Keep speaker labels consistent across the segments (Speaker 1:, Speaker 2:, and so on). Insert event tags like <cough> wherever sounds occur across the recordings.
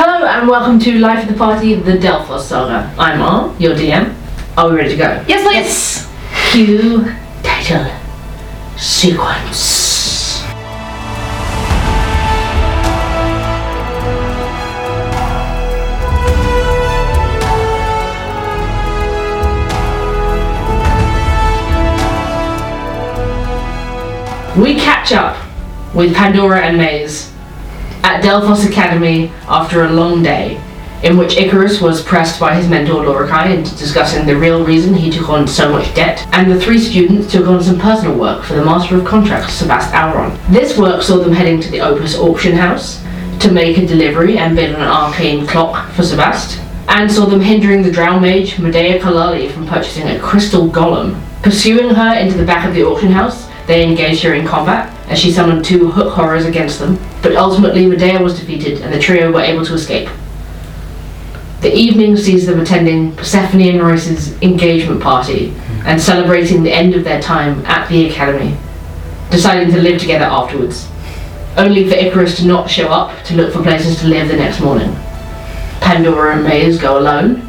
Speaker 1: and welcome to Life of the Party, the Delphos Saga. I'm Al, your DM. Are we ready to go?
Speaker 2: Yes, please.
Speaker 1: Cue title sequence. We catch up with Pandora and Maze at Delphos Academy after a long day, in which Icarus was pressed by his mentor Lorakai into discussing the real reason he took on so much debt, and the three students took on some personal work for the Master of Contracts, Sebast Auron. This work saw them heading to the Opus auction house to make a delivery and bid on an arcane clock for Sebast, and saw them hindering the drow mage Medea Kalali from purchasing a crystal golem. Pursuing her into the back of the auction house, they engaged her in combat as she summoned two hook horrors against them, but ultimately Medea was defeated and the trio were able to escape. The evening sees them attending Persephone and Royce's engagement party and celebrating the end of their time at the academy, deciding to live together afterwards, only for Icarus to not show up to look for places to live the next morning. Pandora and Maze go alone,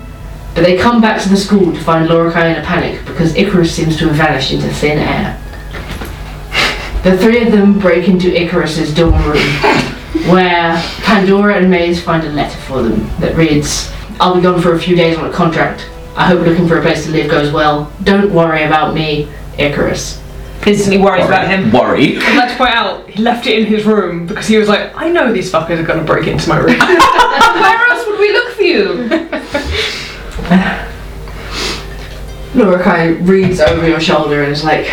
Speaker 1: but they come back to the school to find Lorikai in a panic because Icarus seems to have vanished into thin air. The three of them break into Icarus's dorm room, where Pandora and Maze find a letter for them that reads, I'll be gone for a few days on a contract. I hope looking for a place to live goes well. Don't worry about me, Icarus.
Speaker 2: Instantly worries about him.
Speaker 3: Worry.
Speaker 2: I'd like to point out, he left it in his room because he was like, I know these fuckers are gonna break into my room. Where else would we look for you?
Speaker 1: Lorikai reads over your shoulder and is like,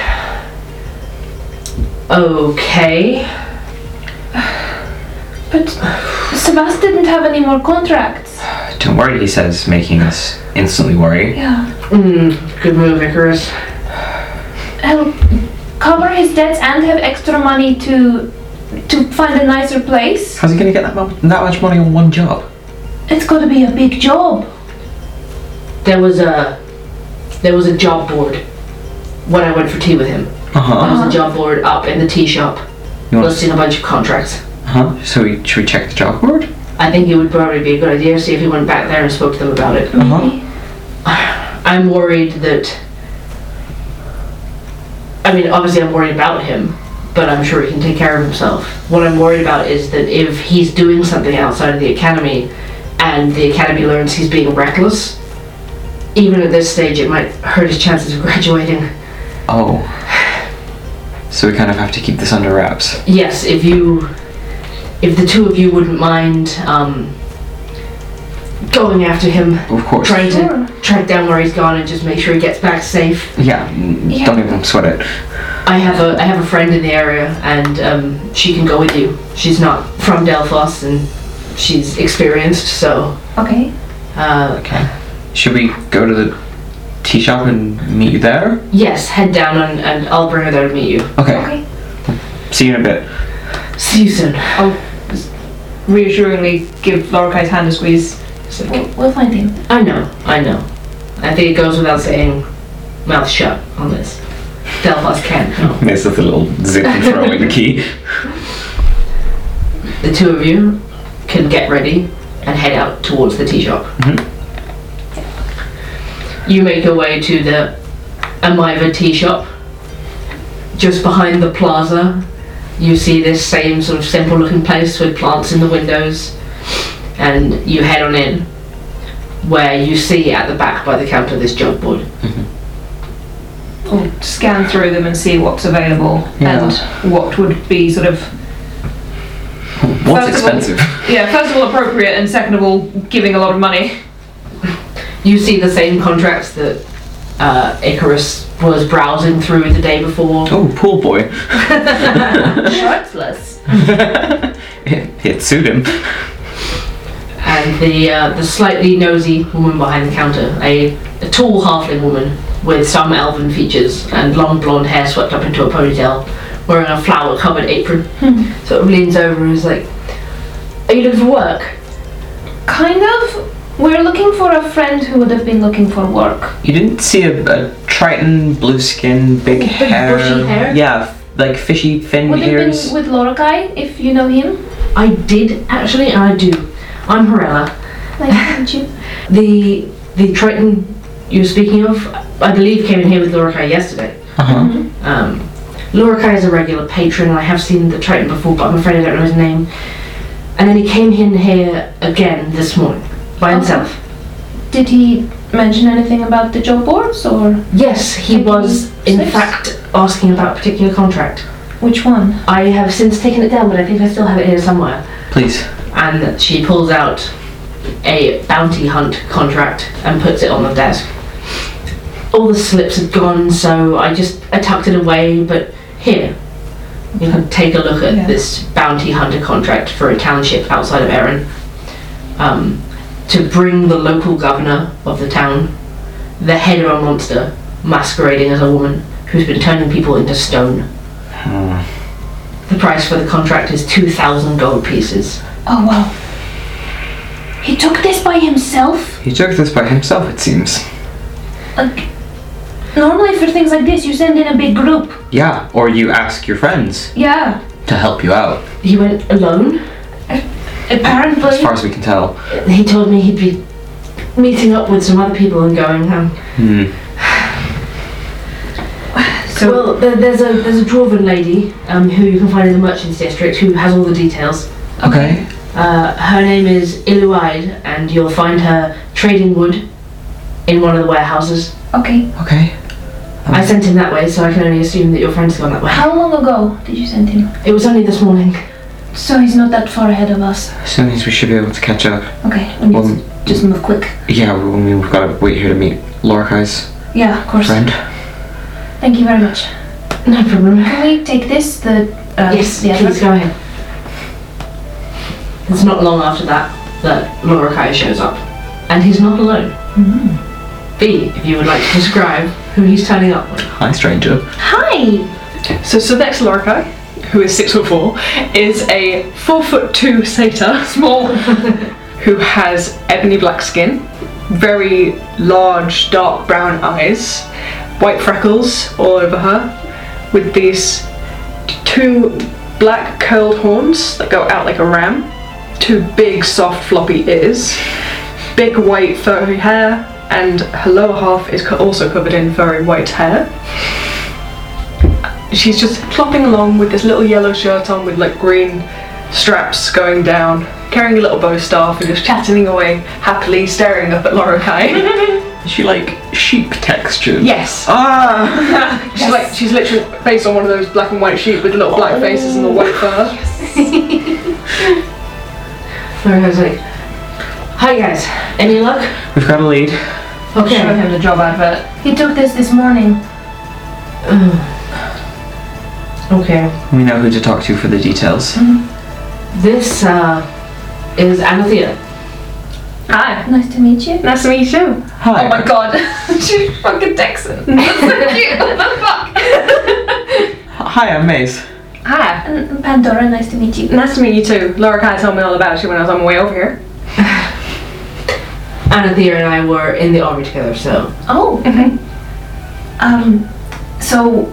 Speaker 1: Okay.
Speaker 4: But Sebast didn't have any more contracts.
Speaker 3: Don't worry, he says, making us instantly worry.
Speaker 4: Yeah.
Speaker 1: Mm, good move, Icarus.
Speaker 4: Help cover his debts and have extra money to to find a nicer place.
Speaker 3: How's he gonna get that, mu- that much money on one job?
Speaker 4: It's gotta be a big job.
Speaker 1: There was a there was a job board when I went for tea with him.
Speaker 3: Uh huh.
Speaker 1: There was a job board up in the tea shop
Speaker 3: You want
Speaker 1: listing a bunch of contracts.
Speaker 3: huh? So we, should we check the job board?
Speaker 1: I think it would probably be a good idea to see if he went back there and spoke to them about it.
Speaker 3: Uh huh.
Speaker 4: Maybe.
Speaker 1: I'm worried that I mean obviously I'm worried about him, but I'm sure he can take care of himself. What I'm worried about is that if he's doing something outside of the academy and the academy learns he's being reckless, even at this stage it might hurt his chances of <laughs> graduating.
Speaker 3: Oh. So we kind of have to keep this under wraps.
Speaker 1: Yes, if you, if the two of you wouldn't mind um, going after him,
Speaker 3: Of course.
Speaker 1: trying
Speaker 4: Sure.
Speaker 1: to track down where he's gone and just make sure he gets back safe.
Speaker 3: Yeah, n-
Speaker 4: Yeah.
Speaker 3: Don't even sweat it.
Speaker 1: I have a I have a friend in the area, and um, she can go with you. She's not from Delphos, and she's experienced, so.
Speaker 4: Okay.
Speaker 1: Uh,
Speaker 3: Okay. Should we go to the tea shop and meet you there?
Speaker 1: yes, head down and, and I'll bring her there to meet you.
Speaker 3: Okay.
Speaker 4: Okay.
Speaker 3: See you in a bit.
Speaker 1: See you soon.
Speaker 2: Reassuringly give Lorikai's hand a squeeze.
Speaker 1: It's like,
Speaker 4: We'll, we'll find him.
Speaker 1: I know, I know. I think it goes without saying, mouth shut on this. Delphos can't. No.
Speaker 3: Miss with a little zip and throw in the <laughs> key.
Speaker 1: the two of you can get ready and head out towards the tea shop.
Speaker 3: Mhm.
Speaker 1: You make your way to the Amiva tea shop. Just behind the plaza, you see this same sort of simple looking place with plants in the windows, and you head on in, where you see at the back by the counter this job board.
Speaker 2: I'll scan through them and see what's available
Speaker 3: Yeah.
Speaker 2: and what would be sort of
Speaker 3: What's
Speaker 2: First of all-
Speaker 3: expensive?
Speaker 2: yeah, first of all appropriate and second of all giving a lot of money.
Speaker 1: you see the same contracts that uh, Icarus was browsing through the day before.
Speaker 3: Oh, pool boy.
Speaker 2: Shirtless.
Speaker 3: It, it suit him.
Speaker 1: and the uh, the slightly nosy woman behind the counter, a, a tall halfling woman with some elven features and long blonde hair swept up into a ponytail, wearing a flower covered apron, sort of leans over and is like, "Are you looking for work?"
Speaker 4: Kind of. We're looking for a friend who would have been looking for work.
Speaker 3: You didn't see a, a Triton, blue skin, big
Speaker 1: Big
Speaker 3: hair.
Speaker 1: bushy hair?
Speaker 3: Yeah, f- like fishy fin
Speaker 4: Would have been
Speaker 3: ears.
Speaker 4: with Lorokai if you know him.
Speaker 1: I did actually, and I do. I'm Horella.
Speaker 4: Like, didn't you?
Speaker 1: The the Triton you were speaking of, I believe, came in here with Lorikai yesterday.
Speaker 3: Uh huh.
Speaker 1: Um, Lorikai is a regular patron, and I have seen the Triton before, but I'm afraid I don't know his name. And then he came in here again this morning by
Speaker 4: Okay.
Speaker 1: himself.
Speaker 4: Did he mention anything about the job boards or
Speaker 1: Yes, he
Speaker 4: Taking
Speaker 1: was in
Speaker 4: six?
Speaker 1: fact asking about a particular contract.
Speaker 4: which one?
Speaker 1: I have since taken it down, but I think I still have it here somewhere.
Speaker 3: Please.
Speaker 1: And she pulls out a bounty hunt contract and puts it on the desk. All the slips had gone, so I just I tucked it away. But here, you can take a look at
Speaker 2: Yeah.
Speaker 1: this bounty hunter contract for a township outside of Erin. Um, to bring the local governor of the town, the head of a monster masquerading as a woman who's been turning people into stone.
Speaker 3: Hmm.
Speaker 1: The price for the contract is two thousand gold pieces.
Speaker 4: Oh wow. He took this by himself?
Speaker 3: He took this by himself, it seems.
Speaker 4: Like normally for things like this you send in a big group.
Speaker 3: Yeah, or you ask your friends
Speaker 4: Yeah.
Speaker 3: to help you out,
Speaker 1: He went alone.
Speaker 3: as
Speaker 4: Apparently
Speaker 3: far as we can tell.
Speaker 1: He told me he'd be meeting up with some other people and going. Um,
Speaker 3: Hmm.
Speaker 4: So-
Speaker 1: well, there, there's a there's a dwarven lady um, who you can find in the merchants district who has all the details.
Speaker 3: Okay.
Speaker 1: Uh, her name is Iluide, and you'll find her trading wood in one of the warehouses.
Speaker 4: Okay.
Speaker 3: Okay.
Speaker 1: I sent him that way, so I can only assume that your friend's gone that way.
Speaker 4: How long ago did you send him?
Speaker 1: It was only this morning.
Speaker 4: So he's not that far ahead of us.
Speaker 3: Soon as we should be able to catch up.
Speaker 4: Okay, we need
Speaker 3: Well-
Speaker 4: to just move quick.
Speaker 3: Yeah, we- I mean, we've got to wait here to meet Lorcai's
Speaker 4: Yeah, of course.
Speaker 3: friend.
Speaker 4: Thank you very much.
Speaker 1: No problem.
Speaker 4: Can we take this? The uh,
Speaker 1: Yes,
Speaker 4: the
Speaker 1: please
Speaker 4: other.
Speaker 1: go ahead. It's not long after that that Laura Kai shows up, and he's not alone. Mm-hmm. B, if you would like to describe who he's turning up with.
Speaker 3: Hi, stranger.
Speaker 4: Hi.
Speaker 2: So Sylvex Lorica, who is six foot four, is a four foot two satyr, <laughs> small, who has ebony black skin, very large dark brown eyes, white freckles all over her, with these two black curled horns that go out like a ram, two big soft floppy ears, big white furry hair, and her lower half is co- also covered in furry white hair she's just plopping along with this little yellow shirt on with like green straps going down, carrying a little bow staff and just chatting away happily, staring up at Lorokai.
Speaker 3: Is she like sheep textured?
Speaker 2: yes.
Speaker 3: Ah!
Speaker 2: <laughs> She's like she's literally based on one of those black and white sheep with the little black faces and the white fur.
Speaker 1: Laura Kai's like, Hi guys, any luck?
Speaker 3: We've got a lead.
Speaker 1: Okay.
Speaker 4: him the job advert. He took this this morning.
Speaker 1: Okay.
Speaker 3: We know who to talk to for the details.
Speaker 1: This uh, is Anathea.
Speaker 2: Hi.
Speaker 4: Nice to meet you.
Speaker 2: Nice to meet you.
Speaker 3: Hi.
Speaker 4: Oh
Speaker 2: <laughs>
Speaker 4: my god, she's fucking Texan. That's so cute. What the fuck?
Speaker 3: Hi, I'm Maze.
Speaker 2: Hi.
Speaker 4: And Pandora, nice to meet you.
Speaker 2: Nice to meet you too. Lorokai told me all about you when I was on my way over here.
Speaker 1: Anathea and I were in the army together, so
Speaker 4: Oh. Okay. Um. So,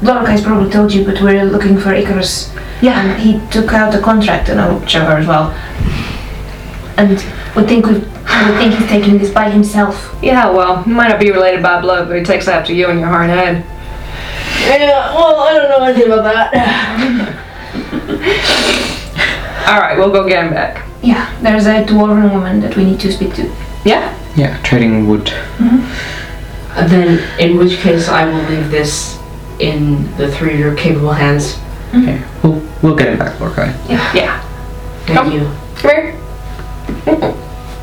Speaker 4: Lorcai's probably told you, but we're looking for Icarus.
Speaker 2: Yeah.
Speaker 4: And he took out the contract, and I'll show her as well. And we think we we think he's taking this by himself.
Speaker 2: Um, Yeah, well, he might not be related by blood, but he takes after you and your hard head.
Speaker 1: Yeah, well I don't know anything about that.
Speaker 2: Alright, we'll go get him back.
Speaker 4: Yeah, there's a dwarven woman that we need to <laughs> speak to.
Speaker 2: Yeah?
Speaker 3: Yeah, trading wood.
Speaker 1: Then in which case I will leave this in the three of your capable hands.
Speaker 3: Okay. We'll, we'll get him back, Lorcai.
Speaker 2: Yeah.
Speaker 1: Thank
Speaker 2: Come.
Speaker 1: you.
Speaker 2: Come here.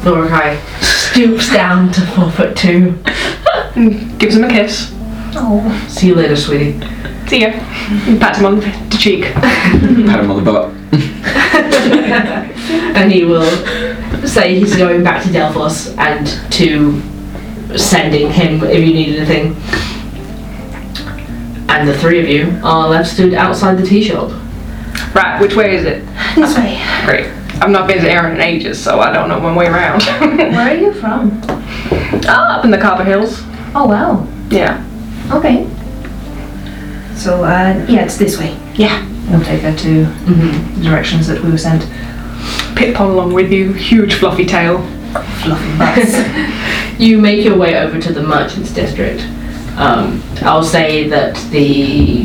Speaker 1: Lorcai stoops down to four foot two.
Speaker 2: Gives him a kiss.
Speaker 4: Oh,
Speaker 1: See you later, sweetie.
Speaker 2: See ya. Pat him on the cheek.
Speaker 3: Pat him on the butt.
Speaker 1: And he will say he's going back to Delphos and to sending him if you need anything. And the three of you are left stood outside the tea shop.
Speaker 2: Right, which way is it?
Speaker 4: this way.
Speaker 2: Great. I've not been to Erin in ages, so I don't know my way around. <laughs>
Speaker 4: Where are you from?
Speaker 2: Ah, Up in the Copper Hills.
Speaker 4: Oh wow.
Speaker 2: Yeah.
Speaker 4: Okay. So uh, yeah, it's this way.
Speaker 2: Yeah.
Speaker 4: mm-hmm, We'll take her to the directions that we were sent.
Speaker 2: Pipon along with you, huge fluffy tail.
Speaker 4: Fluffy butts.
Speaker 1: You make your way over to the merchants district. Um, I'll say that the,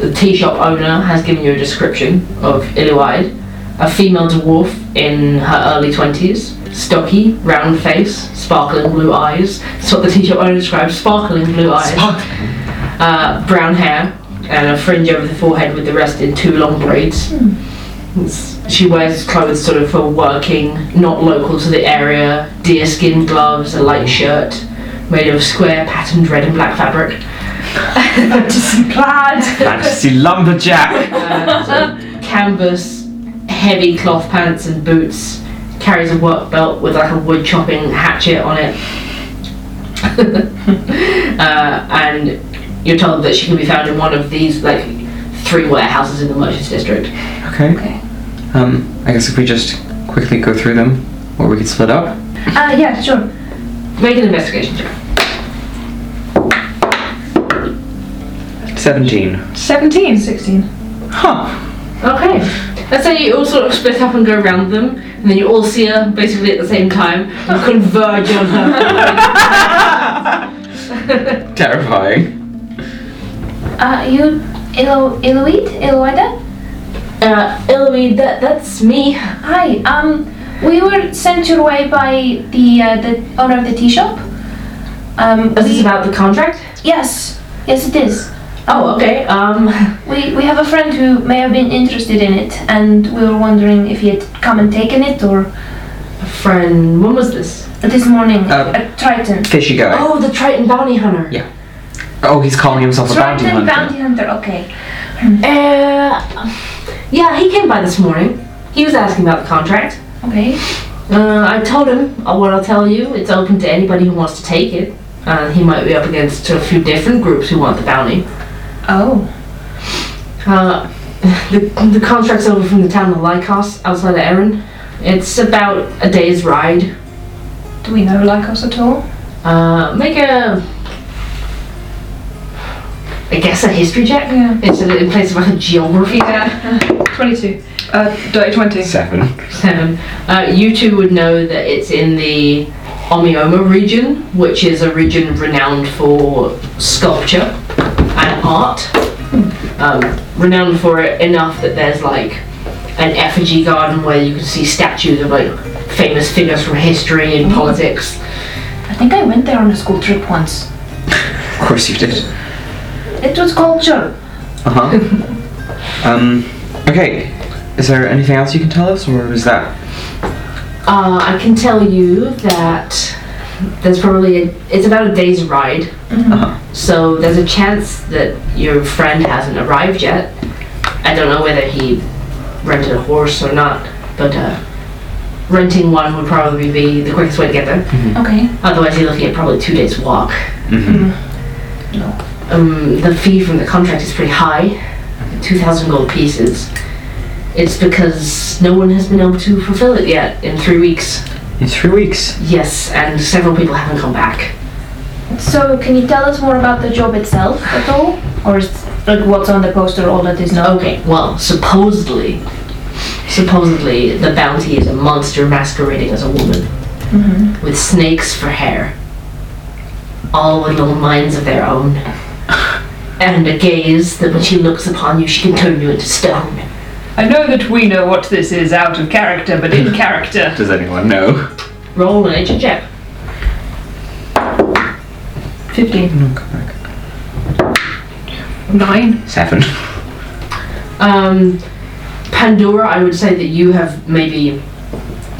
Speaker 1: the tea shop owner has given you a description of Illuide, a female dwarf in her early twenties, stocky, round face, sparkling blue eyes. That's what the tea shop owner describes: sparkling blue eyes, uh, brown hair, and a fringe over the forehead with the rest in two long braids. It's- She wears clothes sort of for working, not local to the area. Deer skin gloves, a light shirt made of square patterned red and black fabric.
Speaker 4: Just plaid.
Speaker 3: Fantasy lumberjack.
Speaker 1: Uh, so canvas, heavy cloth pants and boots. Carries a work belt with like a wood chopping hatchet on it. <laughs> uh, and you're told that she can be found in one of these like three warehouses in the merchants district.
Speaker 3: Okay.
Speaker 4: Okay.
Speaker 3: Um, I guess if we just quickly go through them, or we could split up.
Speaker 4: Ah, yeah, sure.
Speaker 1: Make an investigation check.
Speaker 3: Seventeen.
Speaker 2: 17.
Speaker 4: 16.
Speaker 2: Huh.
Speaker 1: Okay. Let's say you all sort of split up and go around them, and then you all see her basically at the same time and converge on her.
Speaker 3: Terrifying.
Speaker 4: Uh, you. Ilo, Iloid? Iloida?
Speaker 1: <laughs> uh, Eloise, that, that's me.
Speaker 4: Hi, um, we were sent your way by the, uh, the owner of the tea shop. Um,
Speaker 1: Is
Speaker 4: we-
Speaker 1: this about the contract?
Speaker 4: Yes, yes, it is.
Speaker 1: Oh, okay. Um,
Speaker 4: We, we have a friend who may have been interested in it, and we were wondering if he had come and taken it or
Speaker 1: friend, when was this?
Speaker 4: this morning
Speaker 3: Uh,
Speaker 4: at Triton.
Speaker 3: Fishy guy. Oh,
Speaker 1: Oh, the Triton bounty hunter.
Speaker 3: Yeah. he's calling himself a bounty
Speaker 4: Triton
Speaker 3: hunter.
Speaker 4: bounty hunter. Okay.
Speaker 1: Mm. Uh, yeah, he came by this morning. He was asking about the contract.
Speaker 4: Okay.
Speaker 1: Uh, I told him uh, what I'll tell you. It's open to anybody who wants to take it. Uh, he might be up against a few different groups who want the bounty.
Speaker 4: Oh.
Speaker 1: Uh, the, the contract's over from the town of Lycos, outside of Erin. It's about a day's ride.
Speaker 4: Do we know Lycos at all?
Speaker 1: Uh, make a. I guess a history check?
Speaker 4: Yeah.
Speaker 1: It's in, in place of a geography check.
Speaker 4: Yeah. Twenty-two.
Speaker 2: Uh, dirty
Speaker 3: <laughs>
Speaker 2: 20.
Speaker 3: Seven.
Speaker 1: Seven. Uh, you two would know that it's in the Omioma region, which is a region renowned for sculpture and art. Um, renowned for it enough that there's like an effigy garden where you can see statues of like famous figures from history and politics.
Speaker 4: I think I went there on a school trip once.
Speaker 3: Of course you did.
Speaker 4: It was culture.
Speaker 3: Uh huh. <laughs> um. Okay. Is there anything else you can tell us, or is that?
Speaker 1: Uh, I can tell you that there's probably a, it's about a day's ride
Speaker 3: Uh
Speaker 1: So there's a chance that your friend hasn't arrived yet. I don't know whether he rented a horse or not, but uh, renting one would probably be the quickest way to get there.
Speaker 4: Okay.
Speaker 1: Otherwise, you're looking at probably two days' walk.
Speaker 3: hmm
Speaker 1: Um, the fee from the contract is pretty high, 2,000 gold pieces. It's because no one has been able to fulfill it yet in three weeks.
Speaker 3: In three weeks.
Speaker 1: Yes, and several people haven't come back.
Speaker 4: So, can you tell us more about the job itself at all, or is like what's on the poster all that is known?
Speaker 1: Okay, well, supposedly, supposedly the bounty is a monster masquerading as a woman with snakes for hair, all with little minds of their own, and a gaze that when she looks upon you, she can turn you into stone.
Speaker 2: I know that we know what this is out of character, but in character.
Speaker 3: Does anyone know?
Speaker 1: Roll an nature check.
Speaker 4: Fifteen.
Speaker 3: No, come back.
Speaker 2: Nine.
Speaker 3: Seven.
Speaker 1: Um, Pandora, I would say that you have maybe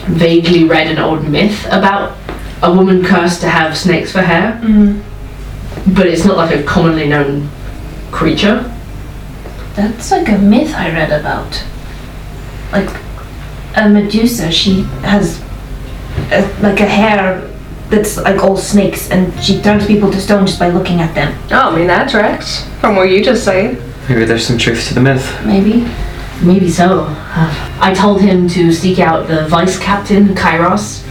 Speaker 1: vaguely read an old myth about a woman cursed to have snakes for hair.
Speaker 4: Mm,
Speaker 1: but it's not like a commonly known creature.
Speaker 4: that's like a myth I read about. Like a Medusa, she has a, like a hair that's like all snakes, and she turns people to stone just by looking at them.
Speaker 2: Oh, I mean, that tracks. From what you just say.
Speaker 3: Maybe there's some truth to the myth.
Speaker 4: Maybe.
Speaker 1: Maybe so. Uh, I told him to seek out the vice captain Kairos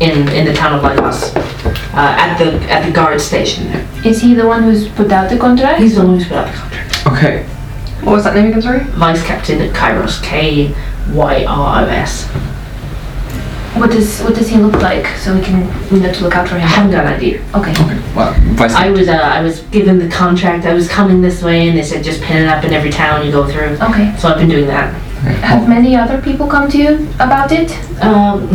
Speaker 1: in, in the town of Lagos. Uh, at the at the guard station there.
Speaker 4: Is he the one who's put out the contract?
Speaker 1: He's the one who's put out the contract.
Speaker 3: Okay.
Speaker 2: What was that name again, sorry?
Speaker 1: Vice Captain Kairos, K Y R O S.
Speaker 4: What does what does he look like so we can we know to look out for
Speaker 1: I
Speaker 4: him?
Speaker 1: haven't got an idea.
Speaker 4: Okay.
Speaker 3: Well, vice
Speaker 1: I was uh, I was given the contract. I was coming this way, and they said just pin it up in every town you go through.
Speaker 4: Okay.
Speaker 1: So I've been doing that.
Speaker 3: Okay,
Speaker 4: Have
Speaker 3: well,
Speaker 4: many other people come to you about it?
Speaker 1: Um,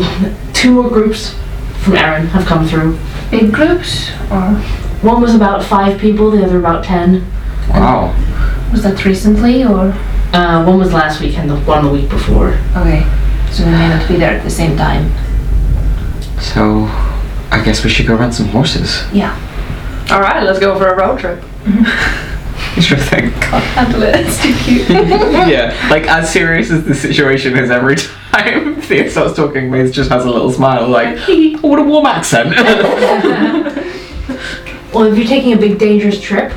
Speaker 1: <laughs> two more groups from Aaron have come through.
Speaker 4: Big groups or
Speaker 1: One was about five people. The other about ten.
Speaker 3: wow.
Speaker 4: was that recently or
Speaker 1: Uh, one was last week, and the one the week before.
Speaker 4: okay. So we may not be there at the same time.
Speaker 3: So, I guess we should go rent some horses. <laughs>
Speaker 2: All right, let's go for a road trip.
Speaker 3: Sure thing.
Speaker 4: Handle it. It's too cute.
Speaker 3: yeah, like as serious as the situation is every <laughs> time Thea starts talking, Maze just has a little smile, like, "Oh, what a warm accent. <laughs>
Speaker 1: Well, if you're taking a big dangerous trip,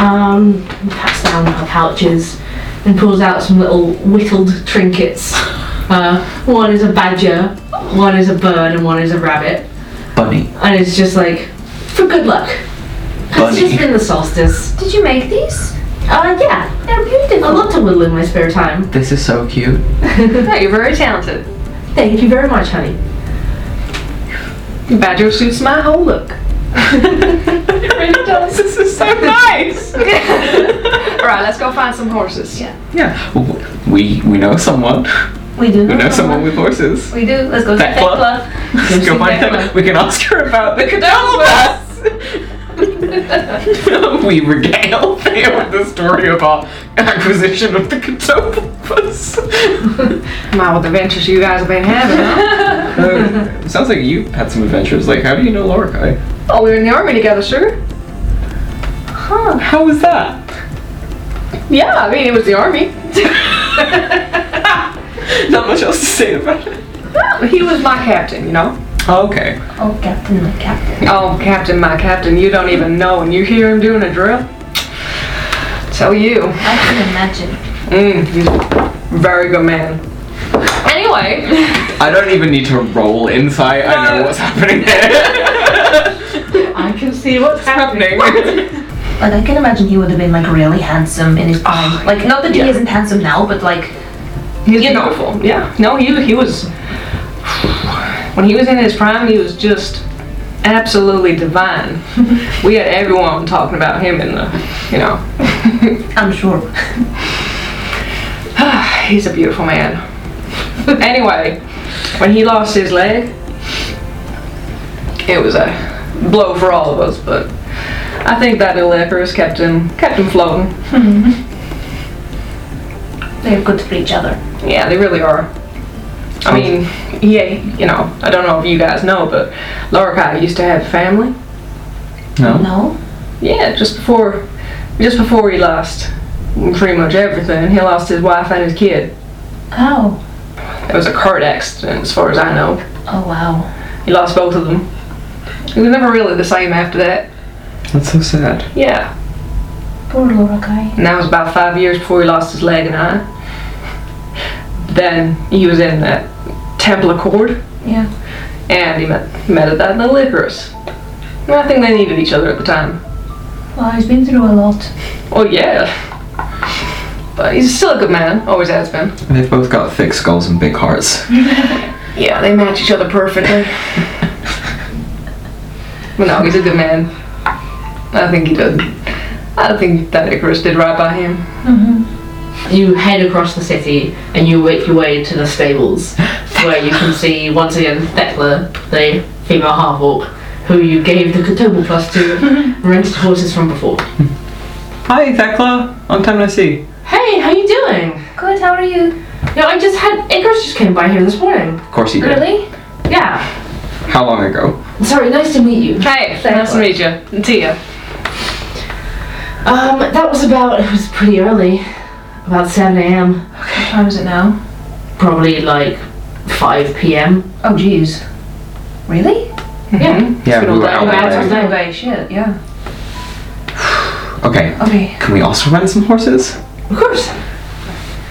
Speaker 1: um, he pats down her pouches and pulls out some little whittled trinkets. Uh, one is a badger, one is a bird, and one is a rabbit.
Speaker 3: Bunny.
Speaker 1: And it's just like, for good luck. It's just
Speaker 3: Bunny.
Speaker 1: been the solstice.
Speaker 4: Did you make these?
Speaker 1: Uh, yeah,
Speaker 4: They're
Speaker 1: I
Speaker 4: beautiful.
Speaker 1: love to whittle in my spare time.
Speaker 3: This is so cute.
Speaker 2: Yeah, you're very talented.
Speaker 1: Thank you very much, honey.
Speaker 2: Badger suits my whole <laughs> look. it really does. This is so nice. <laughs> All right, let's go find some horses. Yeah.
Speaker 3: Yeah. W- We we know someone.
Speaker 4: We do.
Speaker 3: We know someone with horses.
Speaker 4: <laughs> We do. Let's go to
Speaker 3: That club.
Speaker 4: Tekla.
Speaker 3: Let's go find her. We can ask her about the cadaver bus. we regale Thea with the story of our acquisition of the cadaver bus.
Speaker 2: My, what adventures you guys have been having.
Speaker 3: Uh, sounds like you've had some adventures. Like, how do you know Lorikai?
Speaker 2: oh, we were in the army together, sure.
Speaker 4: Huh.
Speaker 3: How was that?
Speaker 2: Yeah, I mean, it was the army.
Speaker 3: Not much else to say about it.
Speaker 2: Ah, he was my captain, you know.
Speaker 3: Okay.
Speaker 4: Oh, Captain, my Captain.
Speaker 2: Oh, captain, my captain, you don't even know, and you hear him doing a drill? So you.
Speaker 4: I can imagine.
Speaker 2: Mm, he's a very good man. Anyway,
Speaker 3: I don't even need to roll insight. I know
Speaker 2: No.
Speaker 3: what's happening here.
Speaker 1: I can see what's happening.
Speaker 3: happening.
Speaker 4: Like I can imagine he would have been like really handsome in his prime. like not that he isn't handsome now, but like
Speaker 2: he's
Speaker 4: You know.
Speaker 2: beautiful. Yeah. No, he he was. When he was in his prime, he was just absolutely
Speaker 4: <laughs>
Speaker 2: divine. we had everyone talking about him in the, you know,
Speaker 4: I'm sure.
Speaker 2: he's a beautiful
Speaker 4: <laughs>
Speaker 2: man. anyway, when he lost his leg, it was a blow for all of us, but I think that little Icarus kept him kept him floating.
Speaker 4: They're good for each other.
Speaker 2: Yeah, they really are. I mean, yeah, you know, I don't know if you guys know, but Lorica used to have family.
Speaker 3: No.
Speaker 4: No?
Speaker 2: Yeah, just before, just before he lost pretty much everything, he lost his wife and his kid.
Speaker 4: Oh.
Speaker 2: It was a car accident, as far as I know.
Speaker 4: Oh wow.
Speaker 2: He lost both of them. He was never really the same after that.
Speaker 3: That's so sad.
Speaker 2: Yeah,
Speaker 4: Poor Laura guy.
Speaker 2: and that was about five years before he lost his leg and eye. Then he was in that Temple Accord.
Speaker 4: Yeah.
Speaker 2: and he met, met that little Icarus. And I think they needed each other at the time.
Speaker 4: Well, he's been through a lot.
Speaker 2: Oh yeah. But he's still a good man, always has been.
Speaker 3: They've both got thick skulls and big hearts.
Speaker 2: Yeah, they match each other perfectly. but no, he's a good man. I think he did. I think that Icarus did right by him.
Speaker 1: You head across the city and you work your way to the stables, where you can see once again Thekla, the female half orc, who you gave the Katoba plus
Speaker 4: <laughs>
Speaker 1: to and rented horses from before.
Speaker 3: Hi, Thekla. Long time no see.
Speaker 1: Hey, how you doing?
Speaker 4: Good, how are you?
Speaker 1: No, I just had Icarus just came by here this morning.
Speaker 3: Of course you did.
Speaker 4: Really?
Speaker 1: Yeah.
Speaker 3: How long ago?
Speaker 1: Sorry, nice to meet you.
Speaker 2: Hey, nice to meet you. Tia.
Speaker 1: Um, that was about it was pretty early. About seven AM.
Speaker 4: What time is it now?
Speaker 1: Probably like five PM.
Speaker 4: Oh jeez. Really?
Speaker 1: Yeah.
Speaker 3: Yeah,
Speaker 2: Good
Speaker 3: we
Speaker 2: old
Speaker 3: were
Speaker 2: day.
Speaker 3: out
Speaker 1: Yeah,
Speaker 3: all
Speaker 1: it's
Speaker 3: day.
Speaker 1: okay.
Speaker 4: No way, shit, yeah.
Speaker 3: Okay,
Speaker 4: Okay.
Speaker 3: can we also rent some horses?
Speaker 1: Of course.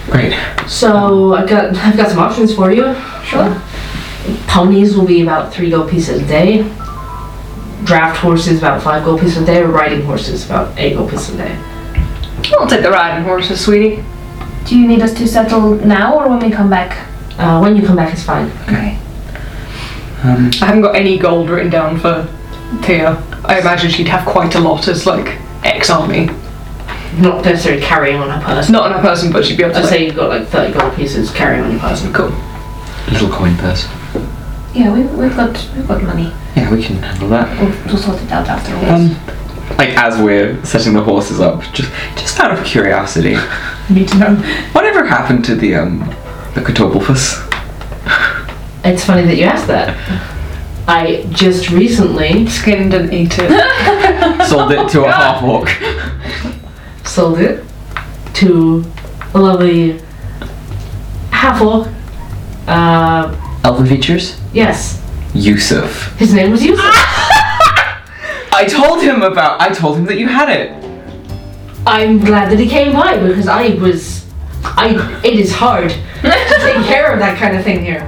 Speaker 3: Great.
Speaker 1: So I got I've got some options for you.
Speaker 4: Sure.
Speaker 1: Ponies will be about three gold pieces a day. Draft horses about five gold pieces a day. Riding horses about eight gold pieces a day.
Speaker 2: I'll take the riding horses, sweetie.
Speaker 4: Do you need us to settle now or when we come back?
Speaker 1: Uh, when you come back, it's fine.
Speaker 4: Okay.
Speaker 3: Um,
Speaker 2: I haven't got any gold written down for Thea. I imagine she'd have quite a lot as like ex army.
Speaker 1: Not necessarily carrying on her person.
Speaker 2: Not on her person, but she'd be able to.
Speaker 1: I'd
Speaker 2: Like,
Speaker 1: say you've got like 30 gold pieces carrying on your person.
Speaker 2: cool.
Speaker 3: little coin purse.
Speaker 4: Yeah, we, we've got we've got money.
Speaker 3: Yeah, we can handle that.
Speaker 4: We'll, we'll sort it out after all.
Speaker 3: Um, like as we're setting the horses up, just just out of curiosity, Um,
Speaker 1: Need to know.
Speaker 3: whatever happened to the um the Catobolphus?
Speaker 1: It's funny that you asked that. I just recently
Speaker 2: Skinned and eat it.
Speaker 3: Sold it to a half orc.
Speaker 1: sold it to a lovely half orc. Uh,
Speaker 3: Elven features.
Speaker 1: yes,
Speaker 3: Yusuf.
Speaker 1: his name was Yusuf.
Speaker 4: Ah!
Speaker 3: I told him about. I told him that you had it.
Speaker 1: I'm glad that he came by because I was. I. It is hard to
Speaker 4: <laughs>
Speaker 1: take care of that kind of thing here.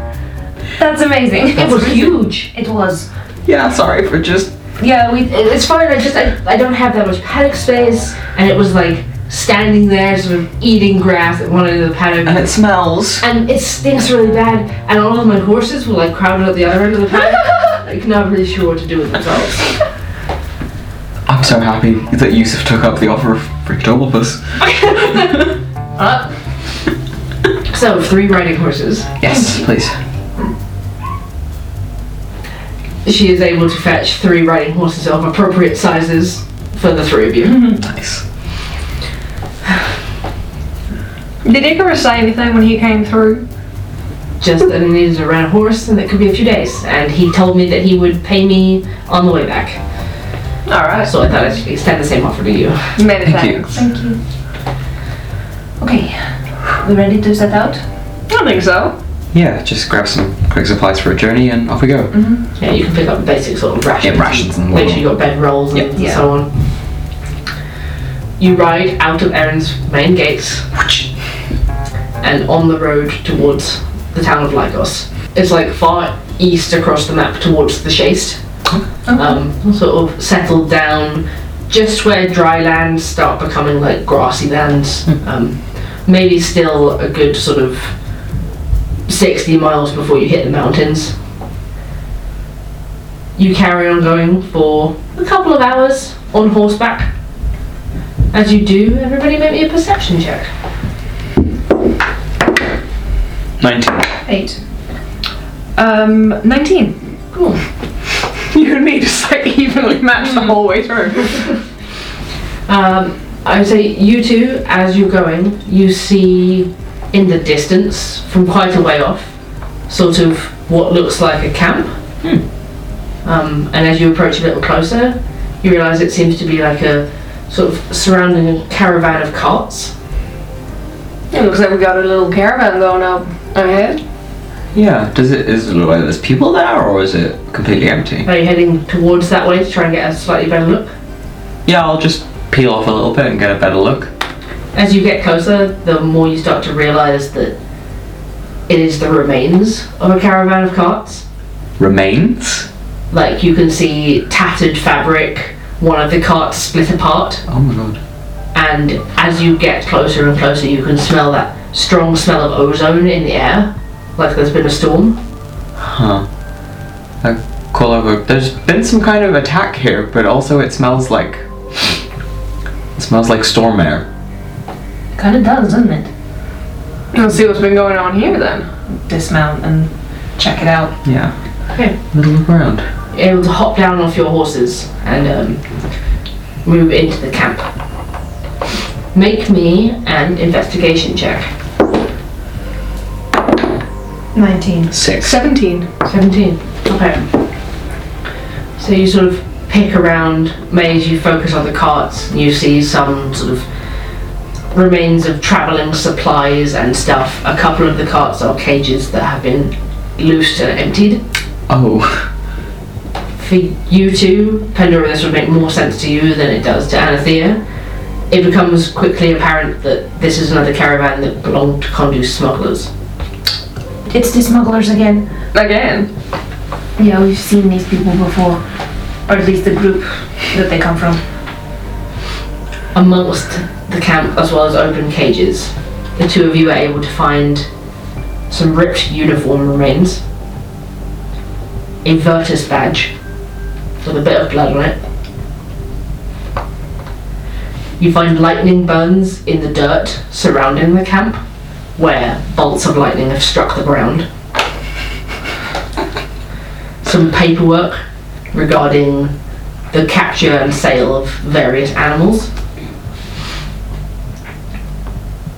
Speaker 4: That's amazing.
Speaker 1: It was huge.
Speaker 4: <laughs> It was.
Speaker 3: Yeah, sorry for just.
Speaker 4: Yeah, we.
Speaker 1: It- It's fine. I just. I, I don't have that much paddock space, and it was like standing there, sort of eating grass at one end of the paddock.
Speaker 4: Uh-huh.
Speaker 3: And it smells.
Speaker 1: and it stinks really bad. And all of my horses were like crowded at the other end of the
Speaker 4: <laughs>
Speaker 1: paddock, like not really sure what to do with themselves.
Speaker 3: I'm so happy that Yusuf took up the offer of Catobolphus.
Speaker 1: Up. So three riding horses.
Speaker 3: Yes, please.
Speaker 1: She is able to fetch three riding horses of appropriate sizes for the three of
Speaker 3: Mm-hmm.
Speaker 1: you.
Speaker 3: Nice.
Speaker 2: Did Icarus say anything when he came through?
Speaker 1: Just that I needed a round horse, and that could be a few days. And he told me that he would pay me on the way back.
Speaker 2: Alright.
Speaker 1: So I thought I'd extend the same offer to you.
Speaker 2: Many
Speaker 3: Thank you.
Speaker 2: thanks.
Speaker 4: Thank you. Okay, we ready to set out?
Speaker 2: I don't think so.
Speaker 3: Yeah, just grab some quick supplies for a journey and off we go.
Speaker 1: Yeah, you can pick up basic sort of rations.
Speaker 3: Yeah, rations and
Speaker 1: Make sure you got bed rolls and
Speaker 4: Yeah.
Speaker 1: so on. You ride out of Erin's main gates and on the road towards the town of Lagos. It's like far east across the map towards the Shaste. Um, sort of settled down just where dry lands start becoming like grassy lands. Um, maybe still a good sort of 60 miles before you hit the mountains. You carry on going for a couple of hours on horseback. As you do, everybody make me a perception check.
Speaker 3: 19.
Speaker 4: Eight.
Speaker 2: Um, 19.
Speaker 1: Cool.
Speaker 2: <laughs> You and me just like evenly matched the whole way through.
Speaker 1: Um, I would say you two, as you're going, you see in the distance, from quite a way off, sort of what looks like a camp. Um, and as you approach a little closer, you realise it seems to be like a sort of surrounding a caravan of carts.
Speaker 2: It looks like we got a little caravan going up ahead.
Speaker 3: Yeah, does it is it look like there's people there or is it completely empty?
Speaker 1: Are you heading towards that way to try and get a slightly better look?
Speaker 3: Yeah, I'll just peel off a little bit and get a better look.
Speaker 1: As you get closer, the more you start to realise that it is the remains of a caravan of carts.
Speaker 3: Remains?
Speaker 1: Like you can see tattered fabric, one of the carts split apart,
Speaker 3: Oh my god.
Speaker 1: and as you get closer and closer, you can smell that strong smell of ozone in the air, like there's been a storm.
Speaker 3: Huh. I call over. There's been some kind of attack here, but also it smells like. It smells like storm air.
Speaker 4: Kinda does, doesn't it?
Speaker 2: Let's see what's been going on here then.
Speaker 4: Dismount and check it out.
Speaker 3: Yeah.
Speaker 1: Okay.
Speaker 3: Little look around.
Speaker 1: You're able to hop down off your horses and um, move into the camp. Make me an investigation check.
Speaker 4: 19.
Speaker 3: Six.
Speaker 2: 17.
Speaker 1: 17. Okay. So you sort of pick around, may as you focus on the carts, you see some sort of remains of travelling supplies and stuff. A couple of the carts are cages that have been loosed and emptied.
Speaker 3: Oh. <laughs>
Speaker 1: For you two, Pandora, this would make more sense to you than it does to Anathea. It becomes quickly apparent that this is another caravan that belonged to Condu smugglers.
Speaker 4: It's the smugglers again.
Speaker 2: Again.
Speaker 4: Yeah, we've seen these people before. Or at least the group that they come from.
Speaker 1: amongst the camp as well as open cages. The two of you are able to find some ripped uniform remains. a Virtus badge with a bit of blood on it. You find lightning burns in the dirt surrounding the camp where bolts of lightning have struck the ground. Some paperwork regarding the capture and sale of various animals.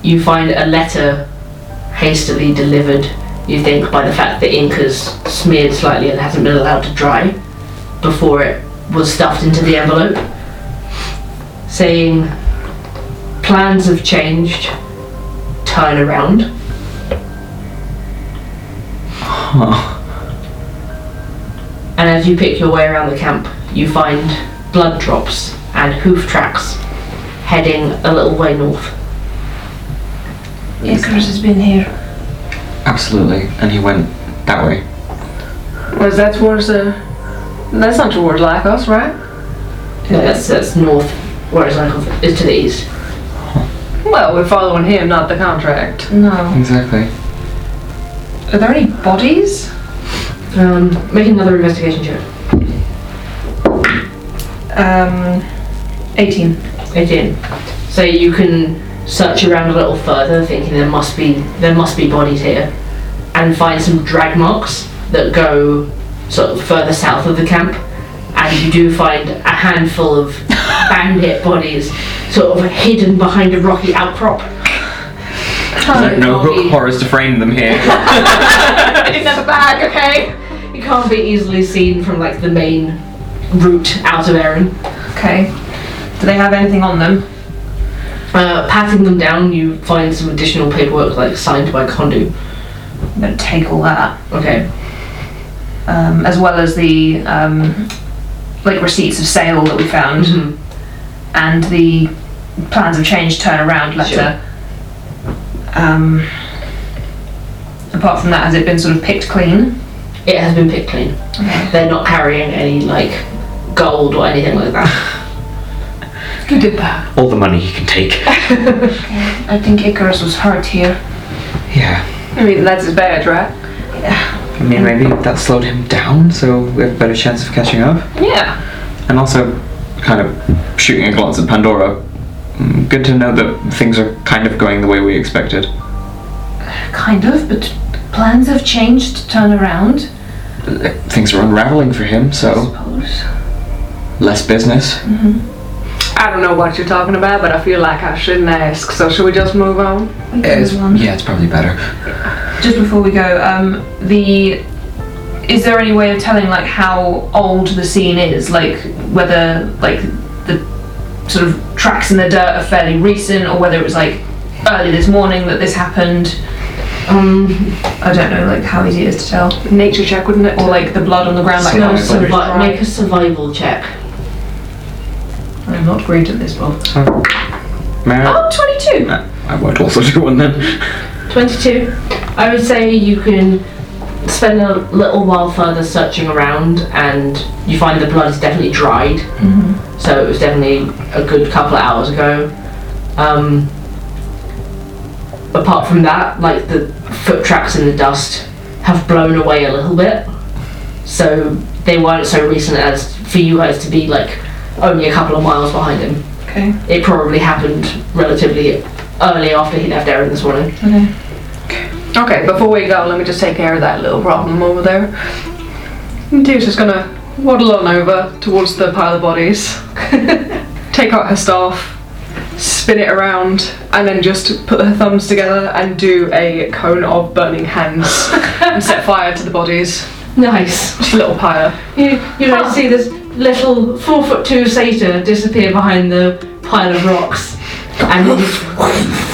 Speaker 1: You find a letter hastily delivered, you think, by the fact that ink has smeared slightly and hasn't been allowed to dry before it was stuffed into the envelope, saying, Plans have changed, turn around. And as you pick your way around the camp, you find blood drops and hoof tracks heading a little way north.
Speaker 4: Icarus has been here.
Speaker 3: Absolutely. And he went that way.
Speaker 2: Was that towards the? That's not towards Lycos, right?
Speaker 1: No, that's, that's north, whereas Lycos is to the east.
Speaker 2: Well, we're following him, not the contract.
Speaker 4: No.
Speaker 3: Exactly.
Speaker 2: Are there any bodies?
Speaker 1: Um, make another investigation check.
Speaker 2: Um, eighteen.
Speaker 1: 18. So you can search around a little further, thinking there must be there must be bodies here, and find some drag marks that go sort of further south of the camp. And you do find a handful of
Speaker 2: <laughs>
Speaker 1: bandit bodies, sort of hidden behind a rocky outcrop.
Speaker 3: There are no hook <laughs> horrors to frame them here.
Speaker 1: in the bag, okay? It can't be easily seen from like the main route out of Erin.
Speaker 2: Okay. Do they have anything on them?
Speaker 1: Uh, patting them down, you find some additional paperwork like signed by Kondu.
Speaker 2: I'm gonna take all that,
Speaker 1: Okay.
Speaker 2: um, as well as the um, like receipts of sale that we found,
Speaker 1: Mhm.
Speaker 2: and the plans of change turnaround letter. Um, apart from that, has it been sort of picked clean?
Speaker 1: It has been picked clean. They're not carrying any like gold or anything like that.
Speaker 2: Good did that.
Speaker 3: All the money he can take.
Speaker 4: I think Icarus was hurt here.
Speaker 3: Yeah.
Speaker 2: I mean, that's his badge, right?
Speaker 3: I mean, maybe that slowed him down, so we have a better chance of catching up.
Speaker 2: Yeah.
Speaker 3: And also, kind of shooting a glance at Pandora. mm, Good to know that things are kind of going the way we expected.
Speaker 4: Kind of, but plans have changed. Turn around.
Speaker 3: Uh, Things are unraveling for him, so
Speaker 4: Suppose.
Speaker 3: less business.
Speaker 2: I don't know what you're talking about, but I feel like I shouldn't ask. So should we just move on?
Speaker 4: We can
Speaker 3: It's-
Speaker 4: move on.
Speaker 3: yeah, it's probably better.
Speaker 2: Just before we go, um, the is there any way of telling like how old the scene is? Like whether like the sort of tracks in the dirt are fairly recent, or whether it was like early this morning that this happened.
Speaker 1: Um,
Speaker 2: I don't know, like how easy it is to tell. Nature check, wouldn't it? Or like the blood on the ground, like
Speaker 3: Survival.
Speaker 2: how sort of
Speaker 1: survi-
Speaker 2: dry.
Speaker 1: make a survival check.
Speaker 2: I'm not great at this one.
Speaker 3: May I?
Speaker 2: Oh, 22.
Speaker 3: I won't also do one then.
Speaker 1: 22. I would say you can spend a little while further searching around and you find the blood is definitely dried. So it was definitely a good couple of hours ago. Um, apart from that, like the foot tracks in the dust have blown away a little bit. So they weren't so recent as for you guys to be like only a couple of miles behind him.
Speaker 2: Okay.
Speaker 1: It probably happened relatively early after he left Erin this morning.
Speaker 2: Okay, before we go, let me just take care of that little problem over there. Dear's just gonna waddle on over towards the pile of bodies, <laughs> take out her staff, spin it around, and then just put her thumbs together and do a cone of burning hands and set fire to the bodies.
Speaker 1: Nice.
Speaker 2: Just a little pyre.
Speaker 1: You, you guys see this little four foot two satyr disappear behind the pile of rocks and <laughs> then just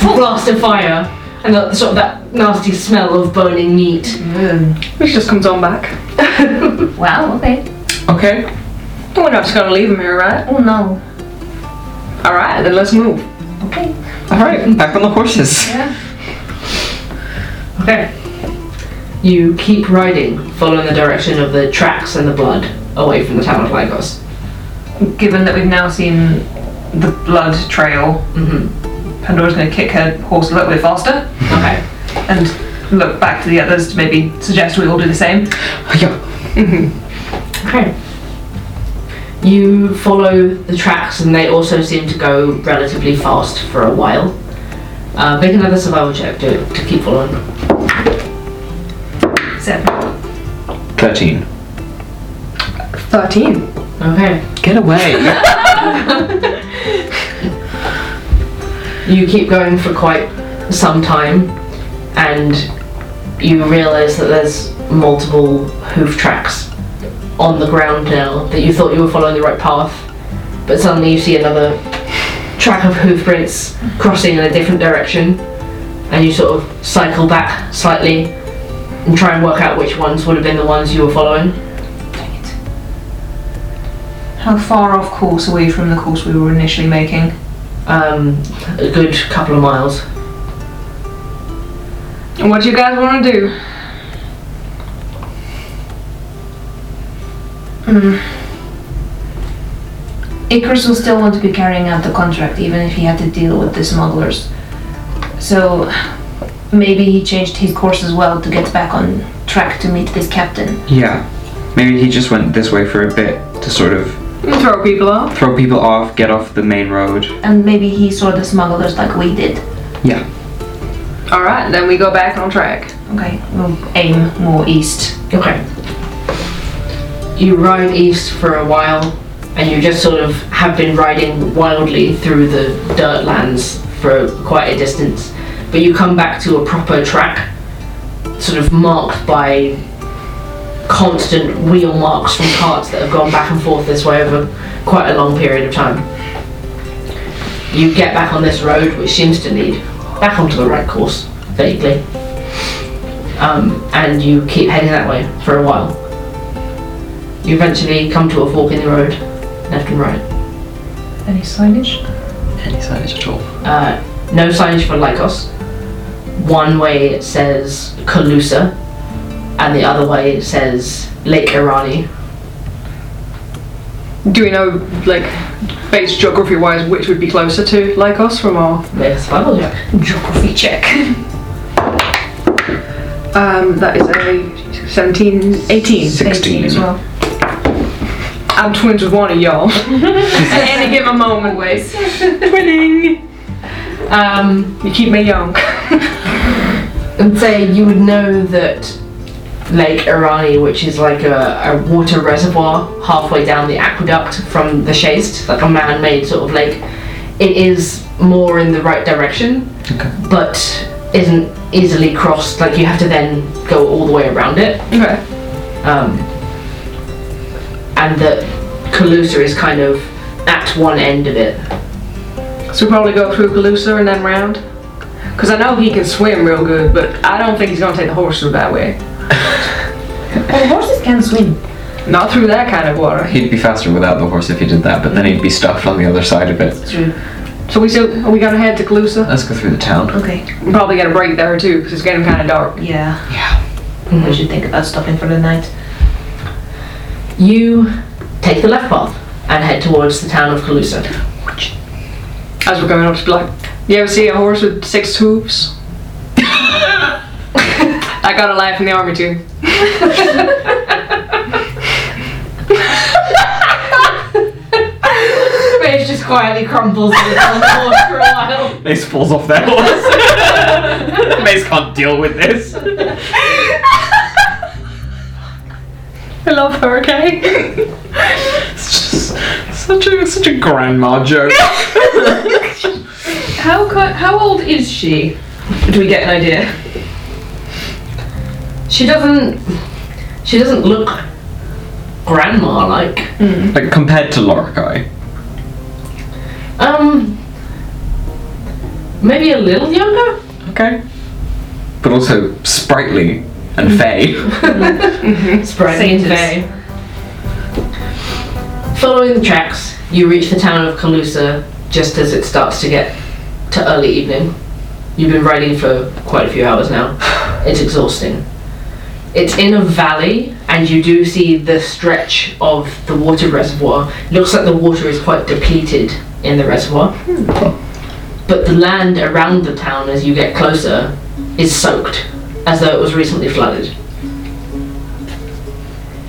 Speaker 1: blast of fire and that, sort of that nasty smell of burning meat. Mm.
Speaker 2: Which just comes on back.
Speaker 4: Wow. Okay.
Speaker 3: Okay.
Speaker 2: We're not just gonna leave him here, right?
Speaker 4: Oh no.
Speaker 2: Alright, then let's move.
Speaker 4: Okay.
Speaker 3: All right. Back on the horses.
Speaker 1: Okay. You keep riding, following the direction of the tracks and the blood away from the town of Lagos.
Speaker 2: Given that we've now seen the blood trail,
Speaker 1: hmm
Speaker 4: Mm-hmm.
Speaker 2: Pandora's gonna kick her horse a little bit faster.
Speaker 1: Okay.
Speaker 2: and look back to the others to maybe suggest we all do the same.
Speaker 3: Oh, Yeah.
Speaker 1: Okay. You follow the tracks, and they also seem to go relatively fast for a while. Uh, make another survival check to, to keep following.
Speaker 4: Seven.
Speaker 3: 13.
Speaker 2: 13.
Speaker 1: Okay.
Speaker 3: Get away!
Speaker 1: You keep going for quite some time, and you realise that there's multiple hoof tracks on the ground now that you thought you were following the right path, but suddenly you see another track of hoof prints crossing in a different direction, and you sort of cycle back slightly and try and work out which ones would have been the ones you were following.
Speaker 4: Dang it. How far off course are we from the course we were initially making?
Speaker 1: Um, a good couple of miles.
Speaker 2: And what do you guys want to do?
Speaker 4: Icarus will still want to be carrying out the contract even if he had to deal with the smugglers. So maybe he changed his course as well to get back on track to meet this captain.
Speaker 3: <laughs> yeah. Maybe he just went this way for a bit to sort of
Speaker 2: Throw people out.
Speaker 3: throw people off, get off the main road.
Speaker 4: And maybe he saw the smugglers like we did.
Speaker 3: Yeah.
Speaker 2: Alright, then we go back on track.
Speaker 4: Okay, we'll aim more east.
Speaker 1: Okay. You ride east for a while, and you just sort of have been riding wildly through the dirt lands for quite a distance. But you come back to a proper track, sort of marked by constant wheel marks from carts that have gone back and forth this way over quite a long period of time. You get back on this road, which seems to lead back onto the right course, vaguely um, and you keep heading that way for a while. You eventually come to a fork in the road, left and right.
Speaker 4: Any signage?
Speaker 3: Any signage at all.
Speaker 1: Uh, no signage for Lycos. One way it says Calusa, and the other way it says Lake Irani.
Speaker 2: Do we know, like, based geography wise, which would be closer to Lycos from our.
Speaker 1: Make a survival check.
Speaker 4: Geography check.
Speaker 2: Um, that is a 17, 18.
Speaker 4: 18 as well.
Speaker 2: I'm twins with one of
Speaker 4: <laughs>
Speaker 2: y'all. At any given moment, wait. Twinning!
Speaker 1: Um,
Speaker 2: You keep me young.
Speaker 1: and say you would know that Lake Irani, which is like a, a water reservoir halfway down the aqueduct from the Shaist, like a man made sort of lake, it is more in the right direction,
Speaker 3: Okay.
Speaker 1: but isn't easily crossed. Like you have to then go all the way around it,
Speaker 2: okay.
Speaker 1: um, and that Calusa is kind of at one end of it.
Speaker 2: So we probably go through Calusa and then round. Because I know he can swim real good, but I don't think he's going to take the horse through that way.
Speaker 4: Well, horses can swim.
Speaker 2: Not through that kind of water.
Speaker 3: He'd be faster without the horse if he did that, but then he'd be stuffed on the other side of it.
Speaker 4: True.
Speaker 2: So we still, are we going to head to Calusa?
Speaker 3: Let's go through the town.
Speaker 4: Okay.
Speaker 2: We're probably going to break there too, because it's getting kind of dark.
Speaker 4: Yeah.
Speaker 3: Yeah.
Speaker 4: We should think about stopping for the night.
Speaker 1: You take the left path and head towards the town of Calusa.
Speaker 2: As we're going up, just be like, you ever see a horse with six <laughs> hooves? I got a laugh in the army too.
Speaker 1: Rage just quietly crumbles on the floor for a while.
Speaker 3: Mace falls off that horse. <laughs> Mace can't deal with this.
Speaker 2: I love her, okay?
Speaker 3: It's just such a such a grandma <laughs> joke.
Speaker 2: How co- how old is she? Do we get an idea?
Speaker 1: She doesn't. She doesn't look grandma like.
Speaker 3: like compared to Lorcai.
Speaker 1: Um. Maybe a little younger.
Speaker 3: Okay. But also sprightly and fey. <laughs>
Speaker 1: Spraying today. Following the tracks, you reach the town of Calusa just as it starts to get to early evening. You've been riding for quite a few hours now. It's exhausting. It's in a valley, and you do see the stretch of the water reservoir. Looks like the water is quite depleted in the reservoir. But the land around the town, as you get closer, is soaked, as though it was recently flooded.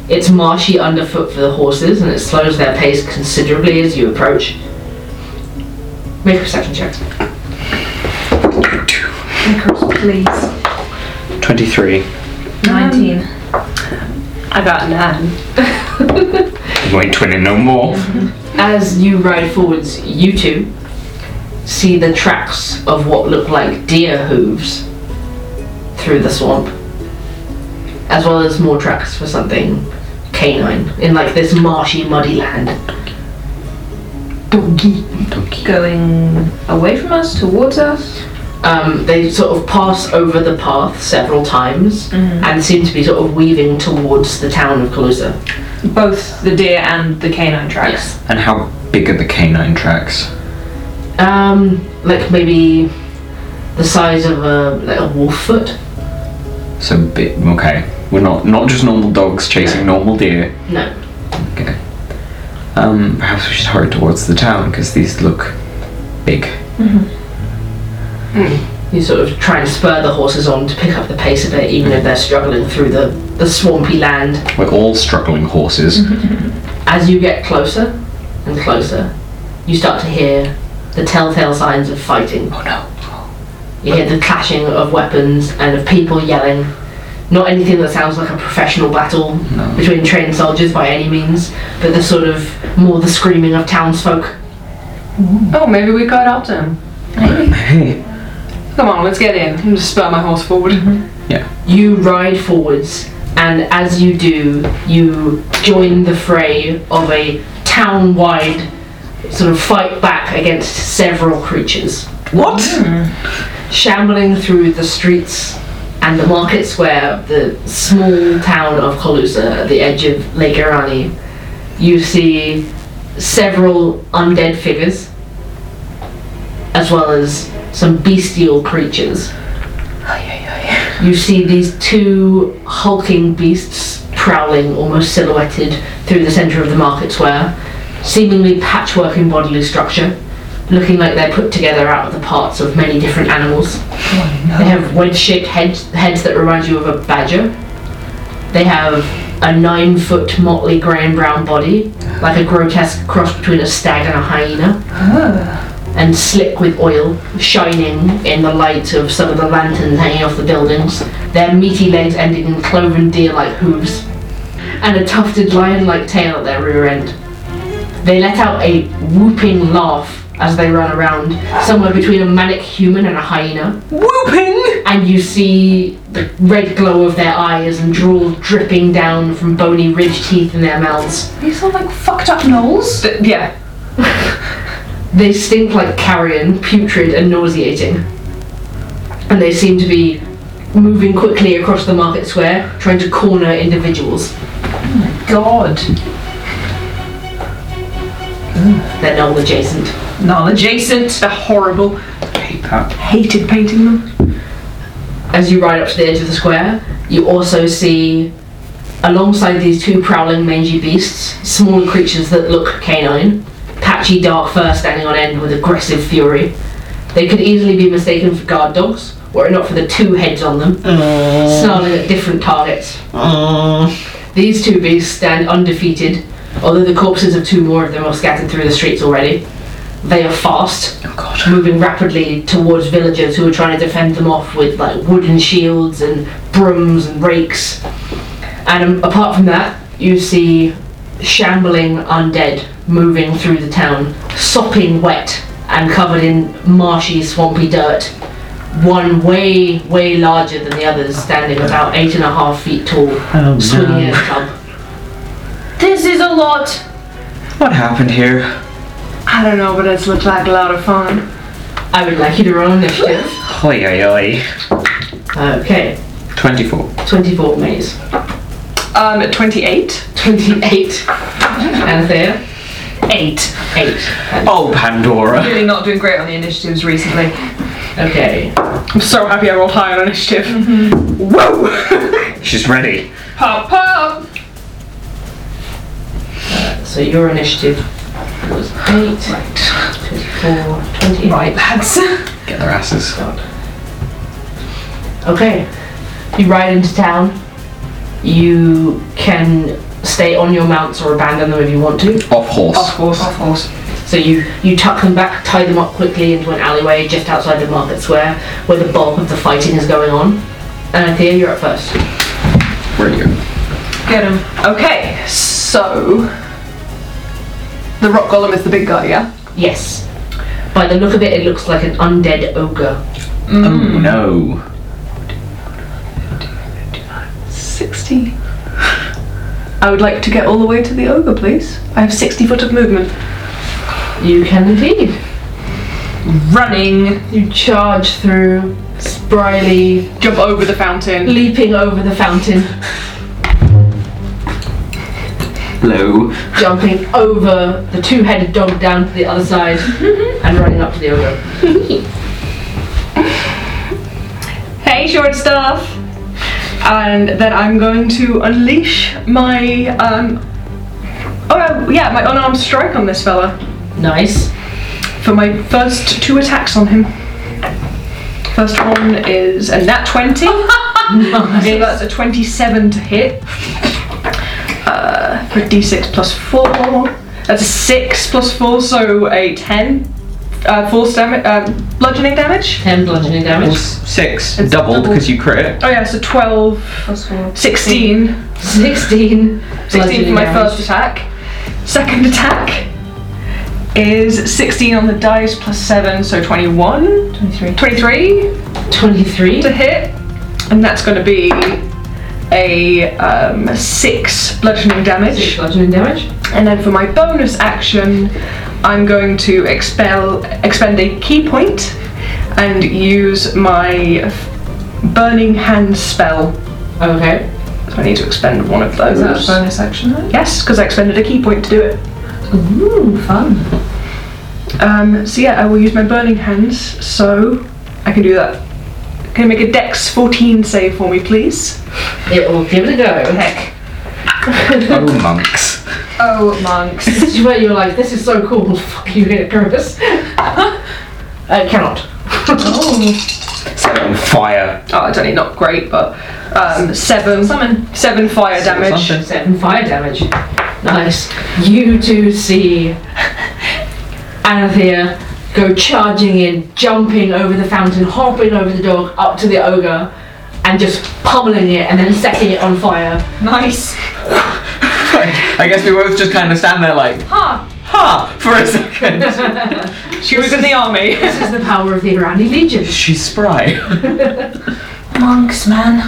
Speaker 1: It's marshy underfoot for the horses and it slows their pace considerably as you approach. Make a perception check.
Speaker 4: Icarus, please.
Speaker 3: 23.
Speaker 4: 19.
Speaker 2: I got
Speaker 3: <laughs>
Speaker 2: nine.
Speaker 3: Wait, 20 no more.
Speaker 1: As you ride forwards, you two see the tracks of what look like deer hooves through the swamp, as well as more tracks for something canine in like this marshy, muddy land.
Speaker 4: Going away from us, towards us.
Speaker 1: Um, they sort of pass over the path several times and seem to be sort of weaving towards the town of Calusa.
Speaker 4: Both the deer and the canine tracks.
Speaker 1: Yes.
Speaker 3: And how big are the canine tracks?
Speaker 1: Um, like maybe the size of a like a wolf foot.
Speaker 3: So big. Okay. We're not not just normal dogs chasing normal deer.
Speaker 1: No.
Speaker 3: Okay. Um, perhaps we should hurry towards the town because these look big.
Speaker 1: You sort of try and spur the horses on to pick up the pace a bit, even if they're struggling through the, the swampy land.
Speaker 3: We're all struggling horses.
Speaker 1: As you get closer and closer, you start to hear the telltale signs of fighting.
Speaker 3: Oh no.
Speaker 1: You hear the clashing of weapons and of people yelling. Not anything that sounds like a professional battle
Speaker 3: No.
Speaker 1: between trained soldiers by any means, but the sort of more the screaming of townsfolk.
Speaker 2: Oh, maybe we got up to him.
Speaker 3: Hey.
Speaker 2: Come on, let's get in. I'm just spur my horse forward. <laughs>
Speaker 1: You ride forwards, and as you do, you join the fray of a town wide sort of fight back against several creatures.
Speaker 3: What?
Speaker 1: Shambling through the streets and the market square of the small town of Colusa at the edge of Lake Irani, you see several undead figures as well as some bestial creatures. You see these two hulking beasts prowling, almost silhouetted, through the centre of the market square, seemingly patchwork in bodily structure, looking like they're put together out of the parts of many different animals. They have wedge-shaped heads, heads that remind you of a badger. They have a nine-foot motley grey and brown body, like a grotesque cross between a stag and a hyena. And slick with oil, shining in the light of some of the lanterns hanging off the buildings. Their meaty legs ending in cloven deer-like hooves, and a tufted lion-like tail at their rear end. They let out a whooping laugh as they run around, somewhere between a manic human and a hyena
Speaker 2: Whooping!
Speaker 1: and you see the red glow of their eyes and drool dripping down from bony ridge teeth in their mouths.
Speaker 4: These are like fucked up gnolls.
Speaker 2: D- yeah.
Speaker 1: They stink like carrion, putrid and nauseating. And they seem to be moving quickly across the market square, trying to corner individuals.
Speaker 4: God.
Speaker 1: They're not adjacent.
Speaker 2: Not adjacent. They're horrible.
Speaker 3: Hate that.
Speaker 2: Hated painting them.
Speaker 1: as you ride up to the edge of the square, you also see, alongside these two prowling mangy beasts, smaller creatures that look canine, patchy dark fur standing on end with aggressive fury. They could easily be mistaken for guard dogs, were it not for the two heads on them, snarling at different targets. These two beasts stand undefeated, although the corpses of two more of them are scattered through the streets already. They are fast,
Speaker 3: Oh god.
Speaker 1: moving rapidly towards villagers who are trying to defend them off with like wooden shields and brooms and rakes. And um, apart from that, you see shambling undead moving through the town, sopping wet and covered in marshy, swampy dirt. One way, way larger than the others, standing about eight and a half feet tall,
Speaker 3: Oh,
Speaker 1: swinging at a club.
Speaker 4: This is a lot.
Speaker 3: What happened here?
Speaker 2: I don't know, but it's looked like a lot of fun.
Speaker 1: I would like you to roll initiative.
Speaker 3: Oi oi oi.
Speaker 1: Okay,
Speaker 3: 24.
Speaker 1: 24 maze,
Speaker 2: Um, at 28.
Speaker 1: 28 Anthea.
Speaker 2: Eight.
Speaker 1: Eight.
Speaker 3: Oh, Pandora.
Speaker 4: Really not doing great on the initiatives recently.
Speaker 1: Okay.
Speaker 2: I'm so happy I rolled high on initiative. Mm-hmm. Whoa!
Speaker 3: She's ready.
Speaker 2: pop, pop!
Speaker 1: So your initiative was eight. Right. 24, 28.
Speaker 4: Right, lads.
Speaker 3: Get their asses.
Speaker 1: Okay. You ride into town. You can stay on your mounts or abandon them if you want to.
Speaker 3: Off horse.
Speaker 2: Of course.
Speaker 4: Of course.
Speaker 1: So you, you tuck them back, tie them up quickly into an alleyway just outside the market square where the bulk of the fighting is going on. And Anthea, you're up first.
Speaker 3: Where are you?
Speaker 4: Get him.
Speaker 2: Okay, so the rock golem is the big guy, yeah.
Speaker 1: Yes. By the look of it, it looks like an undead ogre.
Speaker 3: Oh no.
Speaker 2: Sixty. I would like to get all the way to the ogre, please. I have sixty foot of movement.
Speaker 1: You can indeed.
Speaker 2: Running,
Speaker 1: You charge through, spryly,
Speaker 2: jump over the fountain.
Speaker 1: leaping over the fountain,
Speaker 3: Blow.
Speaker 1: jumping over the two headed dog down to the other
Speaker 2: <laughs>
Speaker 1: side, and running up to the ogre.
Speaker 2: Hey, short stuff. And then I'm going to unleash my um. Oh yeah, my unarmed strike on this fella
Speaker 1: Nice.
Speaker 2: for my first two attacks on him. First one is a nat twenty. So that's a 27 to hit. Uh, for d6 plus 4. That's a 6 plus 4, so a 10. Uh, force damage, um, bludgeoning damage.
Speaker 1: 10 bludgeoning
Speaker 3: Well,
Speaker 2: Oh.
Speaker 1: damage.
Speaker 3: s- Six.
Speaker 2: It's
Speaker 3: doubled
Speaker 2: doubled.
Speaker 3: because you crit.
Speaker 2: Oh yeah, so 12,
Speaker 4: Plus four.
Speaker 2: 16.
Speaker 1: 16.
Speaker 2: 16 for
Speaker 1: bludgeoning
Speaker 2: my
Speaker 1: damage.
Speaker 2: first attack. Second attack is 16 on the dice plus 7, so 21.
Speaker 4: 23.
Speaker 2: 23
Speaker 1: 23.
Speaker 2: to hit. And that's going to be a um, 6 bludgeoning damage.
Speaker 1: Six bludgeoning damage.
Speaker 2: And then for my bonus action, I'm going to expel expend a key point and use my f- burning hand spell.
Speaker 1: Okay.
Speaker 2: So I need to expend one of those.
Speaker 4: Is that a bonus action then?
Speaker 2: yes, because I expended a key point to do it.
Speaker 4: Ooh, fun.
Speaker 2: Um, so yeah, I will use my burning hands, so I can do that. Can you make a Dex 14 save for me, please?
Speaker 1: It will give it a go. <laughs>
Speaker 2: Heck.
Speaker 3: <laughs> Oh monks.
Speaker 4: Oh, monks.
Speaker 1: this is where you're like, this is so cool. <laughs> Fuck you, <laughs> Icarus. I cannot.
Speaker 2: Oh.
Speaker 3: Set it on fire.
Speaker 2: Oh, I don't need not great, but um, seven,
Speaker 4: Summon.
Speaker 2: seven fire damage.
Speaker 3: Something.
Speaker 1: Seven fire damage. Nice. You two see Anathea go charging in, jumping over the fountain, hopping over the dog, up to the ogre, and just pummeling it and then setting it on fire.
Speaker 2: Nice.
Speaker 3: I guess we both just kind of stand there like,
Speaker 2: Ha!
Speaker 3: ha, for a second.
Speaker 2: <laughs> She was in
Speaker 5: <laughs>
Speaker 2: the army.
Speaker 1: This is the power of the Irani Legion.
Speaker 3: She's spry.
Speaker 4: Monks, man.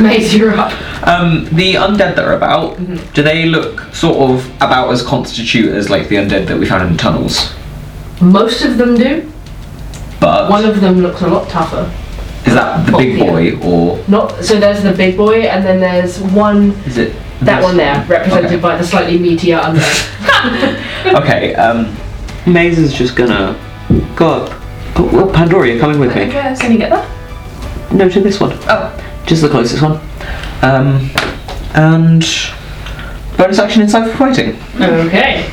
Speaker 1: Maze, you're up.
Speaker 3: Um, the undead that are about,
Speaker 2: Mm-hmm.
Speaker 3: do they look sort of about as constitute as like the undead that we found in the tunnels?
Speaker 1: Most of them do.
Speaker 3: But
Speaker 1: One of them looks a lot tougher.
Speaker 3: is that
Speaker 2: Oh,
Speaker 3: the big boy or
Speaker 1: Not so. There's the big boy, and then there's one
Speaker 3: is it
Speaker 1: that
Speaker 3: this
Speaker 1: one there, represented
Speaker 3: Okay.
Speaker 1: by the slightly meatier undead.
Speaker 3: Okay, um, Maze is just gonna go up. Oh, well, Pandora, you're coming with me.
Speaker 2: Can you get that?
Speaker 3: No, to this one.
Speaker 2: Oh,
Speaker 3: Just the closest one. Um, and bonus action inside for fighting.
Speaker 1: okay.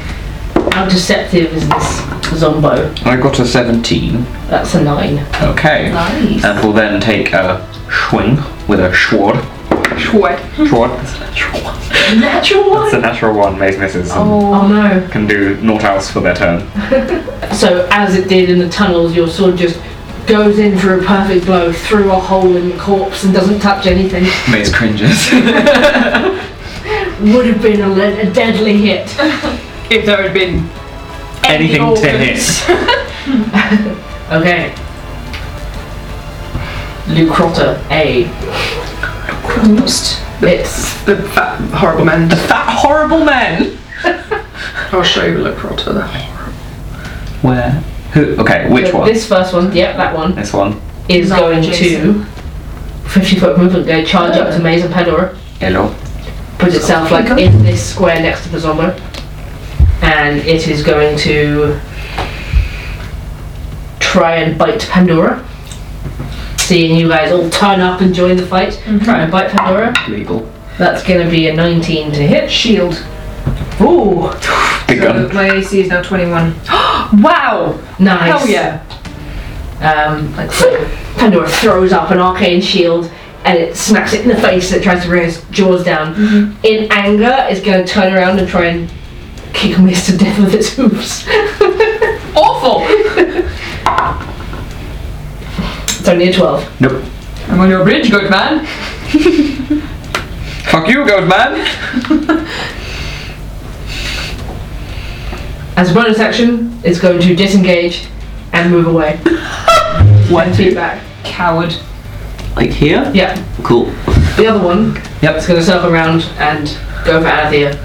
Speaker 1: How deceptive is this zombo?
Speaker 3: I got a 17.
Speaker 1: That's a nine.
Speaker 3: Okay.
Speaker 4: Nice.
Speaker 3: And we'll then take a swing with a sword.
Speaker 2: sweat.
Speaker 3: Sword. <laughs> It's
Speaker 1: Natural one.
Speaker 3: a natural one. Maze misses. and
Speaker 1: Oh no.
Speaker 3: Can do naught else for their turn.
Speaker 1: So as it did in the tunnels, your sword just goes in for a perfect blow through a hole in the corpse and doesn't touch anything.
Speaker 3: Maze cringes.
Speaker 1: Would have been a, le- a deadly hit.
Speaker 2: If there had been any
Speaker 3: <laughs> Anything to
Speaker 2: organs.
Speaker 3: hit.
Speaker 1: Okay. Lucrota A.
Speaker 4: Almost.
Speaker 1: It's
Speaker 2: The fat, horrible man.
Speaker 3: That horrible
Speaker 5: <laughs>
Speaker 3: man!
Speaker 2: I'll show you Lacrota there.
Speaker 3: Where? Who? Okay, which
Speaker 1: so
Speaker 3: one?
Speaker 1: This first one, yep, that one
Speaker 3: This one.
Speaker 1: is
Speaker 4: Not
Speaker 1: going
Speaker 4: adjacent.
Speaker 1: to 50 foot movement go charge up to Maze and Pandora,
Speaker 3: Hello.
Speaker 1: put itself like
Speaker 4: Okay.
Speaker 1: in this square next to the zombo, and it is going to try and bite Pandora. Seeing you guys all turn up and join the fight,
Speaker 2: Mm-hmm.
Speaker 1: try and bite Pandora.
Speaker 3: Legal.
Speaker 1: That's going to be a 19 to hit. Shield. Ooh,
Speaker 3: Big
Speaker 4: So
Speaker 2: uh,
Speaker 3: gun.
Speaker 4: my AC is now 21.
Speaker 2: Wow!
Speaker 1: nice.
Speaker 2: Hell yeah!
Speaker 1: Um, like so Pandora throws up an arcane shield, and it smacks it in the face. It tries to bring its jaws down. In anger, it's going to turn around and try and kick Miss to death with its hooves. <laughs>
Speaker 5: Awful!
Speaker 1: it's only a twelve.
Speaker 3: Nope.
Speaker 5: I'm on your bridge, good man.
Speaker 3: Fuck you, goat man.
Speaker 1: As a bonus action, it's going to disengage and move away.
Speaker 3: One
Speaker 1: Feet back.
Speaker 5: Coward.
Speaker 3: Like here?
Speaker 1: Yeah.
Speaker 3: Cool.
Speaker 1: The other one
Speaker 3: Yep.
Speaker 1: is going to circle around and go for Anathea.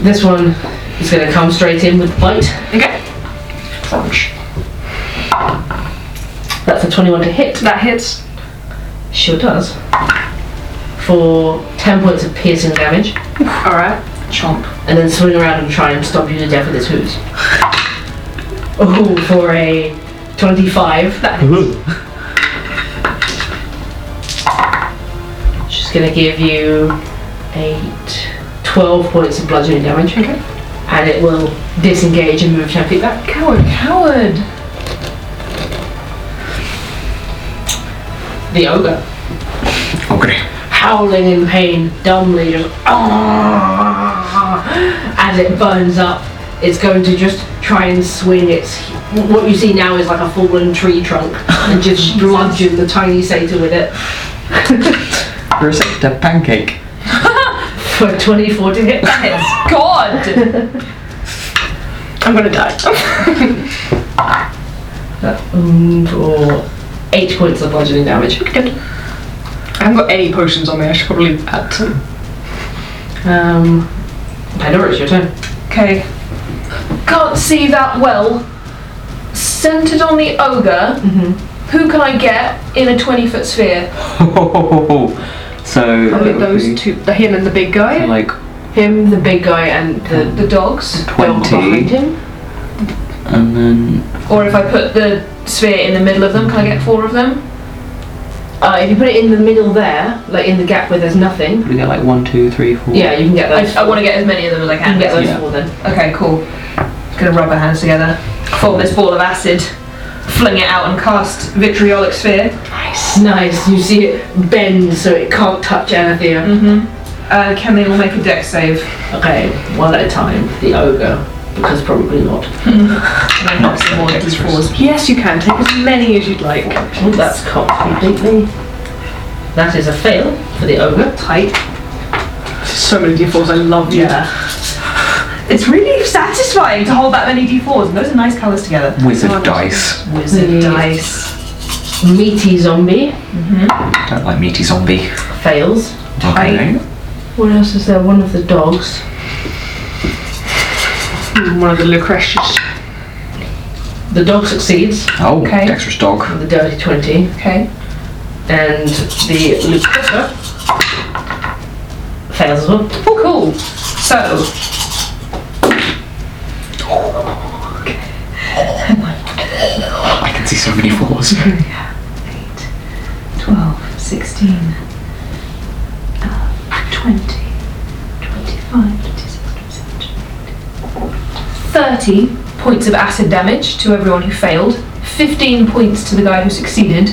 Speaker 1: This one is going to come straight in with the bite.
Speaker 5: Okay. Crunch.
Speaker 1: That's a 21 to hit.
Speaker 5: That hits.
Speaker 1: Sure does. For 10 points of piercing damage,
Speaker 5: Alright. Chomp.
Speaker 1: and then swing around and try and stomp you to death with its hooves. Oh, for a <laughs> 25.
Speaker 5: That hits.
Speaker 1: She's gonna give you eight, 12 points of bludgeoning damage.
Speaker 5: Okay.
Speaker 1: And it will disengage and move 10 feet back.
Speaker 5: Coward, coward.
Speaker 1: The ogre,
Speaker 3: Okay.
Speaker 1: howling in pain, dumbly just "Ah!" as it burns up. It's going to just try and swing its. What you see now is like a fallen tree trunk and <laughs> just bludgeon the tiny satyr with it
Speaker 3: First, the pancake. <laughs>
Speaker 1: for 24 to hit.
Speaker 5: That hits. God!
Speaker 6: I'm gonna die.
Speaker 1: Um, for 8 points of bludgeoning damage.
Speaker 5: I haven't got any potions on me, I should probably add some.
Speaker 1: Um, Pandora, it's your turn.
Speaker 5: Okay. Can't see that well. Centered on the ogre. Who can I get in a 20 foot sphere?
Speaker 3: Ho, ho, ho, ho, ho. So.
Speaker 5: I
Speaker 3: it
Speaker 5: think
Speaker 3: would
Speaker 5: those
Speaker 3: be
Speaker 5: two, the him and the big guy.
Speaker 3: Like Hmm.
Speaker 1: Him, the big guy, and the
Speaker 5: The dogs.
Speaker 1: dog behind
Speaker 3: 20.
Speaker 1: him.
Speaker 3: And then.
Speaker 5: Or if I put the sphere in the middle of them, can I get four of them?
Speaker 1: Uh, if you put it in the middle there, like in the gap where there's nothing,
Speaker 3: We get like one, two, three, four.
Speaker 1: yeah, you can get
Speaker 5: I,
Speaker 1: those.
Speaker 5: I want to get as many of them as I
Speaker 1: you can
Speaker 5: can.
Speaker 1: get those
Speaker 3: Yeah.
Speaker 1: four then.
Speaker 5: Okay, cool. Gonna rub my hands together, form this ball of acid, fling it out and cast vitriolic sphere.
Speaker 1: Nice, nice. You see it bend so it can't touch Anathea.
Speaker 5: Uh, can they all make a deck save?
Speaker 1: Okay, one at a time. The ogre, because probably not.
Speaker 5: Can I knock some more d4s? Yes, you can. Take as many as you'd like.
Speaker 1: Oh, that's cocked completely. That is a fail for the ogre.
Speaker 5: Tight. So many d4s. I love you. Yeah. It's really satisfying to hold that many d4s. And those are nice colours together.
Speaker 3: Wizard dice.
Speaker 5: Wizard
Speaker 1: Mm.
Speaker 5: dice.
Speaker 1: Meaty zombie
Speaker 3: Don't like meaty zombie.
Speaker 1: fails.
Speaker 3: Okay.
Speaker 1: What else is there? One of the dogs.
Speaker 5: Mm, One of the Lucretius.
Speaker 1: The dog succeeds
Speaker 3: Oh,
Speaker 5: Okay.
Speaker 3: Dexter's dog.
Speaker 1: with a dirty 20.
Speaker 5: Okay.
Speaker 1: and the Lucretta fails as well.
Speaker 5: Oh, cool. So.
Speaker 3: I can see so
Speaker 1: <laughs>
Speaker 3: many fours.
Speaker 6: 12, 16, uh, 20, 25, 26, 27,
Speaker 5: 30 points of acid damage to everyone who failed, 15 points to the guy who succeeded,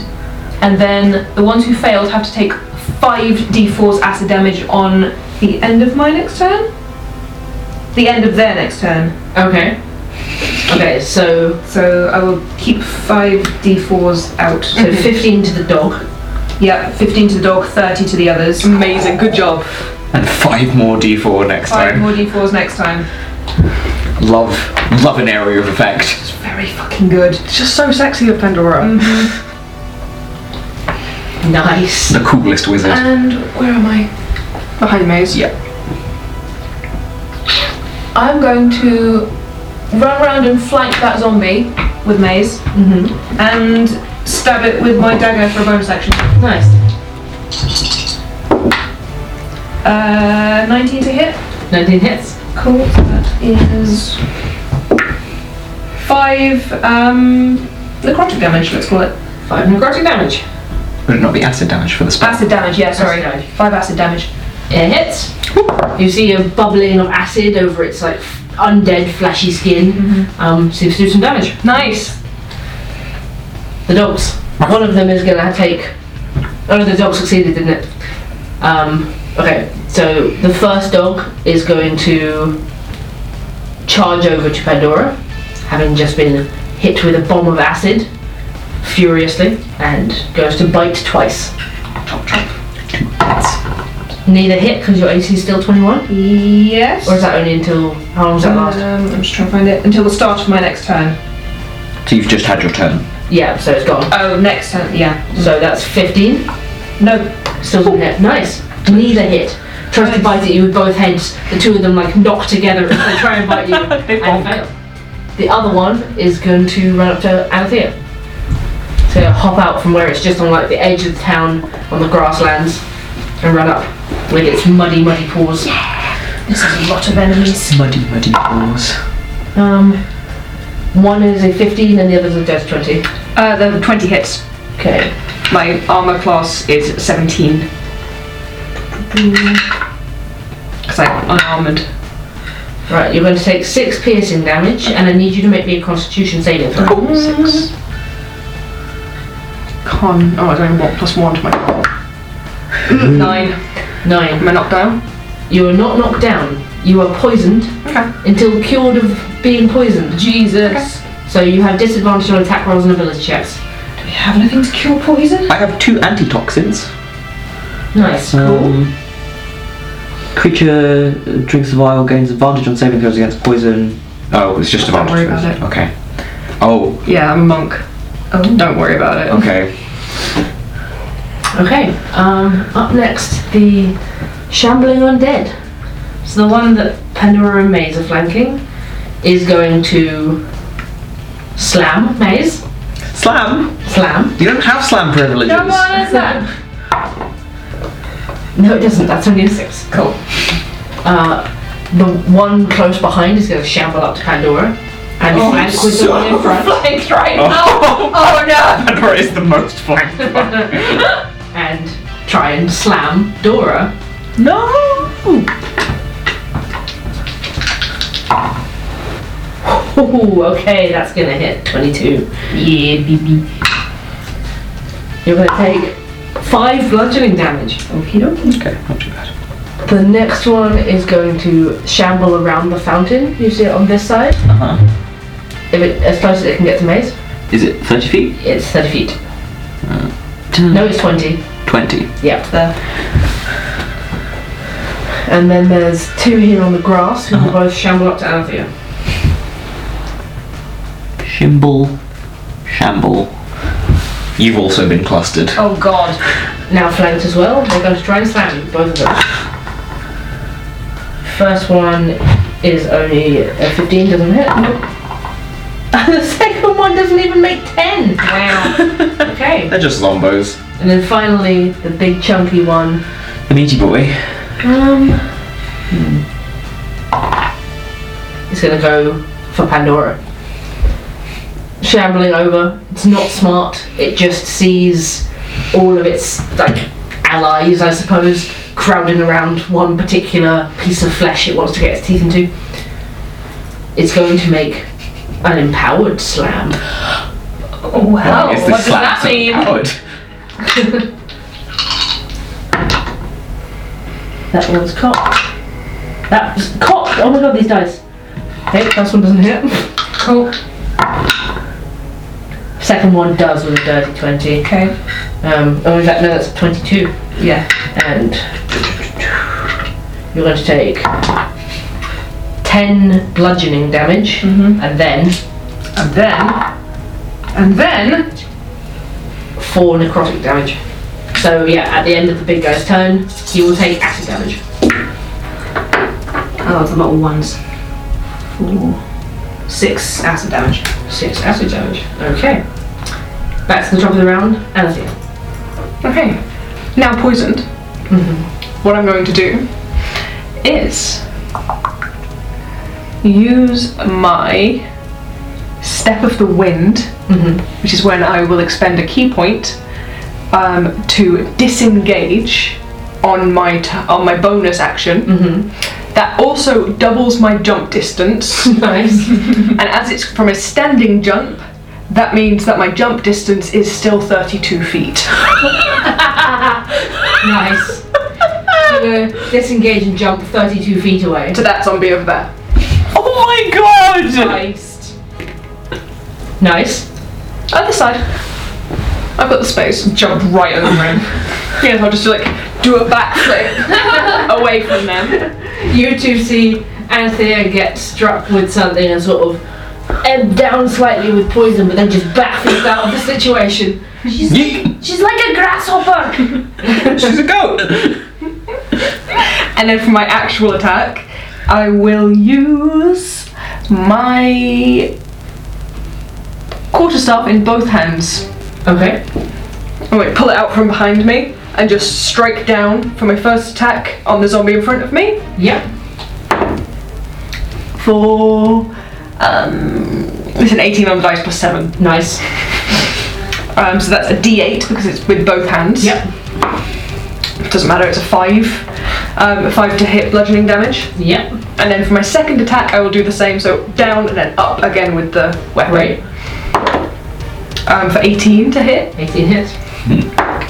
Speaker 5: and then the ones who failed have to take 5 d4s acid damage on the end of my next turn? The end of their next turn.
Speaker 1: Okay. Okay, so
Speaker 5: So I will keep 5 d4s out.
Speaker 1: so
Speaker 2: Mm-hmm.
Speaker 1: 15 to the dog.
Speaker 5: yeah, 15 to the dog, 30 to the others.
Speaker 2: Amazing, good job.
Speaker 3: And five more D4 next
Speaker 5: 5
Speaker 3: time.
Speaker 5: more d4s next time.
Speaker 3: Love, love an area of effect.
Speaker 5: Very fucking good.
Speaker 2: It's just so sexy of Pandora.
Speaker 1: Nice.
Speaker 3: The coolest wizard.
Speaker 1: Uh,
Speaker 5: And where am I?
Speaker 2: Behind Maze.
Speaker 3: Yeah.
Speaker 5: I'm going to run around and flank that zombie with maze
Speaker 1: Mm-hmm.
Speaker 5: and stab it with my dagger for a bonus action.
Speaker 1: Nice.
Speaker 5: Uh, 19 to hit.
Speaker 1: 19 hits.
Speaker 5: Cool. So that is five um, necrotic damage. Let's call it
Speaker 1: 5 necrotic damage.
Speaker 3: Would it not be acid damage for the spell?
Speaker 5: acid damage. Yeah, sorry,
Speaker 1: Acid damage.
Speaker 5: five acid damage.
Speaker 1: It hits. You see a bubbling of acid over its like f- undead, flashy skin. Um, seems to do some damage.
Speaker 5: Nice.
Speaker 1: the dogs. One of them is gonna take. Oh, the dog succeeded, didn't it? Um, okay, so the first dog is going to charge over to Pandora, having just been hit with a bomb of acid furiously, and goes to bite twice. Neither hit because your AC is still 21,
Speaker 5: Yes.
Speaker 1: or is that only until how long does that last?
Speaker 5: Um, I'm just trying to find it until the start of my next turn.
Speaker 3: So you've just had your turn.
Speaker 1: Yeah, so it's gone.
Speaker 5: Oh, next turn. Yeah.
Speaker 1: So that's 15.
Speaker 5: No.
Speaker 1: Still doesn't hit. Nice. Neither hit. Tries to bite at you with both heads. The two of them like knock together as they try and bite you and fail. The other one is going to run up to Anathea. To hop out from where it's just on like the edge of the town on the grasslands and run up with its muddy, muddy paws.
Speaker 4: This is a lot of enemies.
Speaker 3: Muddy, muddy paws.
Speaker 1: Um, one is a 15 and the other's a death 20.
Speaker 5: Uh, the 20 hits.
Speaker 1: Okay.
Speaker 5: My armor class is 17. Because I'm unarmored.
Speaker 1: Right, you're going to take six piercing damage and I need you to make me a constitution saving throw.
Speaker 5: Six. Con. Oh, I don't even want plus one to my con. Nine.
Speaker 1: Nine.
Speaker 5: Am I knocked down?
Speaker 1: You are not knocked down. You are poisoned
Speaker 5: Okay.
Speaker 1: until cured of being poisoned. Jesus. So you have disadvantage on attack rolls and ability checks.
Speaker 4: Do we have anything to cure poison?
Speaker 3: I have two antitoxins.
Speaker 1: Nice.
Speaker 3: Um, creature drinks the vial, gains advantage on saving throws against poison. Oh, it's just
Speaker 5: Don't
Speaker 3: advantage.
Speaker 5: worry
Speaker 3: first. Okay. Oh,
Speaker 5: Yeah, I'm a monk.
Speaker 4: Oh.
Speaker 5: Don't worry about it.
Speaker 3: okay.
Speaker 1: Okay. Um, up next, the shambling undead. So the one that Pandora and Maze are flanking is going to slam Maze.
Speaker 3: Slam?
Speaker 1: Slam.
Speaker 3: You don't have slam privileges.
Speaker 1: slam. No, it doesn't. That's only a six.
Speaker 5: Cool.
Speaker 1: Uh, the one close behind is going to shamble up to Pandora and
Speaker 3: Oh,
Speaker 1: flank with the
Speaker 3: so
Speaker 1: one in
Speaker 3: <laughs>
Speaker 1: front.
Speaker 5: Thanks, right?
Speaker 3: Oh,
Speaker 5: Oh no!
Speaker 3: <laughs> Pandora is the most flanked one.
Speaker 1: and try and slam Dora.
Speaker 5: No!
Speaker 1: Ooh, okay, that's gonna hit 22. Yeah, baby. You're gonna take five bludgeoning damage.
Speaker 5: Okie dokie.
Speaker 3: okay, not too bad.
Speaker 1: The next one is going to shamble around the fountain. You see it on this side.
Speaker 3: Uh-huh.
Speaker 1: If it as close as it can get to Maze,
Speaker 3: Is it 30 feet?
Speaker 1: it's 30 feet. No, it's 20.
Speaker 3: 20.
Speaker 1: Yep.
Speaker 5: There.
Speaker 1: And then there's two here on the grass who will both shamble up to Anthea.
Speaker 3: Shimble. Shamble. You've also been clustered.
Speaker 4: Oh god.
Speaker 1: now flanked as well. They're going to try and slam you, both of them. First one is only a 15, doesn't hit. <laughs> the second one doesn't even make 10. Wow. okay.
Speaker 3: They're just lombos.
Speaker 1: And then finally, the big chunky one.
Speaker 3: The meaty boy.
Speaker 1: Um. It's gonna go for Pandora. Shambling over. It's not smart. It just sees all of its like allies, I suppose, crowding around one particular piece of flesh it wants to get its teeth into. It's going to make an empowered slam.
Speaker 4: Wow.
Speaker 3: Is this
Speaker 4: What does
Speaker 3: slap
Speaker 4: that
Speaker 3: so
Speaker 4: mean?
Speaker 3: powered?
Speaker 1: That one's cocked. That's cocked! Oh my god, these dice. Okay, first one doesn't hit.
Speaker 4: Cool.
Speaker 1: Second one does with a dirty 20.
Speaker 5: Okay.
Speaker 1: Um, oh, in fact, no, that's 22.
Speaker 5: Yeah.
Speaker 1: And you're going to take 10 bludgeoning damage, and then
Speaker 5: And then. And then.
Speaker 1: 4 necrotic damage. So, yeah, at the end of the big guy's turn, he will take acid damage.
Speaker 4: Oh, it's a lot of ones. Four. Six acid damage.
Speaker 1: 6 acid damage. Okay. Back to the top of the round, Anathea.
Speaker 5: Okay. Now poisoned. What I'm going to do is use my step of the wind, which is when I will expend a key point um, to disengage on my t- on my bonus action. That also doubles my jump distance.
Speaker 1: <laughs> Nice.
Speaker 5: and as it's from a standing jump, That means that my jump distance is still 32 feet.
Speaker 1: Nice. So you disengage and jump 32 feet away.
Speaker 5: to that zombie over there.
Speaker 3: Oh my god!
Speaker 1: Nice. Nice.
Speaker 5: Other side. I've got the space. Jump right over him. yes, I'll just do like do a backflip away from them.
Speaker 1: You two see Anthea get struck with something and sort of ebb down slightly with poison, but then just backflips out of the situation.
Speaker 4: She's,
Speaker 3: Yeet.
Speaker 4: she's like a grasshopper.
Speaker 3: <laughs> She's a goat!
Speaker 5: And then for my actual attack, I will use my quarterstaff in both hands.
Speaker 1: Okay.
Speaker 5: Oh wait, pull it out from behind me and just strike down for my first attack on the zombie in front of me.
Speaker 1: Yep.
Speaker 5: For um, it's an 18 on the dice plus seven.
Speaker 1: Nice.
Speaker 5: Um, so that's a D8 because it's with both hands.
Speaker 1: Yep.
Speaker 5: Doesn't matter. It's a five. Um, a five to hit bludgeoning damage.
Speaker 1: Yep.
Speaker 5: And then for my second attack, I will do the same. So down and then up again with the weapon.
Speaker 1: Great.
Speaker 5: Um, for 18 to hit.
Speaker 1: 18 hits.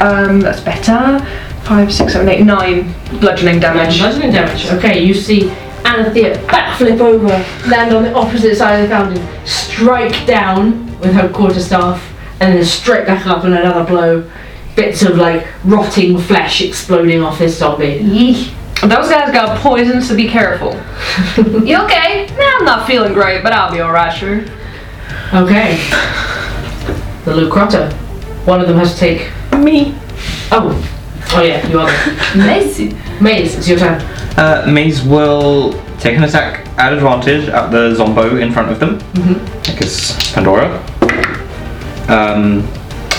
Speaker 5: Um, that's better. Five, six, seven, eight, nine bludgeoning damage.
Speaker 1: Bludgeoning damage. Okay, you see Anthea backflip over, land on the opposite side of the fountain, strike down with her quarterstaff, and then straight back up and another blow. Bits of like rotting flesh exploding off this zombie.
Speaker 4: Yee.
Speaker 5: Those guys got poison, so be careful. <laughs> you okay? Nah, I'm not feeling great, but I'll be alright, sure.
Speaker 1: Okay. The Lucrata. One of them has to take.
Speaker 5: Me.
Speaker 1: Oh. Oh yeah, you are. the-
Speaker 4: Macy.
Speaker 1: Maze, it's your turn.
Speaker 3: Uh, Maze will take an attack at advantage at the Zombo in front of them. Mm-hmm. I guess Pandora. Um,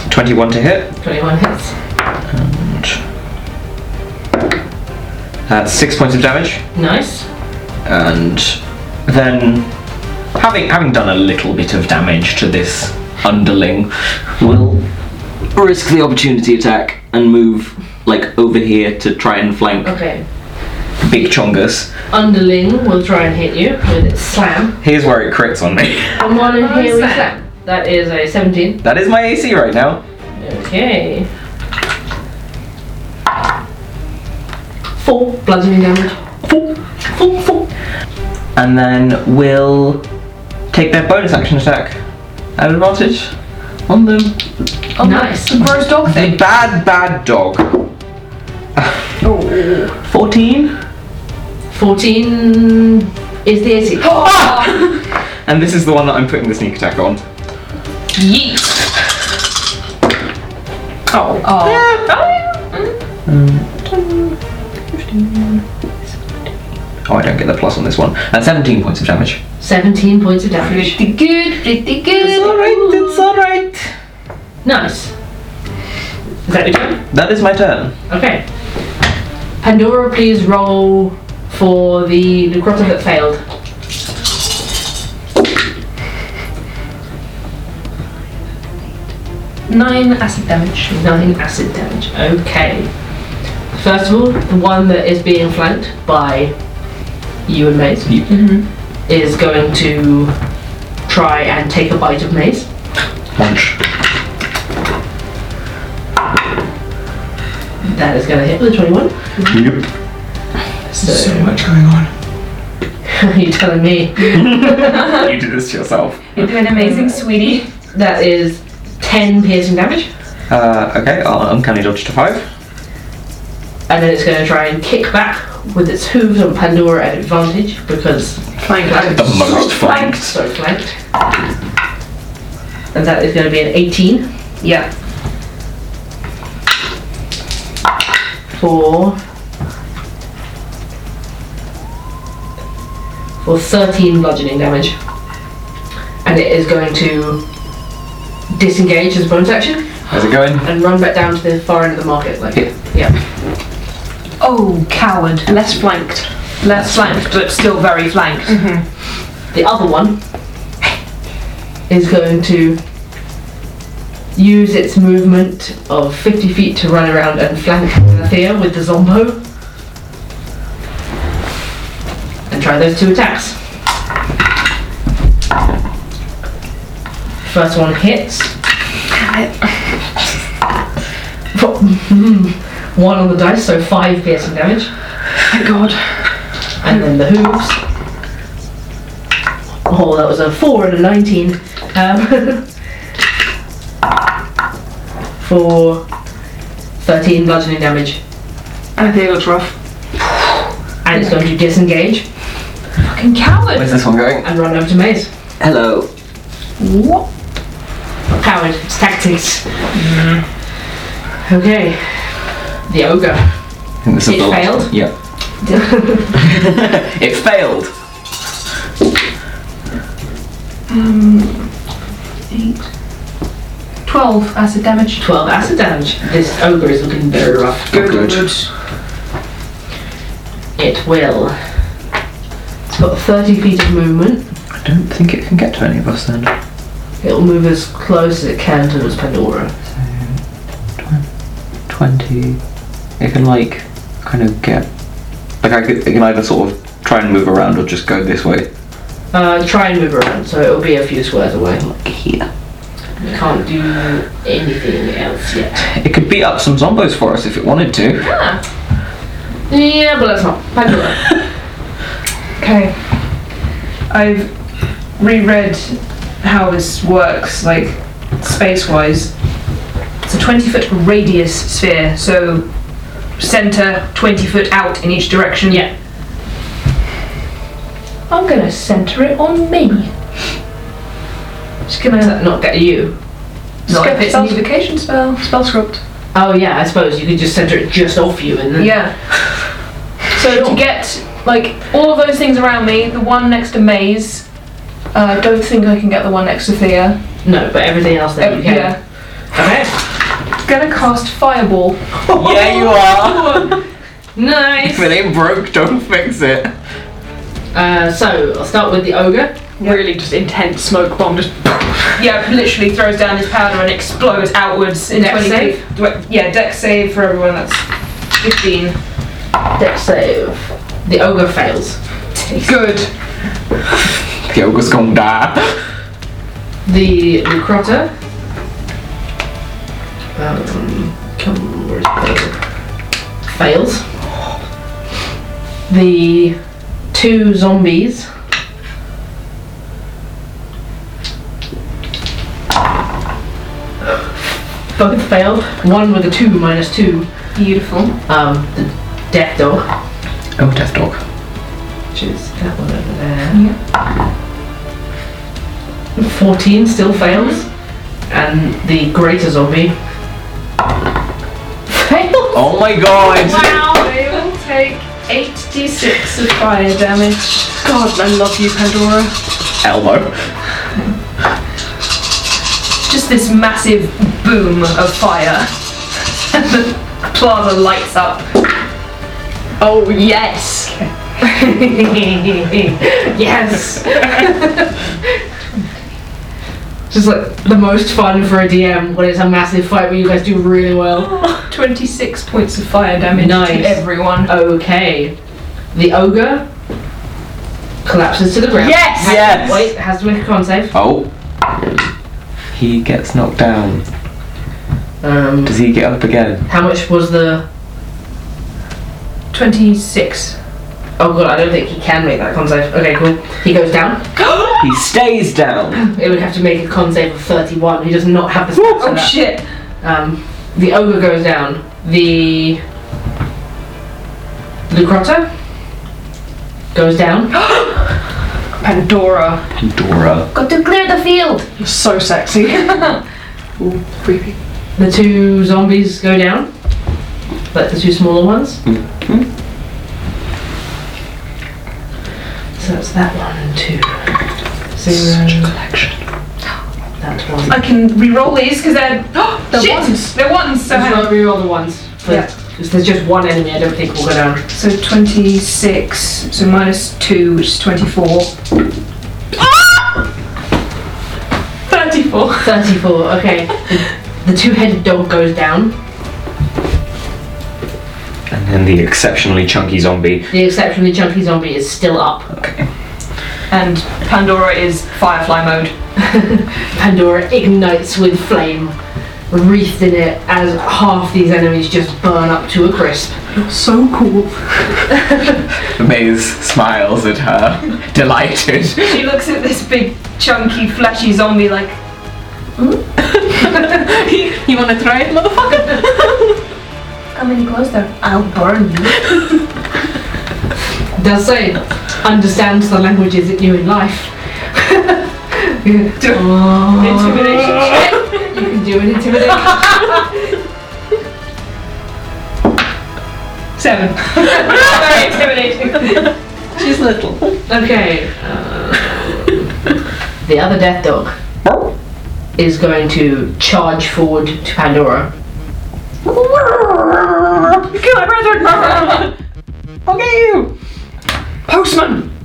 Speaker 3: 21 to hit.
Speaker 1: 21 hits.
Speaker 3: That's Uh, six points of damage.
Speaker 1: Nice.
Speaker 3: And then, having having done a little bit of damage to this underling, will risk the opportunity attack and move like over here to try and flank
Speaker 1: Okay.
Speaker 3: Big Chongus.
Speaker 1: Underling will try and hit you with its slam.
Speaker 3: Here's where it crits on me. <laughs>
Speaker 1: And one in here is
Speaker 4: slam.
Speaker 1: slam. That is a 17.
Speaker 3: That is my AC right now.
Speaker 1: Okay. Four bludgeoning damage.
Speaker 3: Foop, foop, foop. And then we'll take their bonus action attack at advantage on the,
Speaker 1: nice.
Speaker 5: Gross dog
Speaker 3: the bad, bad dog. 14.
Speaker 1: 14 is the 80.
Speaker 3: And this is the one that I'm putting the sneak attack on.
Speaker 5: Yeet. Oh.
Speaker 3: Mm. Oh, I don't get the plus on this one. And 17 points of damage.
Speaker 1: 17 points of damage.
Speaker 4: Pretty good, pretty
Speaker 3: It's
Speaker 4: good.
Speaker 3: alright, it's alright.
Speaker 1: Nice. Is that your turn?
Speaker 3: That is my turn.
Speaker 1: Okay. Pandora, please roll for the Necrota that failed.
Speaker 5: Nine acid damage.
Speaker 1: Nine acid damage. Okay. First of all, the one that is being flanked by you and Maze Mm-hmm.
Speaker 3: You-
Speaker 1: is going to try and take a bite of Maze.
Speaker 3: Punch.
Speaker 1: That is going to hit with a 21.
Speaker 3: Yep.
Speaker 1: So
Speaker 3: much going
Speaker 5: <laughs>
Speaker 1: <laughs>
Speaker 3: on.
Speaker 1: you're telling me
Speaker 3: You do this to yourself.
Speaker 4: You're doing amazing, sweetie.
Speaker 1: that is 10 piercing damage,
Speaker 3: Uh, okay, I'll uncanny dodge to 5.
Speaker 1: and then it's going to try and kick back with its hooves on Pandora at advantage because
Speaker 5: Flank. <laughs>
Speaker 3: The most flanked.
Speaker 1: so flanked. And that is going to be an 18.
Speaker 5: Yeah.
Speaker 1: for for 13 bludgeoning damage and it is going to disengage as a bonus action
Speaker 3: How's it going?
Speaker 1: and run back down to the far end of the market like
Speaker 3: Yeah.
Speaker 1: yeah
Speaker 4: Oh, coward.
Speaker 5: Less flanked. Mm-hmm.
Speaker 4: Less flanked, but still very flanked.
Speaker 1: the other one is going to use its movement of 50 feet to run around and flank Thea with the zombo and try those two attacks First one hits. <laughs> one on the dice, so five piercing damage.
Speaker 5: Thank God.
Speaker 1: And then the hooves. Oh, that was a 4 and a 19. Um, <laughs> for 13 bludgeoning damage.
Speaker 5: I think it looks rough.
Speaker 1: And it's going to disengage
Speaker 7: Fucking coward!
Speaker 3: Where's this one going?
Speaker 1: and run over to Maze.
Speaker 3: Hello.
Speaker 1: Coward, it's tactics. Okay. The ogre.
Speaker 3: I think this is
Speaker 1: It
Speaker 3: the last-
Speaker 1: failed?
Speaker 3: <laughs> Yeah. It failed.
Speaker 4: Twelve acid damage.
Speaker 1: 12 acid damage. This ogre is looking very rough.
Speaker 3: Good.
Speaker 1: It will. It's got 30 feet of movement.
Speaker 3: I don't think it can get to any of us then.
Speaker 1: It'll move as close as it can towards Pandora.
Speaker 3: 20. It can like kind of get like I could, it can either sort of try and move around or just go this way.
Speaker 1: Uh, try and move around, so it'll be a few squares away.
Speaker 3: Like here.
Speaker 1: We can't do anything else yet.
Speaker 3: It could beat up some zombos for us if it wanted to.
Speaker 1: Yeah, but that's not Pandora.
Speaker 5: Okay. I've reread how this works, like space wise. It's a 20 foot radius sphere, so center 20 foot out in each direction.
Speaker 1: <coughs> Yeah.
Speaker 5: I'm gonna center it on me. Just gonna.
Speaker 1: Does that not get you?
Speaker 5: No,
Speaker 4: Skip
Speaker 5: if it's
Speaker 4: spells-
Speaker 5: evocation spell, spell script.
Speaker 1: Oh yeah, I suppose you could just center it just off you and then.
Speaker 5: Yeah. So to get like all of those things around me, the one next to Maze. Uh, don't think I can get the one next to Thea.
Speaker 1: No, but everything else that you
Speaker 5: Um,
Speaker 1: can.
Speaker 5: yeah.
Speaker 1: Okay.
Speaker 5: Gonna cast Fireball.
Speaker 3: yeah, <laughs> you are.
Speaker 1: Nice.
Speaker 3: it ain't broke, don't fix it.
Speaker 1: Uh, so I'll start with the ogre.
Speaker 4: Really, just intense smoke bomb. Just
Speaker 5: <laughs> Yeah, literally throws down his powder and explodes outwards in
Speaker 1: Dex
Speaker 5: 20
Speaker 1: save?
Speaker 5: feet. Dwe- Yeah, deck save for everyone. That's 15.
Speaker 1: Dex save. The ogre fails.
Speaker 5: Good.
Speaker 3: The ogre's gonna die.
Speaker 1: The Lucrata. Um, come, where's the fails. The two zombies. Both failed. One with a two minus two.
Speaker 5: Beautiful.
Speaker 1: Um, the death dog,
Speaker 3: Oh, death dog.
Speaker 1: which is that one over there. Fourteen still fails, and the greater zombie fails.
Speaker 3: Oh my god.
Speaker 5: Wow, they will take 8d6 of fire damage. God, I love you, Pandora.
Speaker 3: Elmo.
Speaker 5: Just this massive boom of fire. <laughs> And the plaza lights up. Oh, yes! <laughs>
Speaker 1: yes. Just like the most fun for a DM when it's a massive fight where you guys do really well.
Speaker 4: Oh.
Speaker 5: 26 points of fire damage
Speaker 1: Nice.
Speaker 5: to Um, everyone.
Speaker 1: Okay, the ogre collapses to the ground.
Speaker 5: Yes!
Speaker 1: Has-
Speaker 3: Yes!
Speaker 1: Wait, has to make a con save.
Speaker 3: Oh. He gets knocked down.
Speaker 1: Um,
Speaker 3: Does he get up again?
Speaker 1: how much was the?
Speaker 5: 26.
Speaker 1: Oh god, I don't think he can make that con save. Okay, cool. He goes down. <laughs>
Speaker 3: He stays down.
Speaker 1: It would have to make a con save of 31. He does not have the stats for
Speaker 5: Oh
Speaker 1: that.
Speaker 5: shit!
Speaker 1: Um, the ogre goes down. The Lucrata goes down. <gasps>
Speaker 4: Pandora.
Speaker 3: Pandora.
Speaker 7: Got to clear the field!
Speaker 4: You're so sexy. Ooh, creepy.
Speaker 1: The two zombies go down. Like the two smaller ones. So that's that one, two, zero. That one.
Speaker 5: I can re-roll these because they're
Speaker 4: <gasps>
Speaker 5: <gasps>
Speaker 4: They're
Speaker 5: shit.
Speaker 4: ones.
Speaker 5: They're ones. So, hang on.
Speaker 1: Just reroll the ones.
Speaker 5: Yeah.
Speaker 1: Because there's just one enemy. I don't think will go down.
Speaker 5: so twenty-six. So minus two, which is twenty-four.
Speaker 8: Ah!
Speaker 5: Thirty-four.
Speaker 1: 34, okay. The two headed dog goes down.
Speaker 3: And then the exceptionally chunky zombie.
Speaker 1: The exceptionally chunky zombie is still up.
Speaker 3: Okay.
Speaker 5: And Pandora is Firefly mode.
Speaker 1: Pandora ignites with flame, wreathed in it as half these enemies just burn up to a crisp.
Speaker 2: So cool.
Speaker 3: Maze smiles at her, <laughs> delighted.
Speaker 8: She looks at this big, chunky, flashy zombie like, hmm? <laughs>
Speaker 5: You wanna try it, motherfucker?
Speaker 4: Come any closer. I'll
Speaker 5: <laughs>
Speaker 4: burn you.
Speaker 1: Does say, understands the languages it knew in life. <laughs> Oh.
Speaker 8: intimidation check.
Speaker 1: You can do an intimidation.
Speaker 5: Seven.
Speaker 2: <laughs>
Speaker 8: Very intimidating.
Speaker 5: She's little.
Speaker 1: Okay. um, the other death dog is going to charge forward to Pandora.
Speaker 2: Kill my brethren! I'll get you! Postman!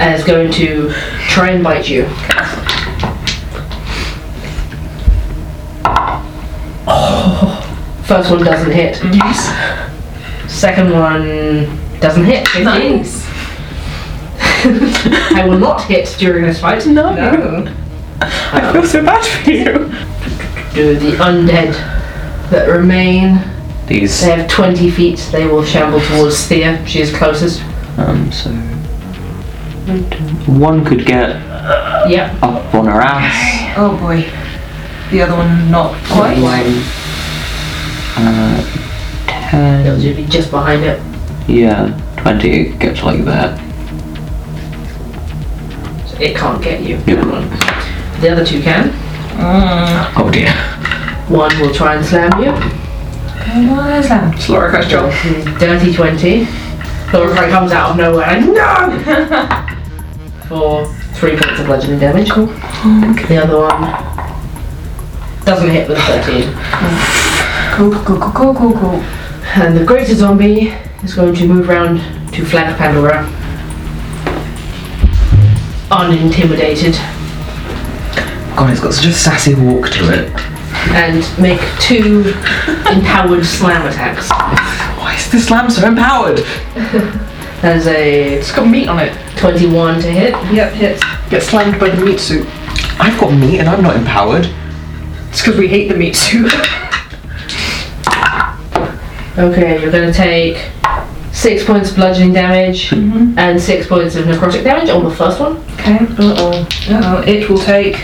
Speaker 1: and is going to try and bite you. First one doesn't hit.
Speaker 2: Yes.
Speaker 1: Second one doesn't hit. 15.
Speaker 8: Nice.
Speaker 1: <laughs> I will not hit during this fight.
Speaker 2: No. I feel so bad for you.
Speaker 1: Do the undead that remain.
Speaker 3: These.
Speaker 1: They have 20 feet. They will shamble towards Thea. She is closest.
Speaker 3: Um, so. One could get
Speaker 1: Yep.
Speaker 3: up on her ass.
Speaker 8: Oh boy. The other one not quite.
Speaker 3: Uh,
Speaker 1: They'll
Speaker 3: 10.
Speaker 1: be just behind it.
Speaker 3: Yeah, 20 gets like that.
Speaker 1: So it can't get you.
Speaker 3: Yep.
Speaker 1: The other two can.
Speaker 3: Oh dear.
Speaker 1: One will try and slam you.
Speaker 2: It's Laura Castro.
Speaker 1: Dirty 20. Laura Crow comes out of nowhere and no! For three points of bludgeoning damage. Cool. The other one doesn't hit with a 13.
Speaker 4: Go, go, go, go, go, go.
Speaker 1: And the greater zombie is going to move round to flank Pandora. Unintimidated.
Speaker 3: God, it's got such a sassy walk to it.
Speaker 1: And make two empowered slam attacks.
Speaker 3: Why is this lamb so empowered?
Speaker 1: There's a
Speaker 5: It's got meat on it.
Speaker 1: 21 to hit.
Speaker 5: Yep, hits. Gets slammed by the meat suit.
Speaker 3: I've got meat and I'm not empowered.
Speaker 5: It's because we hate the meat suit.
Speaker 1: Okay, you're going to take six points of bludgeoning damage and six points of necrotic damage on the first one.
Speaker 8: Okay. Uh-oh. Uh-oh. It will take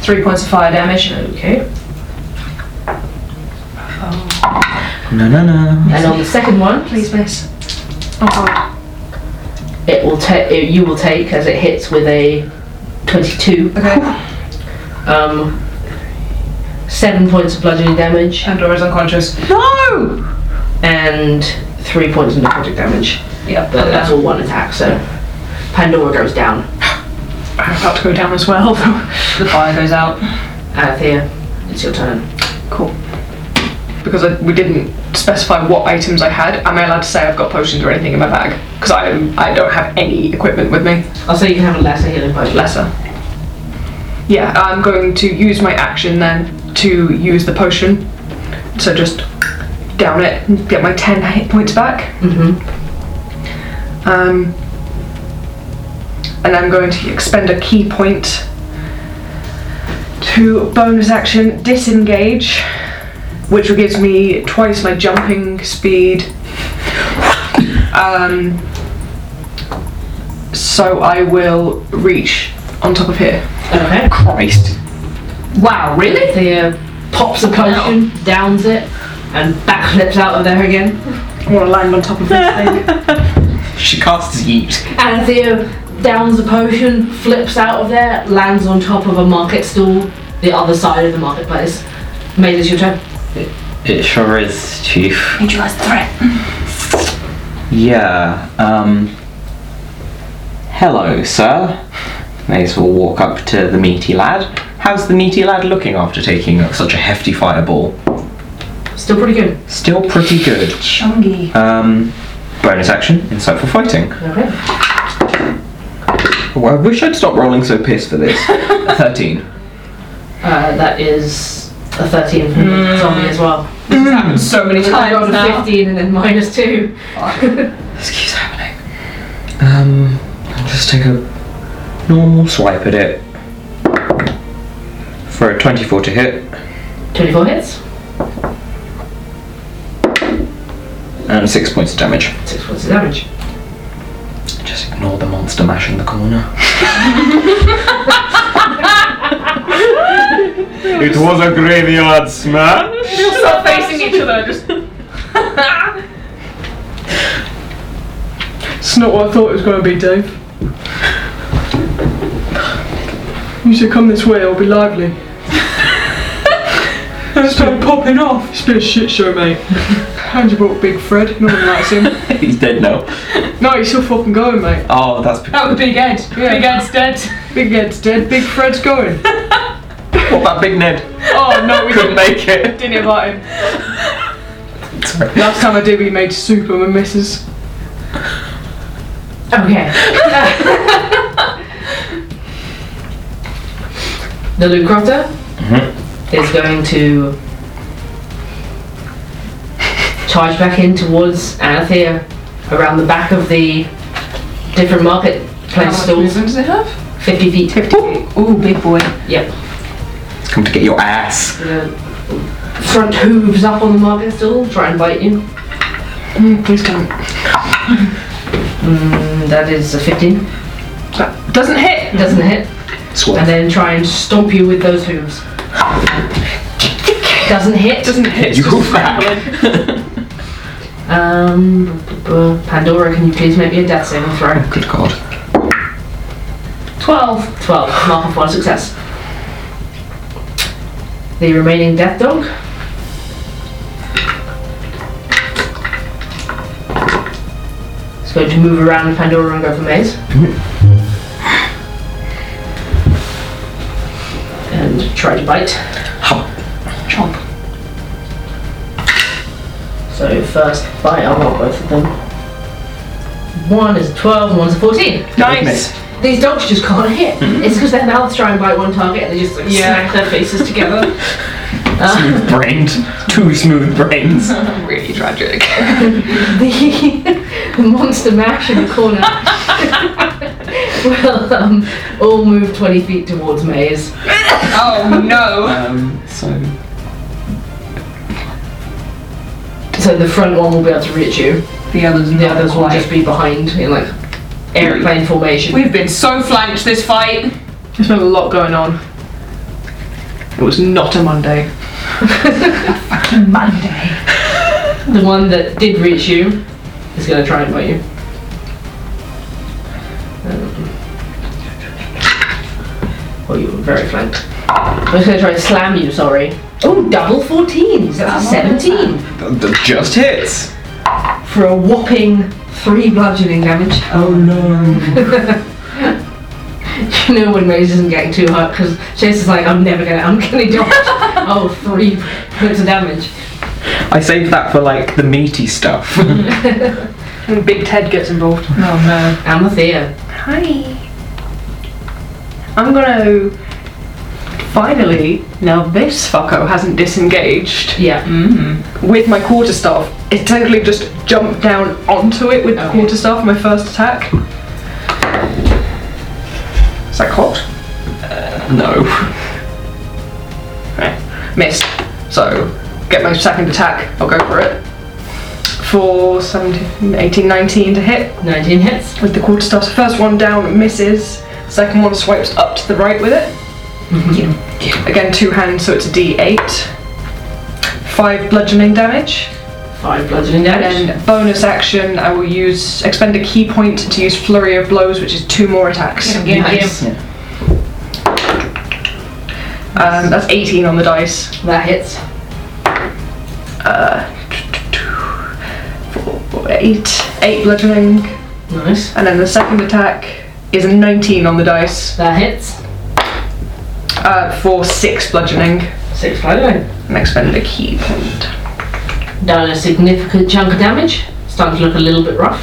Speaker 8: three points of fire damage.
Speaker 1: Okay.
Speaker 3: No, no, no.
Speaker 1: And on the second one,
Speaker 8: Please miss.
Speaker 1: it will take you will take as it hits with a 22.
Speaker 8: Okay.
Speaker 1: Um, seven points of bludgeoning damage
Speaker 8: Pandora's unconscious.
Speaker 2: No!
Speaker 1: and three points of necrotic damage.
Speaker 8: Yep.
Speaker 1: But that's
Speaker 8: Okay.
Speaker 1: all one attack, so Pandora goes down.
Speaker 2: I'm about to go down as well, <laughs> though.
Speaker 8: The fire goes out.
Speaker 1: Althea, it's your turn.
Speaker 2: Because I, we didn't specify what items I had. Am I allowed to say I've got potions or anything in my bag? Because I, I don't have any equipment with me.
Speaker 1: I'll say Oh, you can have a lesser healing potion.
Speaker 2: Lesser. Yeah, I'm going to use my action then to use the potion. So just down it and get my 10 hit points back.
Speaker 1: Mm-hmm.
Speaker 2: Um, and I'm going to expend a key point to bonus action disengage, which gives me twice my jumping speed. Um, so I will reach on top of here.
Speaker 1: Okay.
Speaker 3: Christ.
Speaker 1: Wow, really? Oh. Thea uh, pops a potion, downs it, and backflips out of there again.
Speaker 2: I want to land on top of this thing.
Speaker 3: She casts yeet.
Speaker 1: And Theo downs the potion, flips out of there, lands on top of a market stall, the other side of the marketplace. Made this your turn.
Speaker 3: It sure is, Chief.
Speaker 4: Made you last threat.
Speaker 3: Yeah. Um, hello, sir. May as well walk up to the meaty lad. How's the meaty lad looking after taking such a hefty fireball?
Speaker 1: Still pretty good.
Speaker 3: Still pretty good.
Speaker 4: Chungi.
Speaker 3: Um, bonus action, insightful fighting.
Speaker 1: Okay.
Speaker 3: Oh, I wish I'd stop rolling so pissed for this. <laughs> Thirteen.
Speaker 1: Uh, that is a 13 from the zombie as well.
Speaker 8: So many
Speaker 1: I rolled
Speaker 8: times
Speaker 1: a
Speaker 8: now.
Speaker 1: 15 and then minus 2.
Speaker 3: This keeps happening. Um, I'll just take a
Speaker 9: normal swipe at it for a 24 to hit
Speaker 1: 24 hits,
Speaker 9: and 6 points of damage.
Speaker 1: 6 points of damage.
Speaker 9: Just ignore the monster mashing the corner.
Speaker 10: <laughs> It was a graveyard smash.
Speaker 2: We'll start facing each other. Just. it's not what I thought it was going to be, Dave. You should come this way. It'll be <laughs> lively. It's been popping off. It's been a shit show, mate. And you brought Big Fred. No one likes him.
Speaker 3: <laughs> He's dead now.
Speaker 2: No, he's still fucking going, mate.
Speaker 3: Oh, that's.
Speaker 8: That was Big Ed. Big Ed's dead.
Speaker 2: Big Ed's dead. Big Fred's going.
Speaker 3: <laughs> What about Big Ned?
Speaker 2: Oh no, we
Speaker 3: Couldn't
Speaker 2: didn't,
Speaker 3: make it.
Speaker 2: didn't invite him. Last time I did, we made Superman misses.
Speaker 1: Okay. the Lucrota is going to charge back in towards Anathea around the back of the different market place stalls.
Speaker 8: movement does it have?
Speaker 1: 50 feet.
Speaker 8: Ooh, big boy.
Speaker 1: Yep.
Speaker 3: It's come to get your ass.
Speaker 1: The front hooves up on the market stall, try and bite you.
Speaker 2: Please come.
Speaker 1: Mm, that is a 15.
Speaker 2: That doesn't hit.
Speaker 1: Doesn't hit.
Speaker 3: Swap.
Speaker 1: And then try and stomp you with those <laughs> hooves. Doesn't hit.
Speaker 2: Doesn't hit.
Speaker 3: You
Speaker 2: it's just
Speaker 3: back.
Speaker 2: rattling.
Speaker 1: Um, b- b- Pandora, can you please make me a death saving throw?
Speaker 3: Good god.
Speaker 1: 12. 12. Mark of one success. The remaining death dog. It's going to move around with Pandora and go for maze. And try to bite. Chop. So first bite, I'll roll both of them. One is a 12 and one's a 14.
Speaker 2: Nice.
Speaker 1: These dogs just can't hit. It's because their mouths try and bite one target and they just like, smack Mm-hmm. their faces together.
Speaker 3: Smooth brained. Two smooth brains.
Speaker 2: Really tragic.
Speaker 1: the, <laughs> the <laughs> monster mash in the <laughs> corner. well, um, all move 20 feet towards Maze.
Speaker 2: Oh no.
Speaker 3: Um, so.
Speaker 1: So the front one will be able to reach you.
Speaker 8: The others
Speaker 1: The
Speaker 8: not
Speaker 1: others will
Speaker 8: quite.
Speaker 1: just be behind in like airplane formation.
Speaker 8: We've been so flanked this fight.
Speaker 2: There's been a lot going on. It was not a Monday.
Speaker 1: The one that did reach you is going to try and bite you. Um, well, you were very flanked. I was going to try and slam you, sorry. Oh, double 14s. That's a 17.
Speaker 9: Th- th- Just hits.
Speaker 1: For a whopping three bludgeoning damage. <laughs> Oh, no. you know when Maze isn't getting too hot because Chase is like, I'm never going to, I'm going to <laughs> dodge. oh, three points of damage.
Speaker 3: I saved that for like the meaty stuff. <laughs>
Speaker 2: And Big Ted gets involved.
Speaker 8: Oh no.
Speaker 1: Amathea.
Speaker 2: Hi. I'm gonna. Finally, now this fucko hasn't disengaged.
Speaker 1: Yeah. mm,
Speaker 2: With my quarterstaff, it totally just jumped down onto it with the
Speaker 1: Okay.
Speaker 2: quarterstaff, my first attack. Is that clocked? <laughs>
Speaker 3: no.
Speaker 2: Missed. So, get my second attack, I'll go for it. For 17, 18, 19 to hit.
Speaker 1: 19 hits.
Speaker 2: with the quarterstaff. So First one down misses. Second one swipes up to the right with it. Again, two hands, so it's a D8. Five bludgeoning damage.
Speaker 1: 5 bludgeoning damage.
Speaker 2: And bonus action, I will use expend a key point to use flurry of blows, which is two more attacks.
Speaker 1: Yeah,
Speaker 8: Nice.
Speaker 1: yeah.
Speaker 2: Um, that's 18 on the dice.
Speaker 1: That hits.
Speaker 2: Eight, eight bludgeoning,
Speaker 1: Nice.
Speaker 2: and then the second attack is a 19 on the dice
Speaker 1: That hits.
Speaker 2: uh, for six bludgeoning.
Speaker 1: Six bludgeoning.
Speaker 2: And expend a key point.
Speaker 1: Done a significant chunk of damage. Starting to look a little bit rough.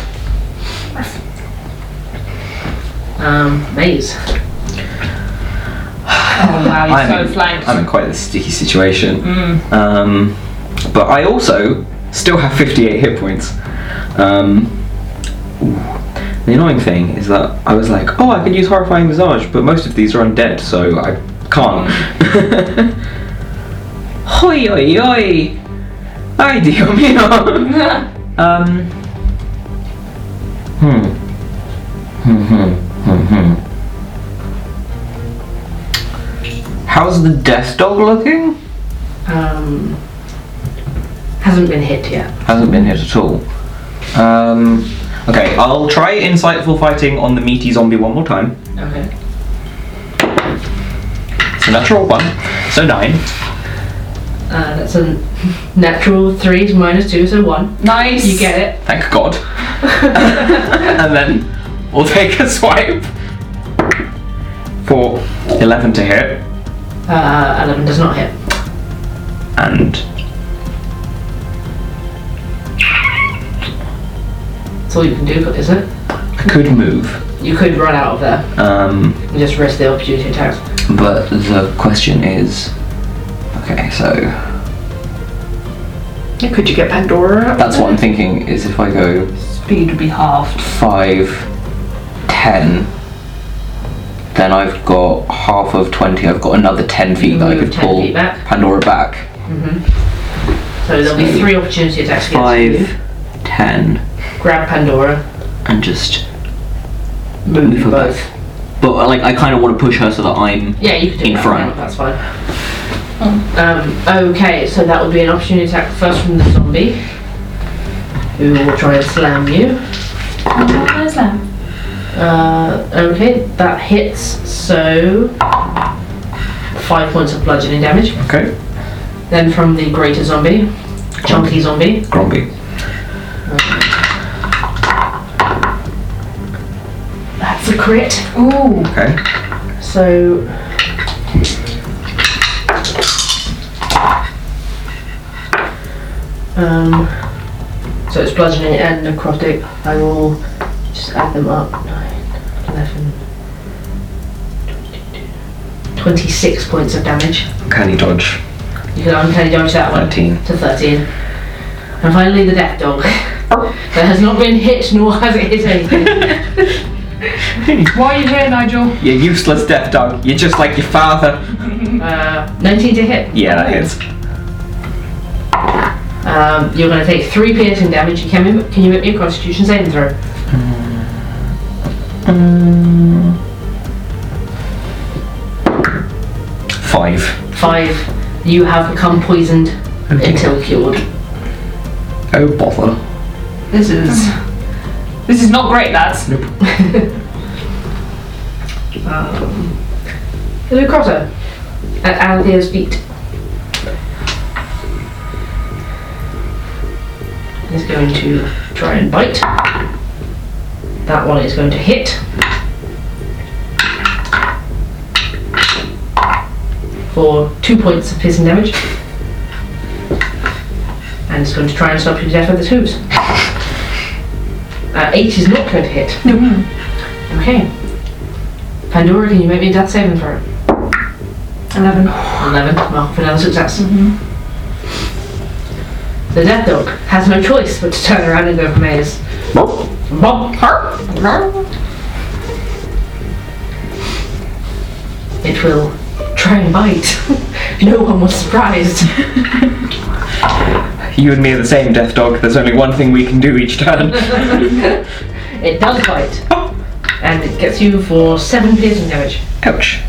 Speaker 1: Um, maze.
Speaker 8: Oh wow, you're
Speaker 3: I'm
Speaker 8: so
Speaker 3: in,
Speaker 8: flanked. Mm.
Speaker 3: I'm in quite a sticky situation. Um, but I also still have 58 hit points. Um, ooh. The annoying thing is that I was like, oh, I could use horrifying visage, but most of these are undead, so I can't. <laughs> Hoi oi oi! Ay, Dio mio!
Speaker 8: <laughs>
Speaker 3: um. Hmm. Hmm, hmm, hmm, hmm. How's the death dog looking?
Speaker 1: Um, hasn't been hit yet.
Speaker 3: Hasn't been hit at all. Um, okay, I'll try insightful fighting on the meaty zombie one more time.
Speaker 1: Okay.
Speaker 3: It's a natural one, so nine.
Speaker 1: Uh, that's a natural three minus two, so one.
Speaker 2: Nice.
Speaker 1: You get it.
Speaker 3: Thank God. <laughs> and then we'll take a swipe for 11 to hit
Speaker 1: Uh, Eleven does not hit.
Speaker 3: and
Speaker 1: That's all you can do, is it?
Speaker 3: could move.
Speaker 1: You could run out of there
Speaker 3: Um,
Speaker 1: and just risk the opportunity attack.
Speaker 3: But the question is, okay, so
Speaker 2: Could you get Pandora?
Speaker 3: that's what I'm thinking is if I go
Speaker 8: Speed would be halved.
Speaker 3: five, ten, then I've got half of twenty. I've got another ten feet that I
Speaker 1: Move
Speaker 3: could
Speaker 1: 10
Speaker 3: pull
Speaker 1: feet back.
Speaker 3: Pandora back.
Speaker 1: So there'll be three opportunity attacks against
Speaker 3: Five,
Speaker 1: you.
Speaker 3: ten,
Speaker 1: Grab Pandora.
Speaker 3: and just move her both. But uh, like, I kind of want to push her so that I'm
Speaker 1: Yeah, you can do
Speaker 3: In
Speaker 1: that.
Speaker 3: front.
Speaker 1: That's fine. Um, okay, so that would be an opportunity attack first from the zombie, who will try and slam you.
Speaker 4: Where's that?
Speaker 1: Uh, okay, that hits, so five points of bludgeoning damage.
Speaker 3: okay.
Speaker 1: Then from the greater zombie, chunky zombie,
Speaker 3: Grumpy.
Speaker 1: that's a crit.
Speaker 4: Ooh.
Speaker 3: Okay.
Speaker 1: So. Um, so it's bludgeoning and necrotic. I will just add them up. 9, 11, 22, 26 points of damage.
Speaker 3: Can you dodge?
Speaker 1: You can uncanny dodge that one.
Speaker 3: Nineteen.
Speaker 1: To 13. And finally, the death dog. that has not been hit, nor has it hit anything.
Speaker 2: Why are you here, Nigel?
Speaker 3: You're useless, death dog. You're just like your father.
Speaker 1: Uh, 19 to hit.
Speaker 3: Yeah, that hits.
Speaker 1: Um, you're going to take three piercing damage. You Can, can you make me a Constitution saving throw?
Speaker 3: Five.
Speaker 1: Five. You have become poisoned until cured.
Speaker 3: Oh bother.
Speaker 8: This is. This is not great, lads.
Speaker 1: Lucrotto, Um, at Althea's feet. Is going to try and bite. That one is going to hit. For two points of piercing damage. And it's going to try and stop you to death with its hooves. Uh, eight is not going to hit. No. Okay. Pandora, can you make me a death saving throw?
Speaker 8: 11.
Speaker 1: 11, well, for another success. Mm-hmm. The death dog has no choice but to turn around and go for Maze. Bop. It will try and bite. <laughs> no one was surprised.
Speaker 3: You and me are the same, Death Dog. There's only one thing we can do
Speaker 1: <laughs>
Speaker 3: each turn.
Speaker 1: It does bite. And it gets you for 7 piercing damage.
Speaker 3: Ouch.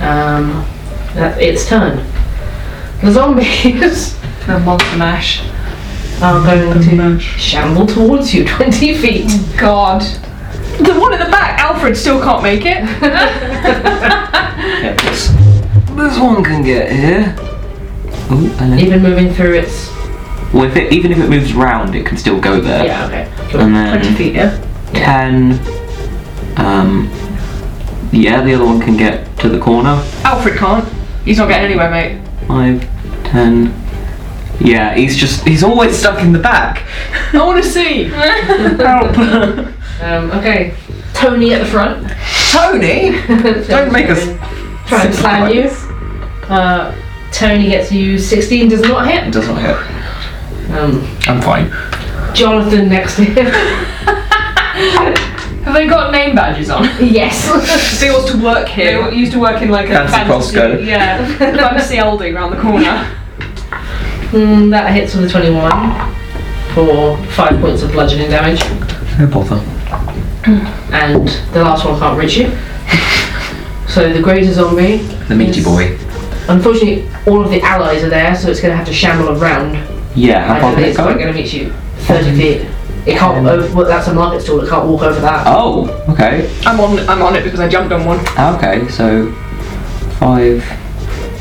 Speaker 1: Um, that, its turn. The zombies <laughs>
Speaker 8: The monster mash.
Speaker 1: are going to shamble towards you <laughs> 20 feet.
Speaker 3: Mm-hmm.
Speaker 2: God. The one in the back, Alfred, still can't make it.
Speaker 3: Yeah, this, this one can get here. Ooh, and then
Speaker 1: Even moving through its.
Speaker 3: well, if it, even if it moves round, it can still go there.
Speaker 1: Yeah, okay. Cool.
Speaker 3: And then
Speaker 2: feet, yeah.
Speaker 3: ten. Um. Yeah, the other one can get to the corner.
Speaker 2: Alfred can't. He's not getting anywhere, mate.
Speaker 3: Five, ten. Yeah, he's just—he's always stuck in the back.
Speaker 2: I want
Speaker 3: <laughs>
Speaker 2: to see.
Speaker 3: Help,
Speaker 1: Um, okay. Tony at the front. <laughs>
Speaker 3: Tony! Don't make us.
Speaker 1: Try and slam you. Uh, Tony gets you 16, does not hit.
Speaker 3: It doesn't hit.
Speaker 1: Um,
Speaker 9: I'm fine.
Speaker 1: Jonathan next to
Speaker 3: <laughs>
Speaker 1: him.
Speaker 5: Have they got name badges on?
Speaker 1: yes.
Speaker 5: they used to work here. They used to work in like a
Speaker 3: Fancy Costco.
Speaker 5: Yeah, fancy Aldi round the corner.
Speaker 1: Mm, that hits with a 21 for 5 points of bludgeoning damage.
Speaker 9: No bother.
Speaker 1: And the last one can't reach you. <laughs> So the greater zombie.
Speaker 9: The meaty
Speaker 1: Yes.
Speaker 9: boy.
Speaker 1: Unfortunately, all of the allies are there, so it's going to have to shamble around.
Speaker 3: Yeah, how far
Speaker 1: And
Speaker 3: can
Speaker 1: it's
Speaker 3: it
Speaker 1: not
Speaker 3: go?
Speaker 1: going to meet you 30 feet. It can't. Over, well, that's a market stall. It can't walk over that.
Speaker 3: Oh, okay.
Speaker 5: I'm on. I'm on it because I jumped on one.
Speaker 3: Okay, so 5,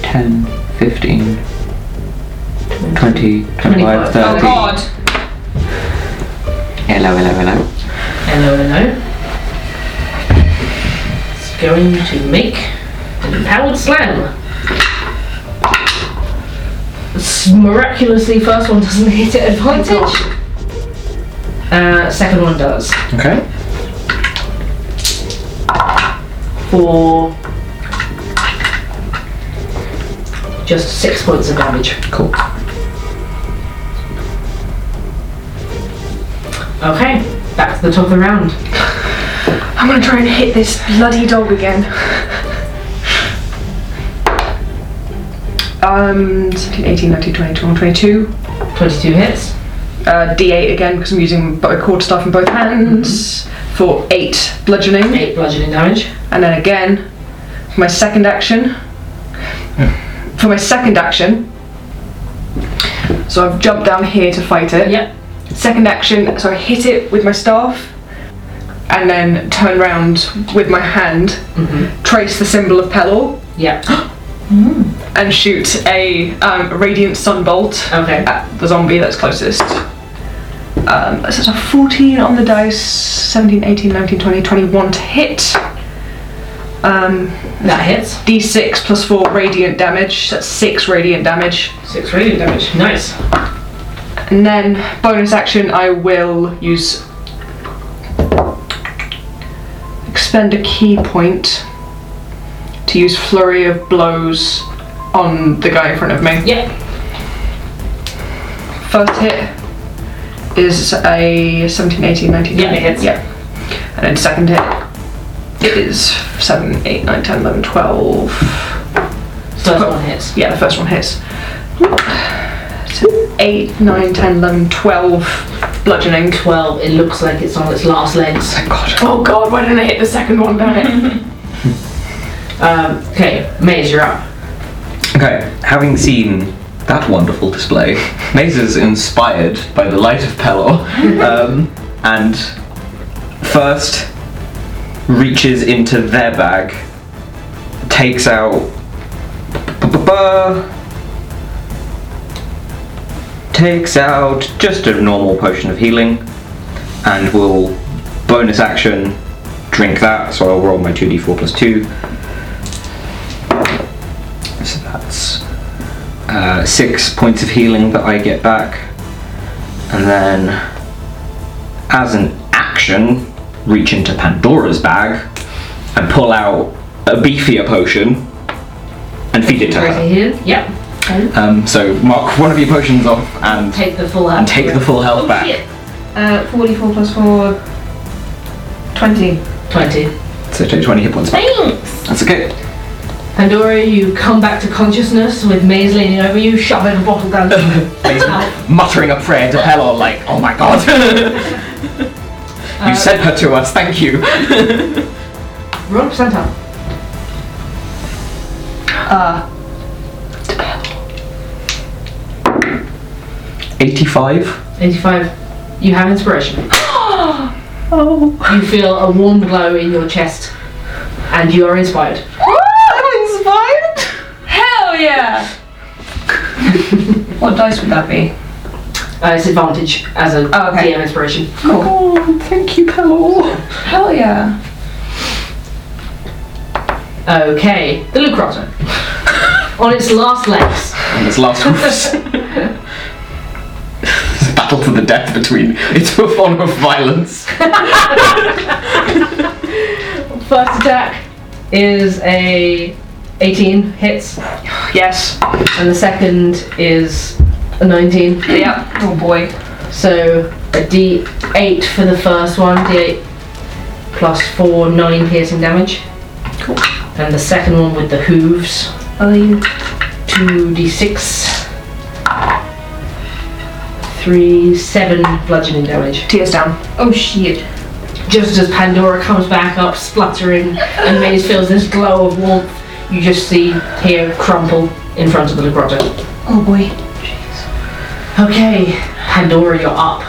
Speaker 3: 10, 15, 20, 25,
Speaker 5: Oh
Speaker 3: 30.
Speaker 5: God!
Speaker 3: Hello, hello, hello.
Speaker 1: Hello, hello. It's going to make an empowered slam. S- miraculously, first one doesn't <laughs> hit at advantage. Uh, second one does.
Speaker 9: Okay.
Speaker 1: For just six points of damage.
Speaker 9: Cool.
Speaker 1: Okay, back to the top of the round.
Speaker 5: I'm gonna try and hit this bloody dog again. Um, 17, 18, 19, 20, 21, 22.
Speaker 1: 22 hits.
Speaker 5: Uh, D8 again because I'm using my quarterstaff in both hands
Speaker 8: Mm-hmm.
Speaker 5: for eight bludgeoning.
Speaker 1: 8 bludgeoning damage.
Speaker 5: And then again, for my second action. For my second action. So I've jumped down here to fight it.
Speaker 1: Yep.
Speaker 5: Second action, so I hit it with my staff and then turn round with my hand, trace the symbol of Pelor,
Speaker 1: Yep.
Speaker 5: and shoot a um, radiant sunbolt
Speaker 1: Okay.
Speaker 5: at the zombie that's closest. Um, so it's a 14 on the dice, 17, 18, 19, 20, 21 to hit. Um,
Speaker 1: That hits.
Speaker 5: d6 plus 4 radiant damage, that's 6 radiant damage.
Speaker 1: 6 radiant damage. Nice.
Speaker 5: And then, bonus action, I will use. expend a key point to use Flurry of Blows on the guy in front of me.
Speaker 1: Yep.
Speaker 5: First hit is a 17, 18, 19.
Speaker 1: Yeah, it hits.
Speaker 5: Yeah. And then second hit is 7, 8, 9, 10, 11, 12.
Speaker 1: First one hits.
Speaker 5: Yeah, the first one hits. So 8, 9, 10, 11, 12 bludgeoning.
Speaker 1: 12. It looks like it's on its last legs.
Speaker 5: Oh god, why didn't I hit the second one,
Speaker 8: <laughs>
Speaker 5: damn it?
Speaker 1: Um, okay, Maze, you're up.
Speaker 3: Okay, having seen that wonderful display, <laughs> Maze is inspired by the light of Pelor, um, and first reaches into their bag, takes out. ba-ba-ba, Takes out just a normal potion of healing, and will bonus action drink that. So I'll roll my 2d4 plus 2. So that's uh, six points of healing that I get back. And then, as an action, reach into Pandora's bag and pull out a beefier potion and feed it to
Speaker 1: Right
Speaker 3: her.
Speaker 1: here. Yep.
Speaker 3: Um, so mark one of your potions off and,
Speaker 1: Take the full out.
Speaker 3: and take the full health back.
Speaker 8: Uh, 44 plus 4, 20.
Speaker 1: 20.
Speaker 3: So take 20 hit points back. That's okay.
Speaker 1: Pandora, you come back to consciousness with Maze leaning over you, shoving a bottle down
Speaker 3: <laughs>
Speaker 1: to her.
Speaker 3: Muttering a prayer to Pelor, like, oh my god. you sent her to us, thank you.
Speaker 1: Roll percentile.
Speaker 5: Uh,
Speaker 3: 85.
Speaker 1: 85. You have <gasps> inspiration.
Speaker 5: oh.
Speaker 1: You feel a warm glow in your chest, and you are inspired.
Speaker 5: I'm inspired! Hell <laughs> yeah!
Speaker 8: What dice would that be?
Speaker 1: Uh, it's advantage as a
Speaker 8: Oh, okay.
Speaker 1: DM inspiration.
Speaker 5: Oh, thank you, Pelor.
Speaker 8: Hell yeah.
Speaker 1: Okay, the Lucrata. On its last legs.
Speaker 3: And this last was <laughs> It's a battle to the death between it's a form of violence.
Speaker 1: First attack is a 18 hits,
Speaker 5: Yes.
Speaker 1: and the second is A 19.
Speaker 2: Yeah.
Speaker 8: Oh boy.
Speaker 1: So a d8 for the first one, d8 plus 4, 9 piercing damage. Cool. And the second one with the hooves,
Speaker 4: Oh, you
Speaker 1: 2d6, 3, 7 bludgeoning damage.
Speaker 5: Tears down.
Speaker 8: Oh shit.
Speaker 1: Just as Pandora comes back up, spluttering, and Maze feels this glow of warmth, you just see here crumple in front of the grotto.
Speaker 4: Oh boy.
Speaker 1: Okay, Pandora, you're up.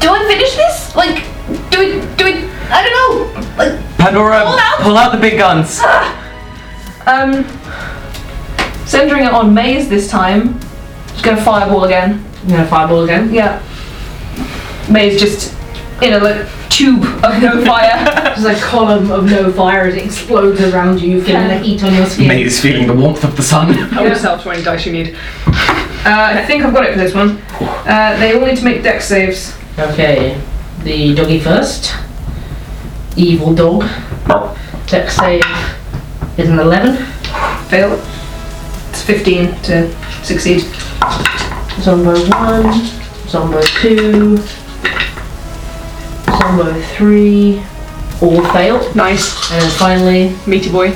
Speaker 4: Do I finish this? Like, do I, do I, I don't know.
Speaker 3: Pandora,
Speaker 4: out.
Speaker 3: pull out the big guns.
Speaker 8: Um, centering it on Maze this time. She's gonna fireball again.
Speaker 1: You gonna fireball again?
Speaker 8: Yeah. Maze just in a like tube of
Speaker 5: <laughs>
Speaker 8: no fire.
Speaker 1: There's a column of no fire as it explodes around you, feeling the heat on your skin.
Speaker 9: Maze feeling the warmth of the sun.
Speaker 2: Help yourself to any dice you need.
Speaker 8: Uh, I think I've got it for this one. Uh, they all need to make deck saves.
Speaker 1: Okay, the doggy first. Evil dog. Deck save is an 11.
Speaker 8: Fail. It's 15 to succeed.
Speaker 1: Zombo 1, Zombo 2, Zombo 3, all fail.
Speaker 2: Nice.
Speaker 1: And then finally,
Speaker 2: Meaty boy.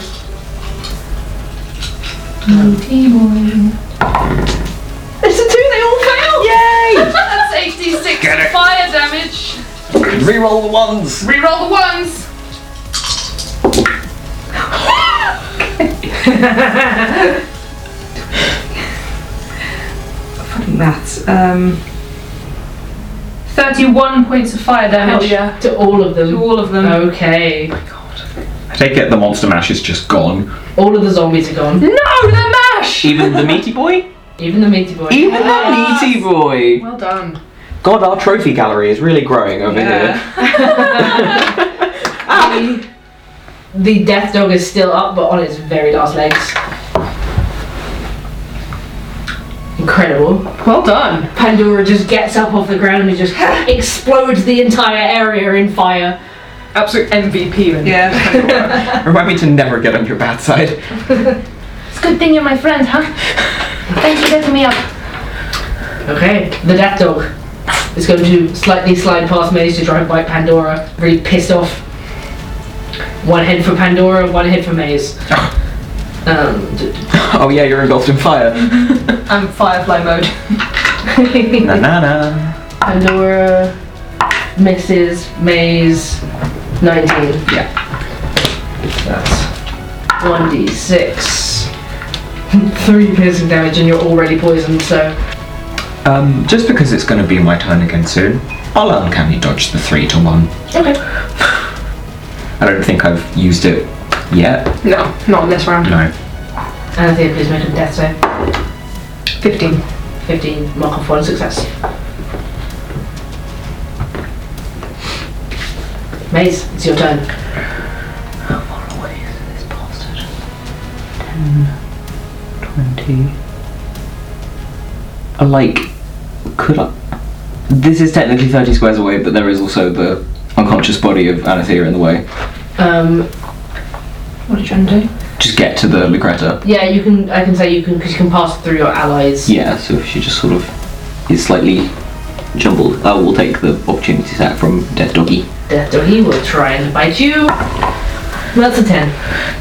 Speaker 1: it's a 2, they all fail! Yay!
Speaker 8: That's 86 fire damage.
Speaker 3: Reroll the ones.
Speaker 8: Reroll the ones. Fucking maths. Um, 31 points of fire damage
Speaker 2: yeah.
Speaker 1: to all of
Speaker 8: to
Speaker 1: them.
Speaker 8: all of them.
Speaker 1: Okay,
Speaker 9: I take it the monster mash is just gone.
Speaker 1: all of the zombies are gone.
Speaker 8: No, the mash!
Speaker 3: Even the meaty boy.
Speaker 1: Even the meaty boy.
Speaker 3: Even the meaty boy.
Speaker 2: Well done.
Speaker 3: God, our trophy gallery is really growing over
Speaker 8: <laughs>
Speaker 3: here.
Speaker 1: The- the death dog is still up, but on its very last legs. Incredible.
Speaker 2: Well done.
Speaker 1: Pandora just gets up off the ground and just <laughs> explodes the entire area in fire.
Speaker 2: Absolute MVP. man.
Speaker 8: Yeah.
Speaker 3: Remind me to never get on your bad side. <laughs>
Speaker 4: It's a good thing you're my friend, huh? Thanks for getting me up.
Speaker 1: Okay, the death dog is going to slightly slide past Maze to try and bite Pandora, really pissed off. One head for Pandora, one head for Maze. Um, d-
Speaker 3: Oh yeah, you're engulfed in fire.
Speaker 8: <laughs> I'm firefly mode.
Speaker 3: <laughs> na na na.
Speaker 1: Pandora misses Maze 19.
Speaker 3: Yeah.
Speaker 1: That's 1d6. 3 piercing damage, and you're already poisoned, so.
Speaker 9: Um, just because it's going to be my turn again soon, I'll uncanny dodge the three to one.
Speaker 1: Okay.
Speaker 9: I don't think I've used it yet.
Speaker 2: No, not in this round.
Speaker 9: No.
Speaker 1: Anthea, please make a death save.
Speaker 2: 15.
Speaker 1: 15, mark off one success. Maze, it's your turn.
Speaker 3: Twenty. I Like, could I? This is technically thirty squares away, but there is also the unconscious body of Anathea in the way.
Speaker 1: Um,
Speaker 8: What are you trying to do?
Speaker 3: Just get to the Lucretta.
Speaker 1: yeah, you can. I can say you can because you can pass through your allies.
Speaker 3: Yeah, so if she just sort of is slightly jumbled. I will take the opportunity attack from Death Doggy.
Speaker 1: Death, or he will try and bite you. That's a ten.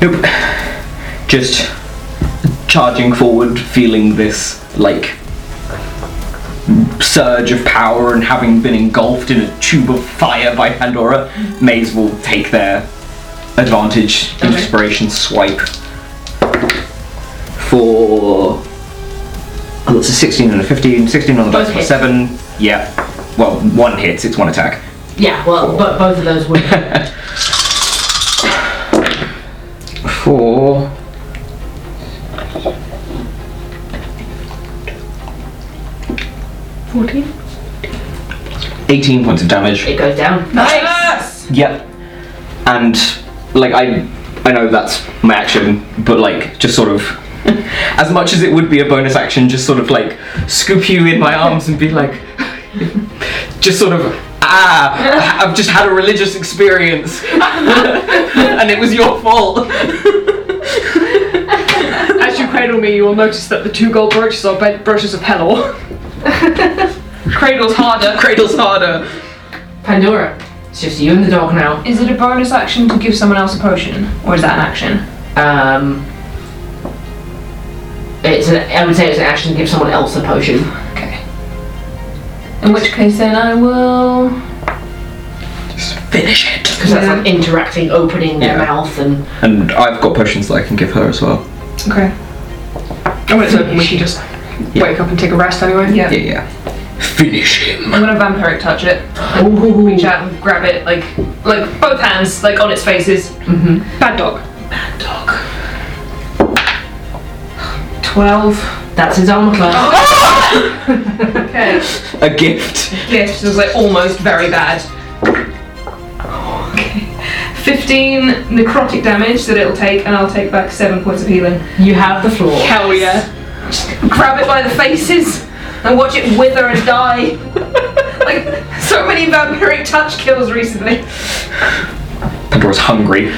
Speaker 3: Nope. Just charging forward, feeling this like surge of power and having been engulfed in a tube of fire by Pandora, Maze will take their advantage, inspiration swipe. For oh, that's a 16 and a 15, 16 on the dice
Speaker 1: Both
Speaker 3: plus
Speaker 1: hit.
Speaker 3: 7. Yeah. Well, one hits, it's one attack.
Speaker 1: Yeah, well, but both of those would.
Speaker 3: <laughs> Four. Fourteen. Eighteen points of damage.
Speaker 1: it goes down.
Speaker 5: Ah!
Speaker 8: Nice!
Speaker 3: Yep. And like I, I know that's my action, but like just sort of, <laughs> as much as it would be a bonus action, just sort of like scoop you in my arms and be like, <laughs> just sort of ah, I've just had a religious experience, <laughs> and it was your fault.
Speaker 2: As you
Speaker 11: cradle me, you will notice that the two gold brooches are bro- brooches of
Speaker 2: <laughs>
Speaker 11: Pelor. Cradle's harder. Cradle's harder.
Speaker 1: Pandora, it's just you and the dog now.
Speaker 5: Is it a bonus action to give someone else a potion, or is that an action?
Speaker 1: Um, it's an, I would say it's an action to give someone else a potion.
Speaker 5: In which case, then I will.
Speaker 12: Finish it.
Speaker 1: Because that's like interacting, opening their
Speaker 3: Yeah.
Speaker 1: mouth and...
Speaker 3: And I've got potions that I can give her as well.
Speaker 11: Okay. Oh, it's open. We can just wake up and take a rest anyway.
Speaker 5: Yeah.
Speaker 3: Yeah, yeah. Finish him.
Speaker 5: I'm gonna vampiric touch it. Reach out and grab it, like, like both hands, like on its faces.
Speaker 11: Mm-hmm. Bad dog.
Speaker 5: Twelve.
Speaker 1: That's his armor class.
Speaker 5: Okay.
Speaker 3: A gift.
Speaker 5: <laughs> Yes, was like almost very bad. Okay. Fifteen necrotic damage that it'll take, and I'll take back seven points of healing.
Speaker 1: You have the floor.
Speaker 11: Hell yeah.
Speaker 5: Grab it by the faces and watch it wither
Speaker 11: <laughs>
Speaker 5: and die. like so many vampiric touch kills recently.
Speaker 3: Pandora's hungry.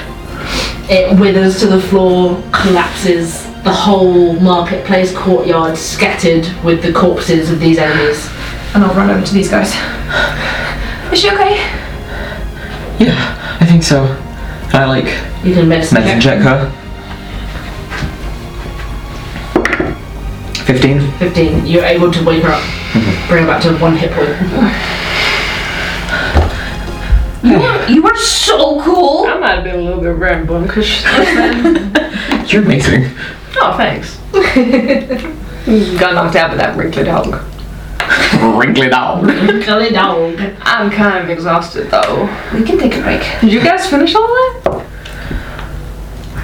Speaker 1: It withers to the floor, collapses. The whole marketplace courtyard scattered with the corpses of these enemies.
Speaker 5: And I'll run over to these guys. Is she okay?
Speaker 3: Yeah, I think so. And I like
Speaker 1: You can medicine
Speaker 3: medicine
Speaker 1: check.
Speaker 3: check her. Fifteen.
Speaker 1: 15. You're able to wake her
Speaker 3: <laughs>
Speaker 1: up, bring her back to one hit point.
Speaker 5: You were so cool.
Speaker 2: That might have been a little bit rambling because
Speaker 3: You're amazing.
Speaker 2: Oh, thanks. <laughs> Got knocked out by that wrinkly dog.
Speaker 3: Wrinkle it out.
Speaker 1: Kill it down.
Speaker 2: I'm kind of exhausted though.
Speaker 4: We can take a break.
Speaker 2: Did you guys finish all that?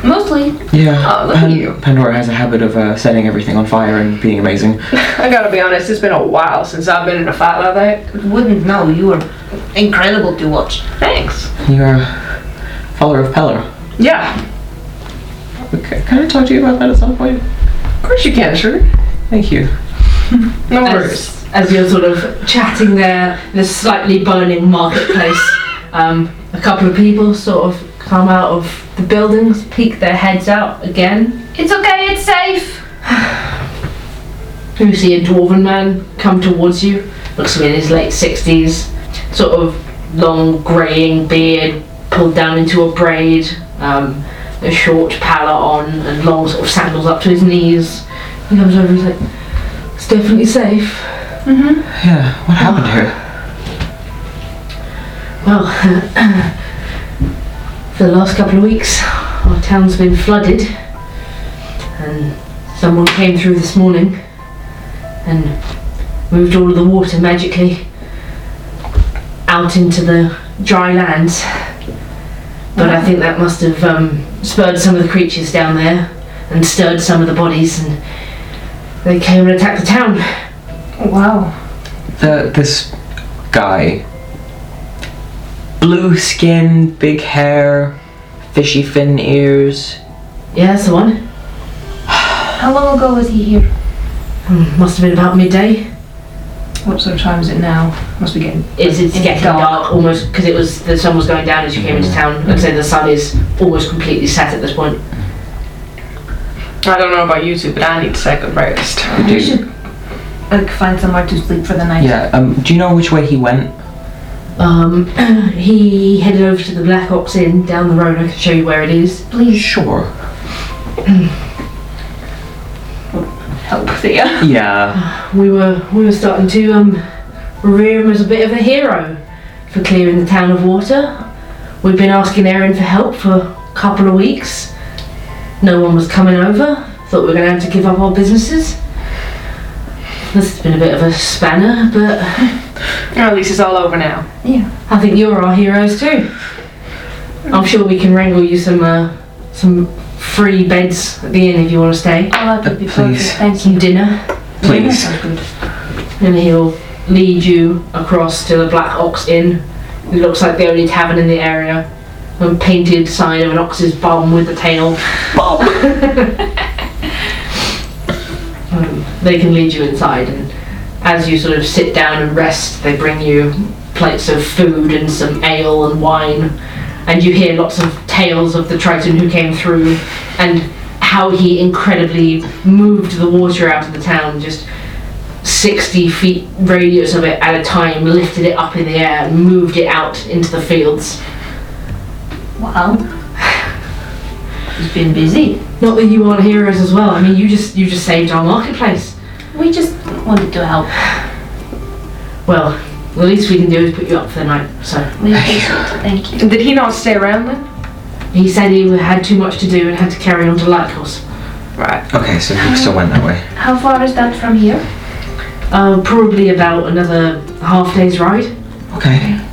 Speaker 4: Mostly.
Speaker 3: Yeah.
Speaker 2: Oh, look at you.
Speaker 3: Pandora has a habit of uh, setting everything on fire and being amazing.
Speaker 2: I gotta be honest, it's been a while since I've been in a fight like that.
Speaker 4: Wouldn't know. You were incredible to watch.
Speaker 2: Thanks.
Speaker 3: You're a follower of Pelor.
Speaker 2: Yeah,
Speaker 3: Okay. Can I talk to you about that at some point?
Speaker 2: of course you can, sure.
Speaker 3: Thank you.
Speaker 2: <laughs> No worries.
Speaker 1: As, as you're sort of chatting there, in this slightly burning marketplace,
Speaker 4: <laughs>
Speaker 1: um, a couple of people sort of come out of the buildings, peek their heads out again.
Speaker 5: It's okay. It's safe.
Speaker 1: You see a dwarven man come towards you, looks to be in his late 60s, sort of long greying beard pulled down into a braid, um, a short pallor on, and long sort of sandals up to his knees. He comes over and he's like, It's definitely safe.
Speaker 3: Yeah. What happened here?
Speaker 1: Well, <coughs> for the last couple of weeks, our town's been flooded, and someone came through this morning and moved all of the water magically out into the dry lands. But I think that must have um, spurred some of the creatures down there and stirred some of the bodies, and they came and attacked the town.
Speaker 5: Wow.
Speaker 3: The, this guy. Blue skin, big hair, fishy fin ears.
Speaker 1: Yeah, that's the one.
Speaker 4: How long ago was he here?
Speaker 1: Hmm, Must have been about midday.
Speaker 5: What sort of time is it now? Must be getting.
Speaker 1: It's, it's
Speaker 5: It's
Speaker 1: getting dark,
Speaker 5: dark.
Speaker 1: almost because it was the sun was going down as you came into town. I'd say the sun is almost completely set at this point.
Speaker 2: I don't know about you two, but I need to take a rest.
Speaker 4: We should like find somewhere to sleep for the night.
Speaker 3: Yeah. Um. Do you know which way he went?
Speaker 1: Um, <clears throat> he headed over to the Black Ox Inn down the road. I can show you where it is.
Speaker 3: Sure.
Speaker 4: Hmm.
Speaker 5: Help Thea.
Speaker 4: <laughs>
Speaker 3: Yeah.
Speaker 1: We were we were starting to um, rear him as a bit of a hero for clearing the town of water. We've been asking Erin for help for a couple of weeks. No one was coming over. Thought we were going to have to give up our businesses. This has been a bit of a spanner, but.
Speaker 2: Or at least it's all over now.
Speaker 1: I think you're our heroes too. I'm sure we can wrangle you some uh, some free beds at the inn if you want to stay.
Speaker 4: Oh, that would be
Speaker 3: Please.
Speaker 4: perfect. Thank
Speaker 1: Some
Speaker 4: you.
Speaker 1: dinner,
Speaker 3: Please.
Speaker 4: Sounds good.
Speaker 1: and he'll lead you across to the Black Ox Inn. It looks like the only tavern in the area. A painted sign of an ox's bum with a tail. <laughs> Um, they can lead you inside, and as you sort of sit down and rest, they bring you plates of food and some ale and wine, and you hear lots of tales of the Triton who came through and how he incredibly moved the water out of the town, just 60 feet radius of it at a time, lifted it up in the air, and moved it out into the fields.
Speaker 4: Wow. He's been busy.
Speaker 1: Not that you aren't heroes as well. I mean, you just you just saved our marketplace.
Speaker 4: We just wanted to help.
Speaker 1: Well, the least we can do is put you up for the night. So
Speaker 4: We appreciate it. Thank you.
Speaker 2: Did he not stay around then?
Speaker 1: he said he had too much to do and had to carry on to Lightcourse.
Speaker 3: Okay, so he still went that way.
Speaker 4: How far is that from here?
Speaker 1: Uh, probably about another half day's ride.
Speaker 3: Okay.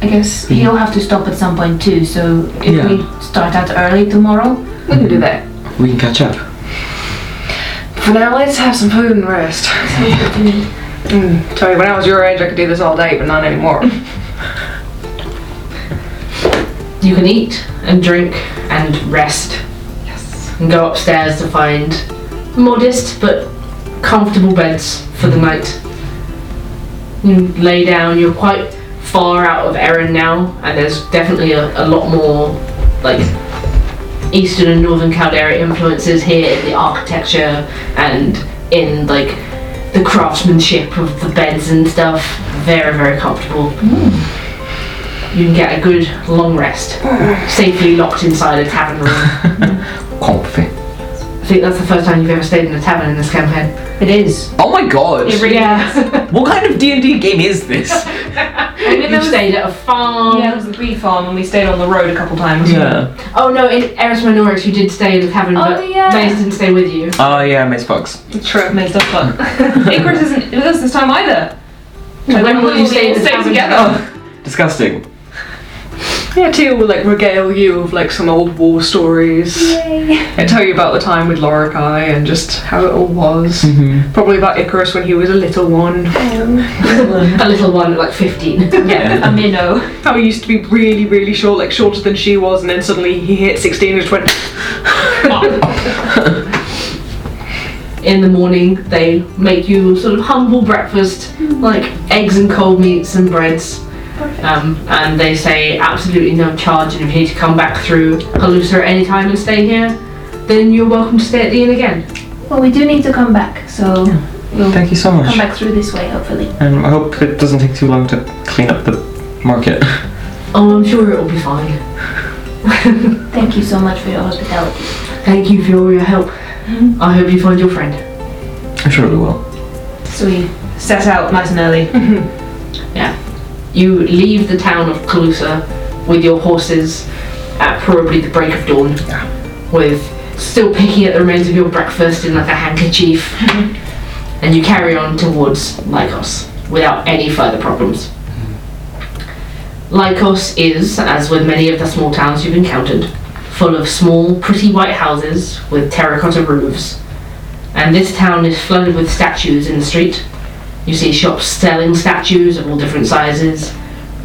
Speaker 4: I guess he'll have to stop at some point too, so if
Speaker 3: Mm. Yeah.
Speaker 4: we start out early tomorrow,
Speaker 2: We can do that.
Speaker 3: We can catch up.
Speaker 2: For now, let's have some food and <laughs> rest. Mm, tell you, when I was your age, I could do this all day, but not anymore.
Speaker 1: You can eat and drink and rest. Yes. And go upstairs to find modest but comfortable beds for the night. You lay down, you're quite far out of Erin now, and there's definitely a, a lot more like Eastern and Northern Caldera influences here in the architecture and in like the craftsmanship of the beds and stuff. Very, very comfortable. You can get a good long rest, safely locked inside a tavern room.
Speaker 3: Comfy.
Speaker 1: I think that's the first time you've ever stayed in a tavern in this campaign.
Speaker 4: it is.
Speaker 13: Oh my god!
Speaker 1: Yeah.
Speaker 13: What kind of D and D game is
Speaker 4: <laughs>
Speaker 13: this?
Speaker 1: you've stayed at a farm.
Speaker 5: Yeah, it was the bee farm, and we stayed on the road a couple times.
Speaker 13: yeah.
Speaker 1: Oh no, in Eris Minorix you did stay in a tavern,
Speaker 5: Oh,
Speaker 1: but
Speaker 5: yeah.
Speaker 1: they didn't stay with you.
Speaker 3: Oh yeah, Miss Fox.
Speaker 5: <laughs> True. Made stuff <laughs> fun. Icarus isn't with us this time either.
Speaker 1: When will you stay
Speaker 5: stay Oh.
Speaker 1: in the tavern?
Speaker 5: together?
Speaker 3: Disgusting.
Speaker 2: <laughs> Yeah, Tia will like regale you of like some old war stories. And tell you about the time with Lorikai and just how it all was. Probably about Icarus when he was a little one.
Speaker 1: a little one at like 15.
Speaker 5: Yeah, a minnow.
Speaker 2: How he used to be really, really short, like shorter than she was, and then suddenly he hit 16 and just went,
Speaker 1: in the morning they make you sort of humble breakfast like eggs and cold meats and breads um, and they say absolutely no charge and if you need to come back through Halusa at any time and stay here then you're welcome to stay at the inn again
Speaker 4: Well, we do need to come back, so we'll
Speaker 3: Thank you so much.
Speaker 4: come back through this way, hopefully.
Speaker 3: And I hope it doesn't take too long to clean up the market. <laughs>
Speaker 1: oh I'm sure it'll be fine
Speaker 4: Thank you so much for your hospitality.
Speaker 1: thank you for all your help I hope you find your friend
Speaker 3: I'm sure we will.
Speaker 4: So we
Speaker 5: Set out nice and early.
Speaker 1: you leave the town of Calusa with your horses at probably the break of dawn with still picking at the remains of your breakfast in like a handkerchief and you carry on towards Lycos without any further problems. Lycos is, as with many of the small towns you've encountered, full of small, pretty white houses with terracotta roofs. And this town is flooded with statues in the street. You see shops selling statues of all different sizes,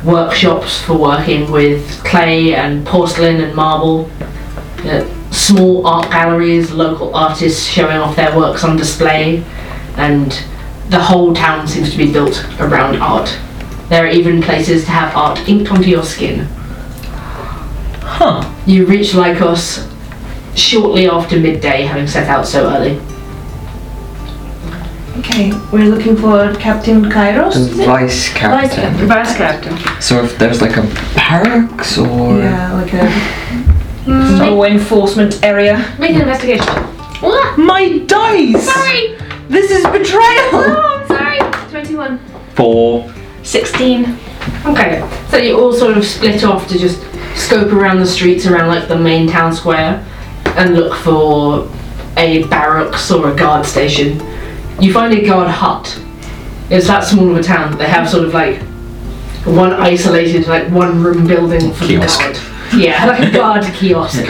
Speaker 1: workshops for working with clay and porcelain and marble, uh, small art galleries, local artists showing off their works on display, and the whole town seems to be built around art. There are even places to have art inked onto your skin.
Speaker 3: Huh.
Speaker 1: You reach Lycos shortly after midday, having set out so early.
Speaker 4: okay. We're looking for Captain Kairos. is it?
Speaker 3: vice
Speaker 4: Vice captain.
Speaker 2: Vice Captain.
Speaker 3: So if there's like a barracks or
Speaker 4: Yeah, like a
Speaker 5: No enforcement <laughs> area.
Speaker 1: Make an investigation.
Speaker 13: My dice. Sorry. This is betrayal.
Speaker 4: sorry, twenty-one.
Speaker 13: Four.
Speaker 5: Sixteen.
Speaker 1: Okay, so you all sort of split off to just scope around the streets around like the main town square and look for a barracks or a guard station. You find a guard hut. It's that small of a town that they have sort of like one isolated, like one room building for
Speaker 3: Kiosk.
Speaker 1: the guard. Yeah, like a guard kiosk.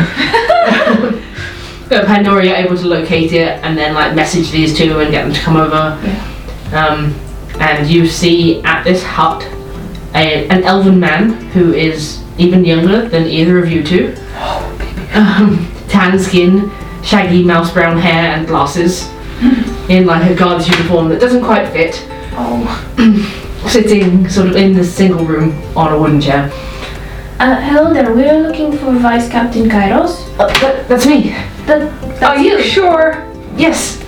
Speaker 1: But Pandora, you're able to locate it and then like message these two and get them to come over. Um, and you see at this hut a, an elven man who is even younger than either of you two. Um, tan skin, shaggy mouse brown hair, and glasses. in like a guard's uniform that doesn't quite fit. Oh. <clears throat> Sitting sort of in this single room on a wooden chair.
Speaker 4: Uh, hello there. We're looking for Vice Captain Kairos.
Speaker 1: Uh, that- that's me.
Speaker 4: That, that's you.
Speaker 2: sure?
Speaker 1: Yes.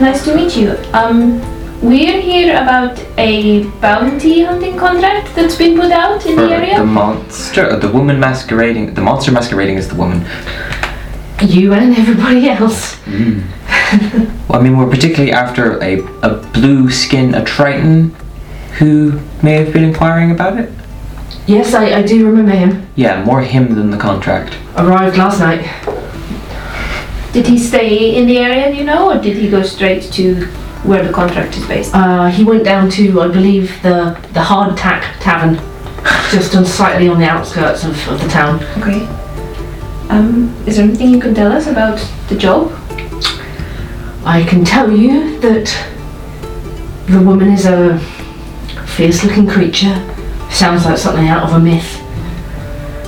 Speaker 4: Nice to meet you. Um, we're here about a bounty hunting contract that's been put out in
Speaker 3: For
Speaker 4: the area.
Speaker 3: the monster, uh, the woman masquerading, the monster masquerading as the woman.
Speaker 1: You and everybody else.
Speaker 3: Well, I mean, we're particularly after a, a blue skin, a Triton, who may have been inquiring about it.
Speaker 1: Yes, I, I do remember him.
Speaker 3: Yeah, more him than the contract.
Speaker 1: Arrived last night.
Speaker 4: Did he stay in the area, you know, or did he go straight to where the contract is based?
Speaker 1: Uh, he went down to, I believe, the the Hard Tack Tavern, just on slightly on the outskirts of, of the town.
Speaker 4: Okay. Um, is there anything you can tell us about the job?
Speaker 1: I can tell you that the woman is a fierce-looking creature. Sounds like something out of a myth.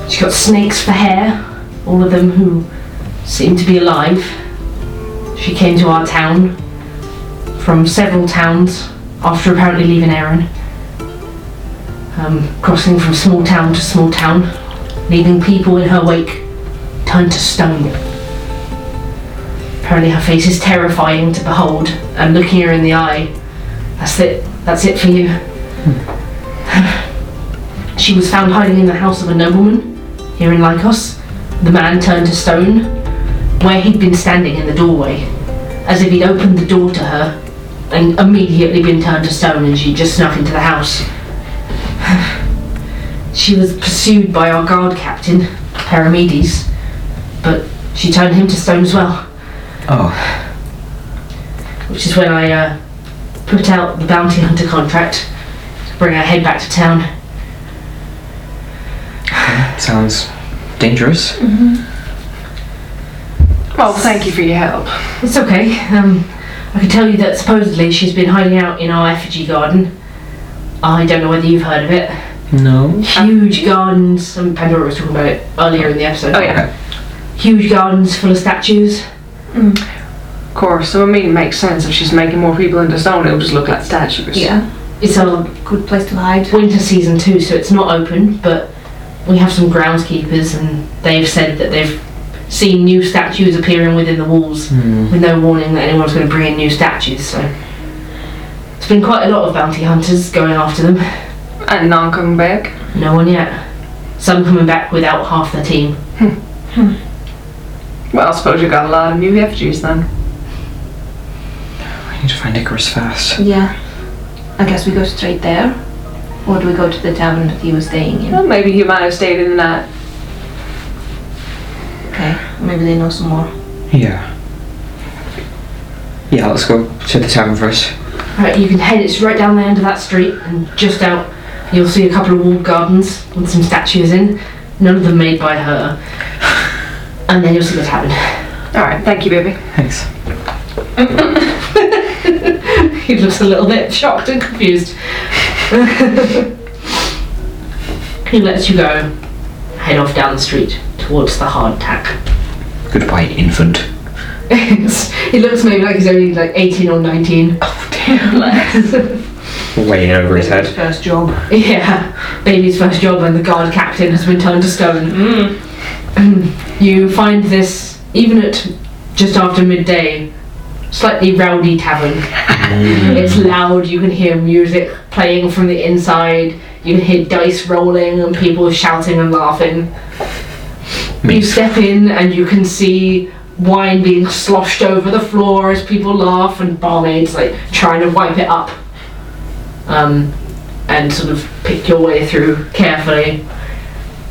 Speaker 1: She's got snakes for hair, all of them who seem to be alive. She came to our town from several towns after apparently leaving Erin. Um, crossing from small town to small town, leaving people in her wake turned to stone. Apparently, her face is terrifying to behold, and looking her in the eye, that's it. That's it for you. <sighs> she was found hiding in the house of a nobleman here in Lycos. The man turned to stone, where he'd been standing in the doorway, as if he'd opened the door to her and immediately been turned to stone, and she just snuck into the house. <sighs> she was pursued by our guard captain, Paramedes, but she turned him to stone as well
Speaker 3: Oh,
Speaker 1: which is when I uh, put out the bounty hunter contract to bring our head back to town.
Speaker 3: sounds dangerous.
Speaker 2: Well, thank you for your help.
Speaker 1: It's okay. Um, I can tell you that supposedly she's been hiding out in our effigy garden. I don't know whether you've heard of it.
Speaker 3: No.
Speaker 1: Huge gardens. And Pandora was talking about it earlier in the episode.
Speaker 2: Oh, yeah.
Speaker 1: Huge gardens full of statues.
Speaker 2: Of course. So I mean, it makes sense if she's making more people into stone. It'll just look like statues.
Speaker 1: It's a
Speaker 4: Good place to hide.
Speaker 1: winter season too, so it's not open, but we have some groundskeepers and they've said that they've seen new statues appearing within the walls with no warning that anyone's going to bring in new statues, so. It's been quite a lot of bounty hunters going after them.
Speaker 2: And none coming back.
Speaker 1: No one yet. Some coming back without half the team.
Speaker 2: Well, I suppose you've got a lot of new effigies then.
Speaker 3: We need to find Icarus fast.
Speaker 4: Yeah. I guess we go straight there. Or do we go to the tavern that he was staying in?
Speaker 2: Well, maybe he might have stayed in the night.
Speaker 4: Okay. Maybe they know some more.
Speaker 3: Yeah. Yeah, let's go to the tavern first.
Speaker 1: Right, you can head, it's right down the end of that street and just out you'll see a couple of walled gardens with some statues in, none of them made by her. And then you'll see the tavern.
Speaker 2: All right. Thank you, baby.
Speaker 3: Thanks.
Speaker 1: <laughs> He looks a little bit shocked and confused. <laughs> he lets you go, head off down the street towards the hard tack.
Speaker 3: Goodbye, infant.
Speaker 1: <laughs> he looks maybe like he's only like 18 or 19.
Speaker 3: Way over his head.
Speaker 4: First job.
Speaker 1: <laughs> Yeah, baby's first job and the guard captain has been turned to stone. Um, you find this, even at just after midday, slightly rowdy tavern. it's loud, you can hear music playing from the inside, you can hear dice rolling and people shouting and laughing. You step in and you can see wine being sloshed over the floor as people laugh and barmaids like trying to wipe it up. Um, and sort of pick your way through carefully.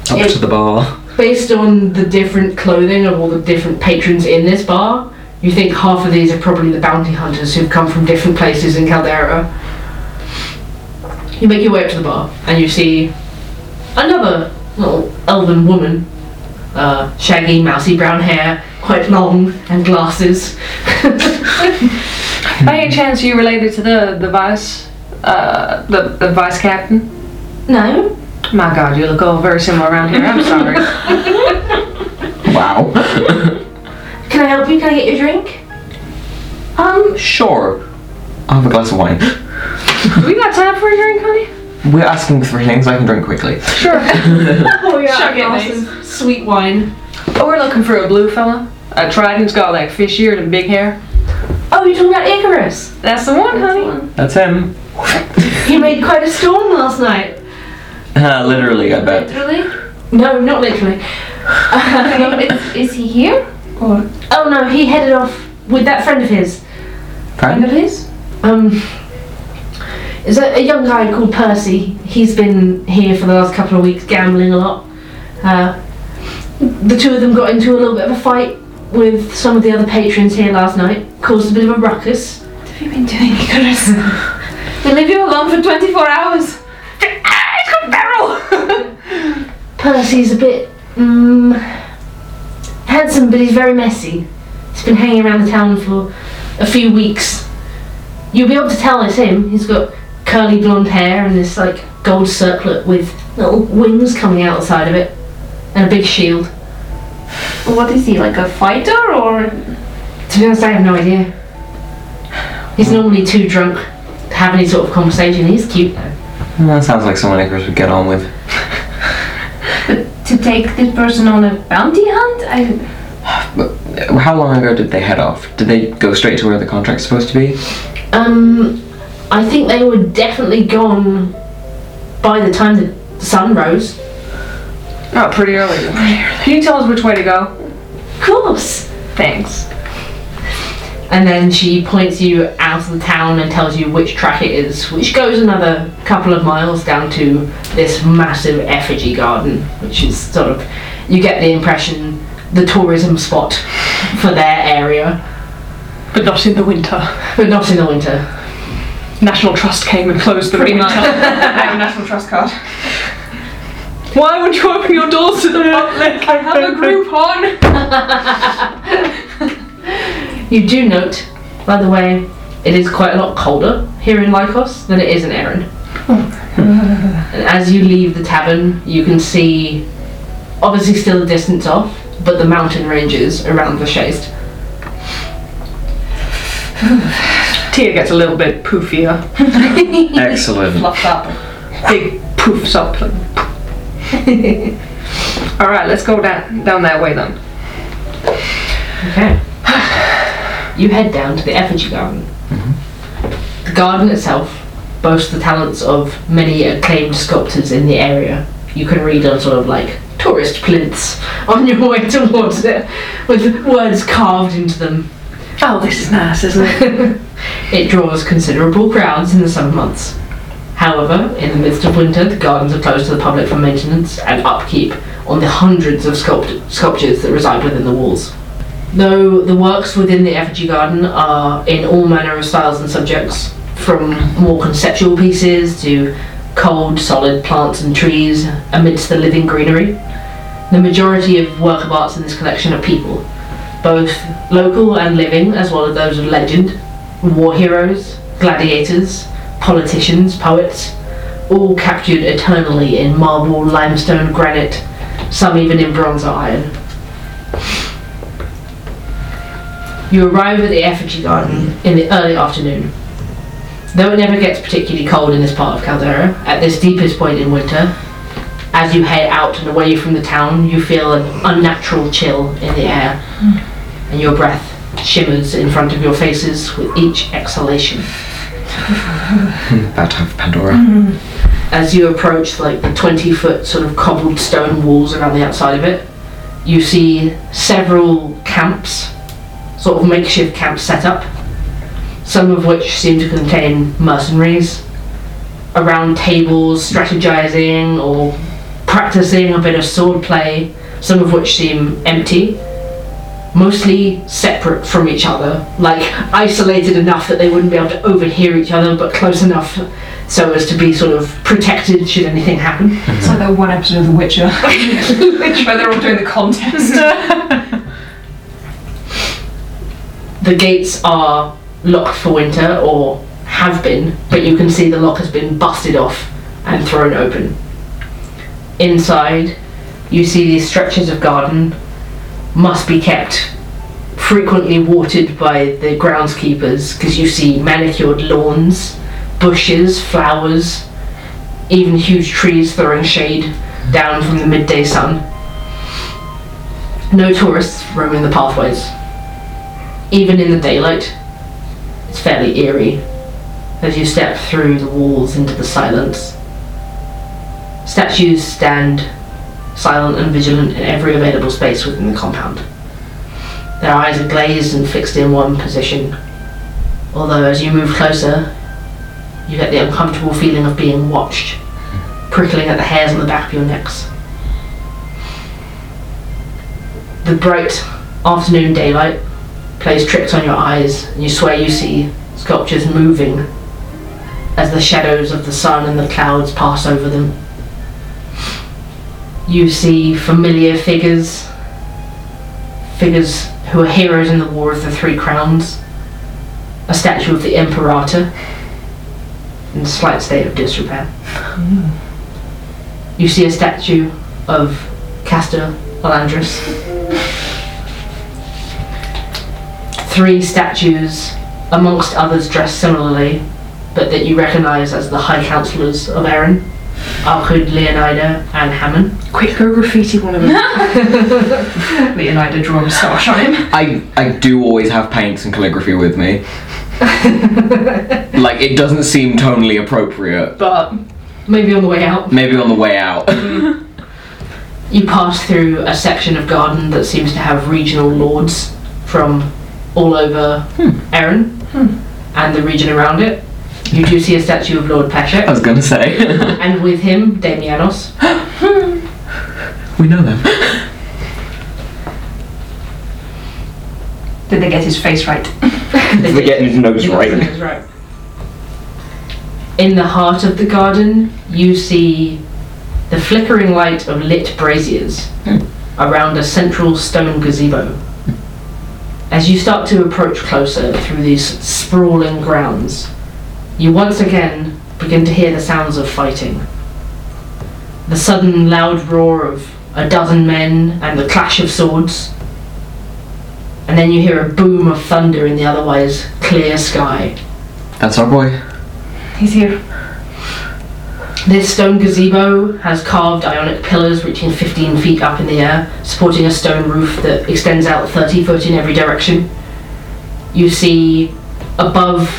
Speaker 3: Up
Speaker 1: Yeah.
Speaker 3: to the bar.
Speaker 1: Based on the different clothing of all the different patrons in this bar, you think half of these are probably the bounty hunters who've come from different places in Caldera. You make your way up to the bar and you see another little elven woman, uh, shaggy, mousy brown hair, quite long, and glasses. <laughs>
Speaker 2: By any chance, are you related to the the vice, uh, the the vice captain?
Speaker 1: no?
Speaker 2: My God, you look all very similar around here. I'm <laughs> sorry.
Speaker 9: <laughs>
Speaker 3: Wow.
Speaker 1: Can I help you? Can I get you a drink?
Speaker 3: Um, sure. I'll have a glass of wine.
Speaker 2: Do we got time for a drink, honey?
Speaker 3: We're asking for things I can drink quickly.
Speaker 2: Sure.
Speaker 1: Oh, yeah,
Speaker 2: Shall I get
Speaker 1: glasses. Sweet wine.
Speaker 2: Oh, we're looking for a blue fella.
Speaker 5: A trident's got like fish ears and big hair.
Speaker 1: Oh, you're talking about Icarus.
Speaker 5: That's the one, honey.
Speaker 9: That's him.
Speaker 1: He made quite a storm last night.
Speaker 9: Uh, literally, I bet.
Speaker 4: Literally?
Speaker 1: No, not literally. <laughs> Um,
Speaker 4: Um, is, is he here? Or
Speaker 1: oh no, he headed off with that friend of his.
Speaker 4: friend of his?
Speaker 1: Um, is a, a young guy called Percy. He's been here for the last couple of weeks, gambling a lot. Uh, the two of them got into a little bit of a fight with some of the other patrons here last night, caused a bit of a ruckus.
Speaker 8: What have you been doing,
Speaker 1: <laughs>
Speaker 8: Icarus? they leave you alone for 24 hours. Ah, it's got a barrel!
Speaker 1: Percy's a bit mm, handsome, but he's very messy. He's been hanging around the town for a few weeks. You'll be able to tell it's him. He's got curly blonde hair and this like gold circlet with little wings coming out the side of it, and a big shield.
Speaker 4: What is he, like a fighter or
Speaker 1: To be honest, I have no idea. He's normally too drunk to have any sort of conversation. He's cute though.
Speaker 9: Well, that sounds like someone Icarus would get on with.
Speaker 4: to take this person on a bounty hunt? I,
Speaker 9: Uh, How long ago did they head off? Did they go straight to where the contract's supposed to be?
Speaker 1: Um, I think they were definitely gone by the time the sun rose.
Speaker 2: Oh,
Speaker 5: Not pretty early. Can you tell us which way to go?
Speaker 1: Of course.
Speaker 5: Thanks.
Speaker 1: And then she points you out of the town and tells you which track it is, which goes another couple of miles down to this massive effigy garden, which is sort of, you get the impression, the tourism spot for their area,
Speaker 5: But not in the winter.
Speaker 1: but not in the winter.
Speaker 5: National Trust came and closed the Pretty winter.
Speaker 8: I have a National Trust card.
Speaker 5: <laughs> Why would you open your doors to
Speaker 2: <laughs>
Speaker 5: the public? I have a group on.
Speaker 1: You do note, by the way, it is quite a lot colder here in Lycos than it is in Erin. and as you leave the tavern, you can see, obviously still a distance off, but the mountain ranges around the Shazed.
Speaker 5: Tia gets a little bit poofier.
Speaker 9: Excellent.
Speaker 8: Fluffed up.
Speaker 5: Big poofs up. <laughs> like, All right, let's go down down that way then.
Speaker 1: Okay. <sighs> you head down to the effigy garden. The garden itself boasts the talents of many acclaimed sculptors in the area. You can read on sort of like tourist plinths <laughs> on your way towards it with words carved into them.
Speaker 5: Oh, this is nice, isn't it?
Speaker 1: It draws considerable crowds in the summer months. However, in the midst of winter, the gardens are closed to the public for maintenance and upkeep on the hundreds of sculpt- sculptures that reside within the walls. Though the works within the effigy garden are in all manner of styles and subjects, from more conceptual pieces to cold, solid plants and trees amidst the living greenery, the majority of work of arts in this collection are people, both local and living, as well as those of legend, war heroes, gladiators, politicians, poets, all captured eternally in marble, limestone, granite, some even in bronze or iron. You arrive at the effigy garden in the early afternoon. Though it never gets particularly cold in this part of Caldera, at this deepest point in winter, as you head out and away from the town, you feel an unnatural chill in the air, and your breath shimmers in front of your faces with each exhalation.
Speaker 9: About to have Pandora.
Speaker 2: Mm-hmm.
Speaker 1: As you approach like the 20 foot sort of cobbled stone walls around the outside of it, you see several camps, sort of makeshift camps set up, some of which seem to contain mercenaries, around tables strategizing or practicing a bit of swordplay, some of which seem empty. Mostly separate from each other, like isolated enough that they wouldn't be able to overhear each other, but close enough so as to be sort of protected should anything happen.
Speaker 8: It's like that one episode of The Witcher.
Speaker 5: <laughs>
Speaker 8: Where they're all doing the contest.
Speaker 1: The gates are locked for winter, or have been, but you can see the lock has been busted off and thrown open. Inside, you see these stretches of garden must be kept frequently watered by the groundskeepers because you see manicured lawns, bushes, flowers, even huge trees throwing shade down from the midday sun. No tourists roaming the pathways. Even in the daylight, it's fairly eerie as you step through the walls into the silence. Statues stand silent and vigilant in every available space within the compound. Their eyes are glazed and fixed in one position, although as you move closer, you get the uncomfortable feeling of being watched, prickling at the hairs on the back of your necks. The bright afternoon daylight plays tricks on your eyes, and you swear you see sculptures moving as the shadows of the sun and the clouds pass over them. You see familiar figures, figures who are heroes in the War of the Three Crowns, a statue of the Imperator in a slight state of disrepair. You see a statue of Castor Alandris. Three statues, amongst others dressed similarly, but that you recognise as the High Councillors of Erin, Arkud, Leonida, and Hammond.
Speaker 5: Quick, go graffiti one <laughs> of them. Leonida draw a moustache on him.
Speaker 9: I, I do always have paints and calligraphy with me. like, it doesn't seem tonally appropriate.
Speaker 5: But
Speaker 1: Maybe on the way out.
Speaker 9: Maybe on the way out. <laughs>
Speaker 1: You pass through a section of garden that seems to have regional lords from all over Erin and the region around it. You do see a statue of Lord Peshek,
Speaker 3: Oh.
Speaker 9: I was gonna say.
Speaker 1: and with him Damianos.
Speaker 9: we know them.
Speaker 5: did they get his face right?
Speaker 1: They're
Speaker 3: getting his nose right.
Speaker 1: right. In the heart of the garden, you see the flickering light of lit braziers around a central stone gazebo. As you start to approach closer through these sprawling grounds, you once again begin to hear the sounds of fighting. The sudden loud roar of a dozen men and the clash of swords and then you hear a boom of thunder in the otherwise clear sky.
Speaker 9: That's our boy.
Speaker 5: He's here.
Speaker 1: This stone gazebo has carved ionic pillars reaching 15 feet up in the air, supporting a stone roof that extends out 30 foot in every direction. You see above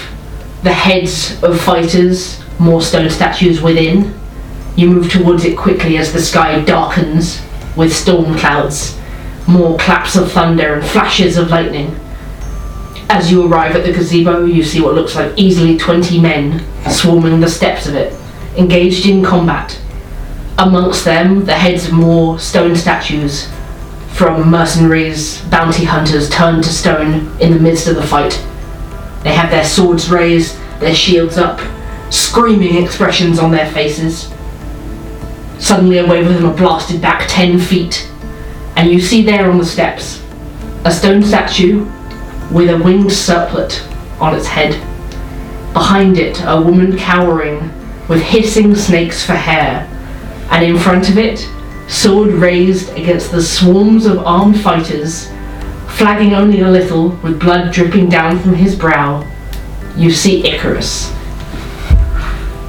Speaker 1: the heads of fighters more stone statues within. You move towards it quickly as the sky darkens with storm clouds, more claps of thunder and flashes of lightning. As you arrive at the gazebo, you see what looks like easily 20 men swarming the steps of it, engaged in combat. Amongst them, the heads of more stone statues from mercenaries, bounty hunters turned to stone in the midst of the fight. They have their swords raised, their shields up, screaming expressions on their faces. Suddenly, a wave of them are blasted back 10 feet, and you see there on the steps a stone statue with a winged circlet on its head. Behind it, a woman cowering with hissing snakes for hair, and in front of it, sword raised against the swarms of armed fighters, flagging only a little with blood dripping down from his brow. You see Icarus.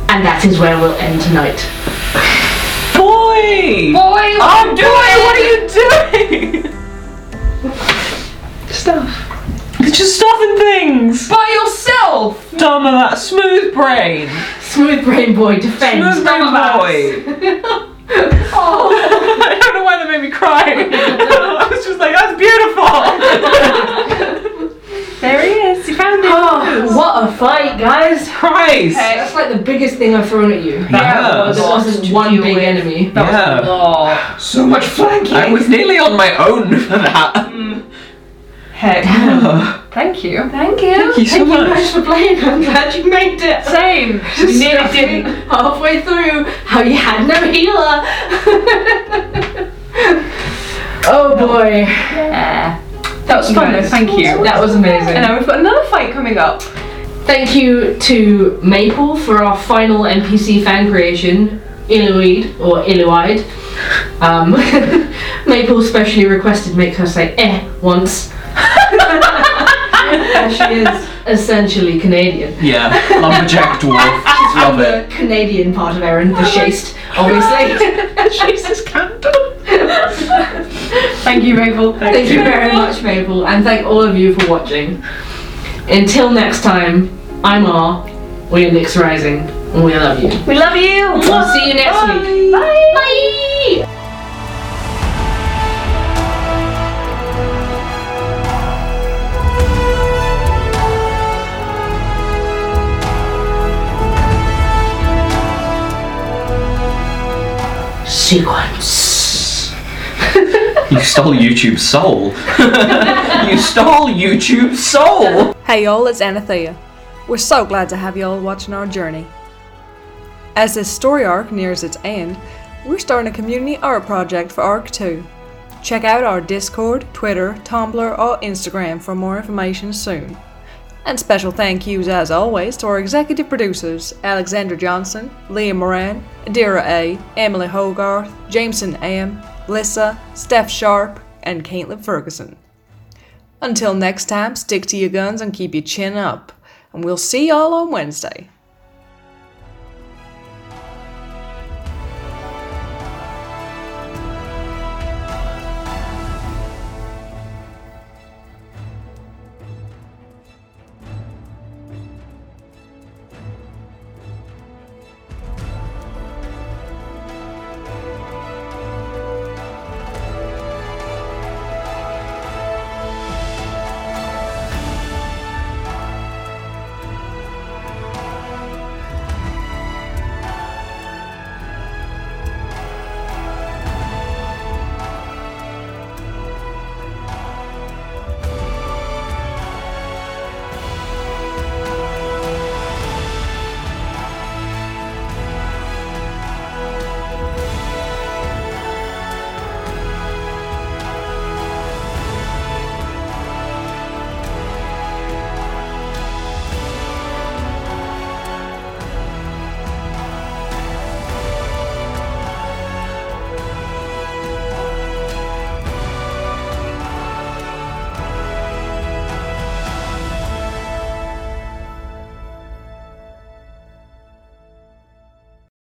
Speaker 1: And that is where we'll end tonight.
Speaker 2: Boy!
Speaker 8: Boy, I'm
Speaker 2: What are you
Speaker 9: Oh,
Speaker 2: doing?
Speaker 5: Stuff.
Speaker 2: It's just stuffing things!
Speaker 8: by yourself.
Speaker 2: Dumb of that smooth brain!
Speaker 1: Smooth brain boy defends.
Speaker 2: Smooth
Speaker 3: <laughs>
Speaker 2: brain
Speaker 5: <laughs>
Speaker 2: boy!
Speaker 5: Oh.
Speaker 2: I don't know why that made me
Speaker 3: <laughs>
Speaker 2: cry. I was just like, that's beautiful!
Speaker 5: <laughs> There he is. He found him.
Speaker 1: Oh, what a fight, guys!
Speaker 2: Christ!
Speaker 1: That's like the biggest thing I've thrown at you.
Speaker 2: Yeah,
Speaker 1: This wasn't one big enemy.
Speaker 9: Yeah.
Speaker 5: Oh,
Speaker 3: So much flanking.
Speaker 9: I was nearly on my own
Speaker 3: <laughs>
Speaker 9: for that.
Speaker 5: Mm. heck. Thank you.
Speaker 1: Thank you. Thank
Speaker 2: you so much.
Speaker 1: guys for playing. I'm glad you made it.
Speaker 5: Same.
Speaker 1: You
Speaker 5: We
Speaker 1: nearly
Speaker 5: nearly
Speaker 1: did
Speaker 5: didn't.
Speaker 1: halfway through how you had no healer. <laughs> oh boy,
Speaker 5: That was fun. though, Thank you.
Speaker 1: that was amazing.
Speaker 5: And now we've got another fight coming up.
Speaker 1: Thank you to Maple for our final NPC fan creation, Illuid or Illuide. Um, <laughs> Maple specially requested make her say eh once. <laughs> And she is essentially Canadian.
Speaker 9: <laughs> Yeah, lumberjack dwarf. Just love it.
Speaker 1: The Canadian part of Erin, the chaste, obviously.
Speaker 5: Jesus, Canada. Thank you, Mabel.
Speaker 1: Thank you very much, Maple, and thank all of you for watching. Until next time, I'm R, we're Nix Rising, and we love you.
Speaker 4: We love you.
Speaker 1: We'll see you next week.
Speaker 4: Bye. Bye.
Speaker 1: Sequence.
Speaker 3: You stole YouTube's soul. <laughs> you stole YouTube's soul.
Speaker 14: Hey y'all, it's Anathea. We're so glad to have y'all watching our journey. As this story arc nears its end, we're starting a community art project for ARC 2. Check out our Discord, Twitter, Tumblr, or Instagram for more information soon. And special thank yous, as always, to our executive producers Alexander Johnson, Leah Moran, Adira A., Emily Hogarth, Jameson M., Lissa, Steph Sharp, and Caitlin Ferguson. Until next time, stick to your guns and keep your chin up. And we'll see y'all on Wednesday.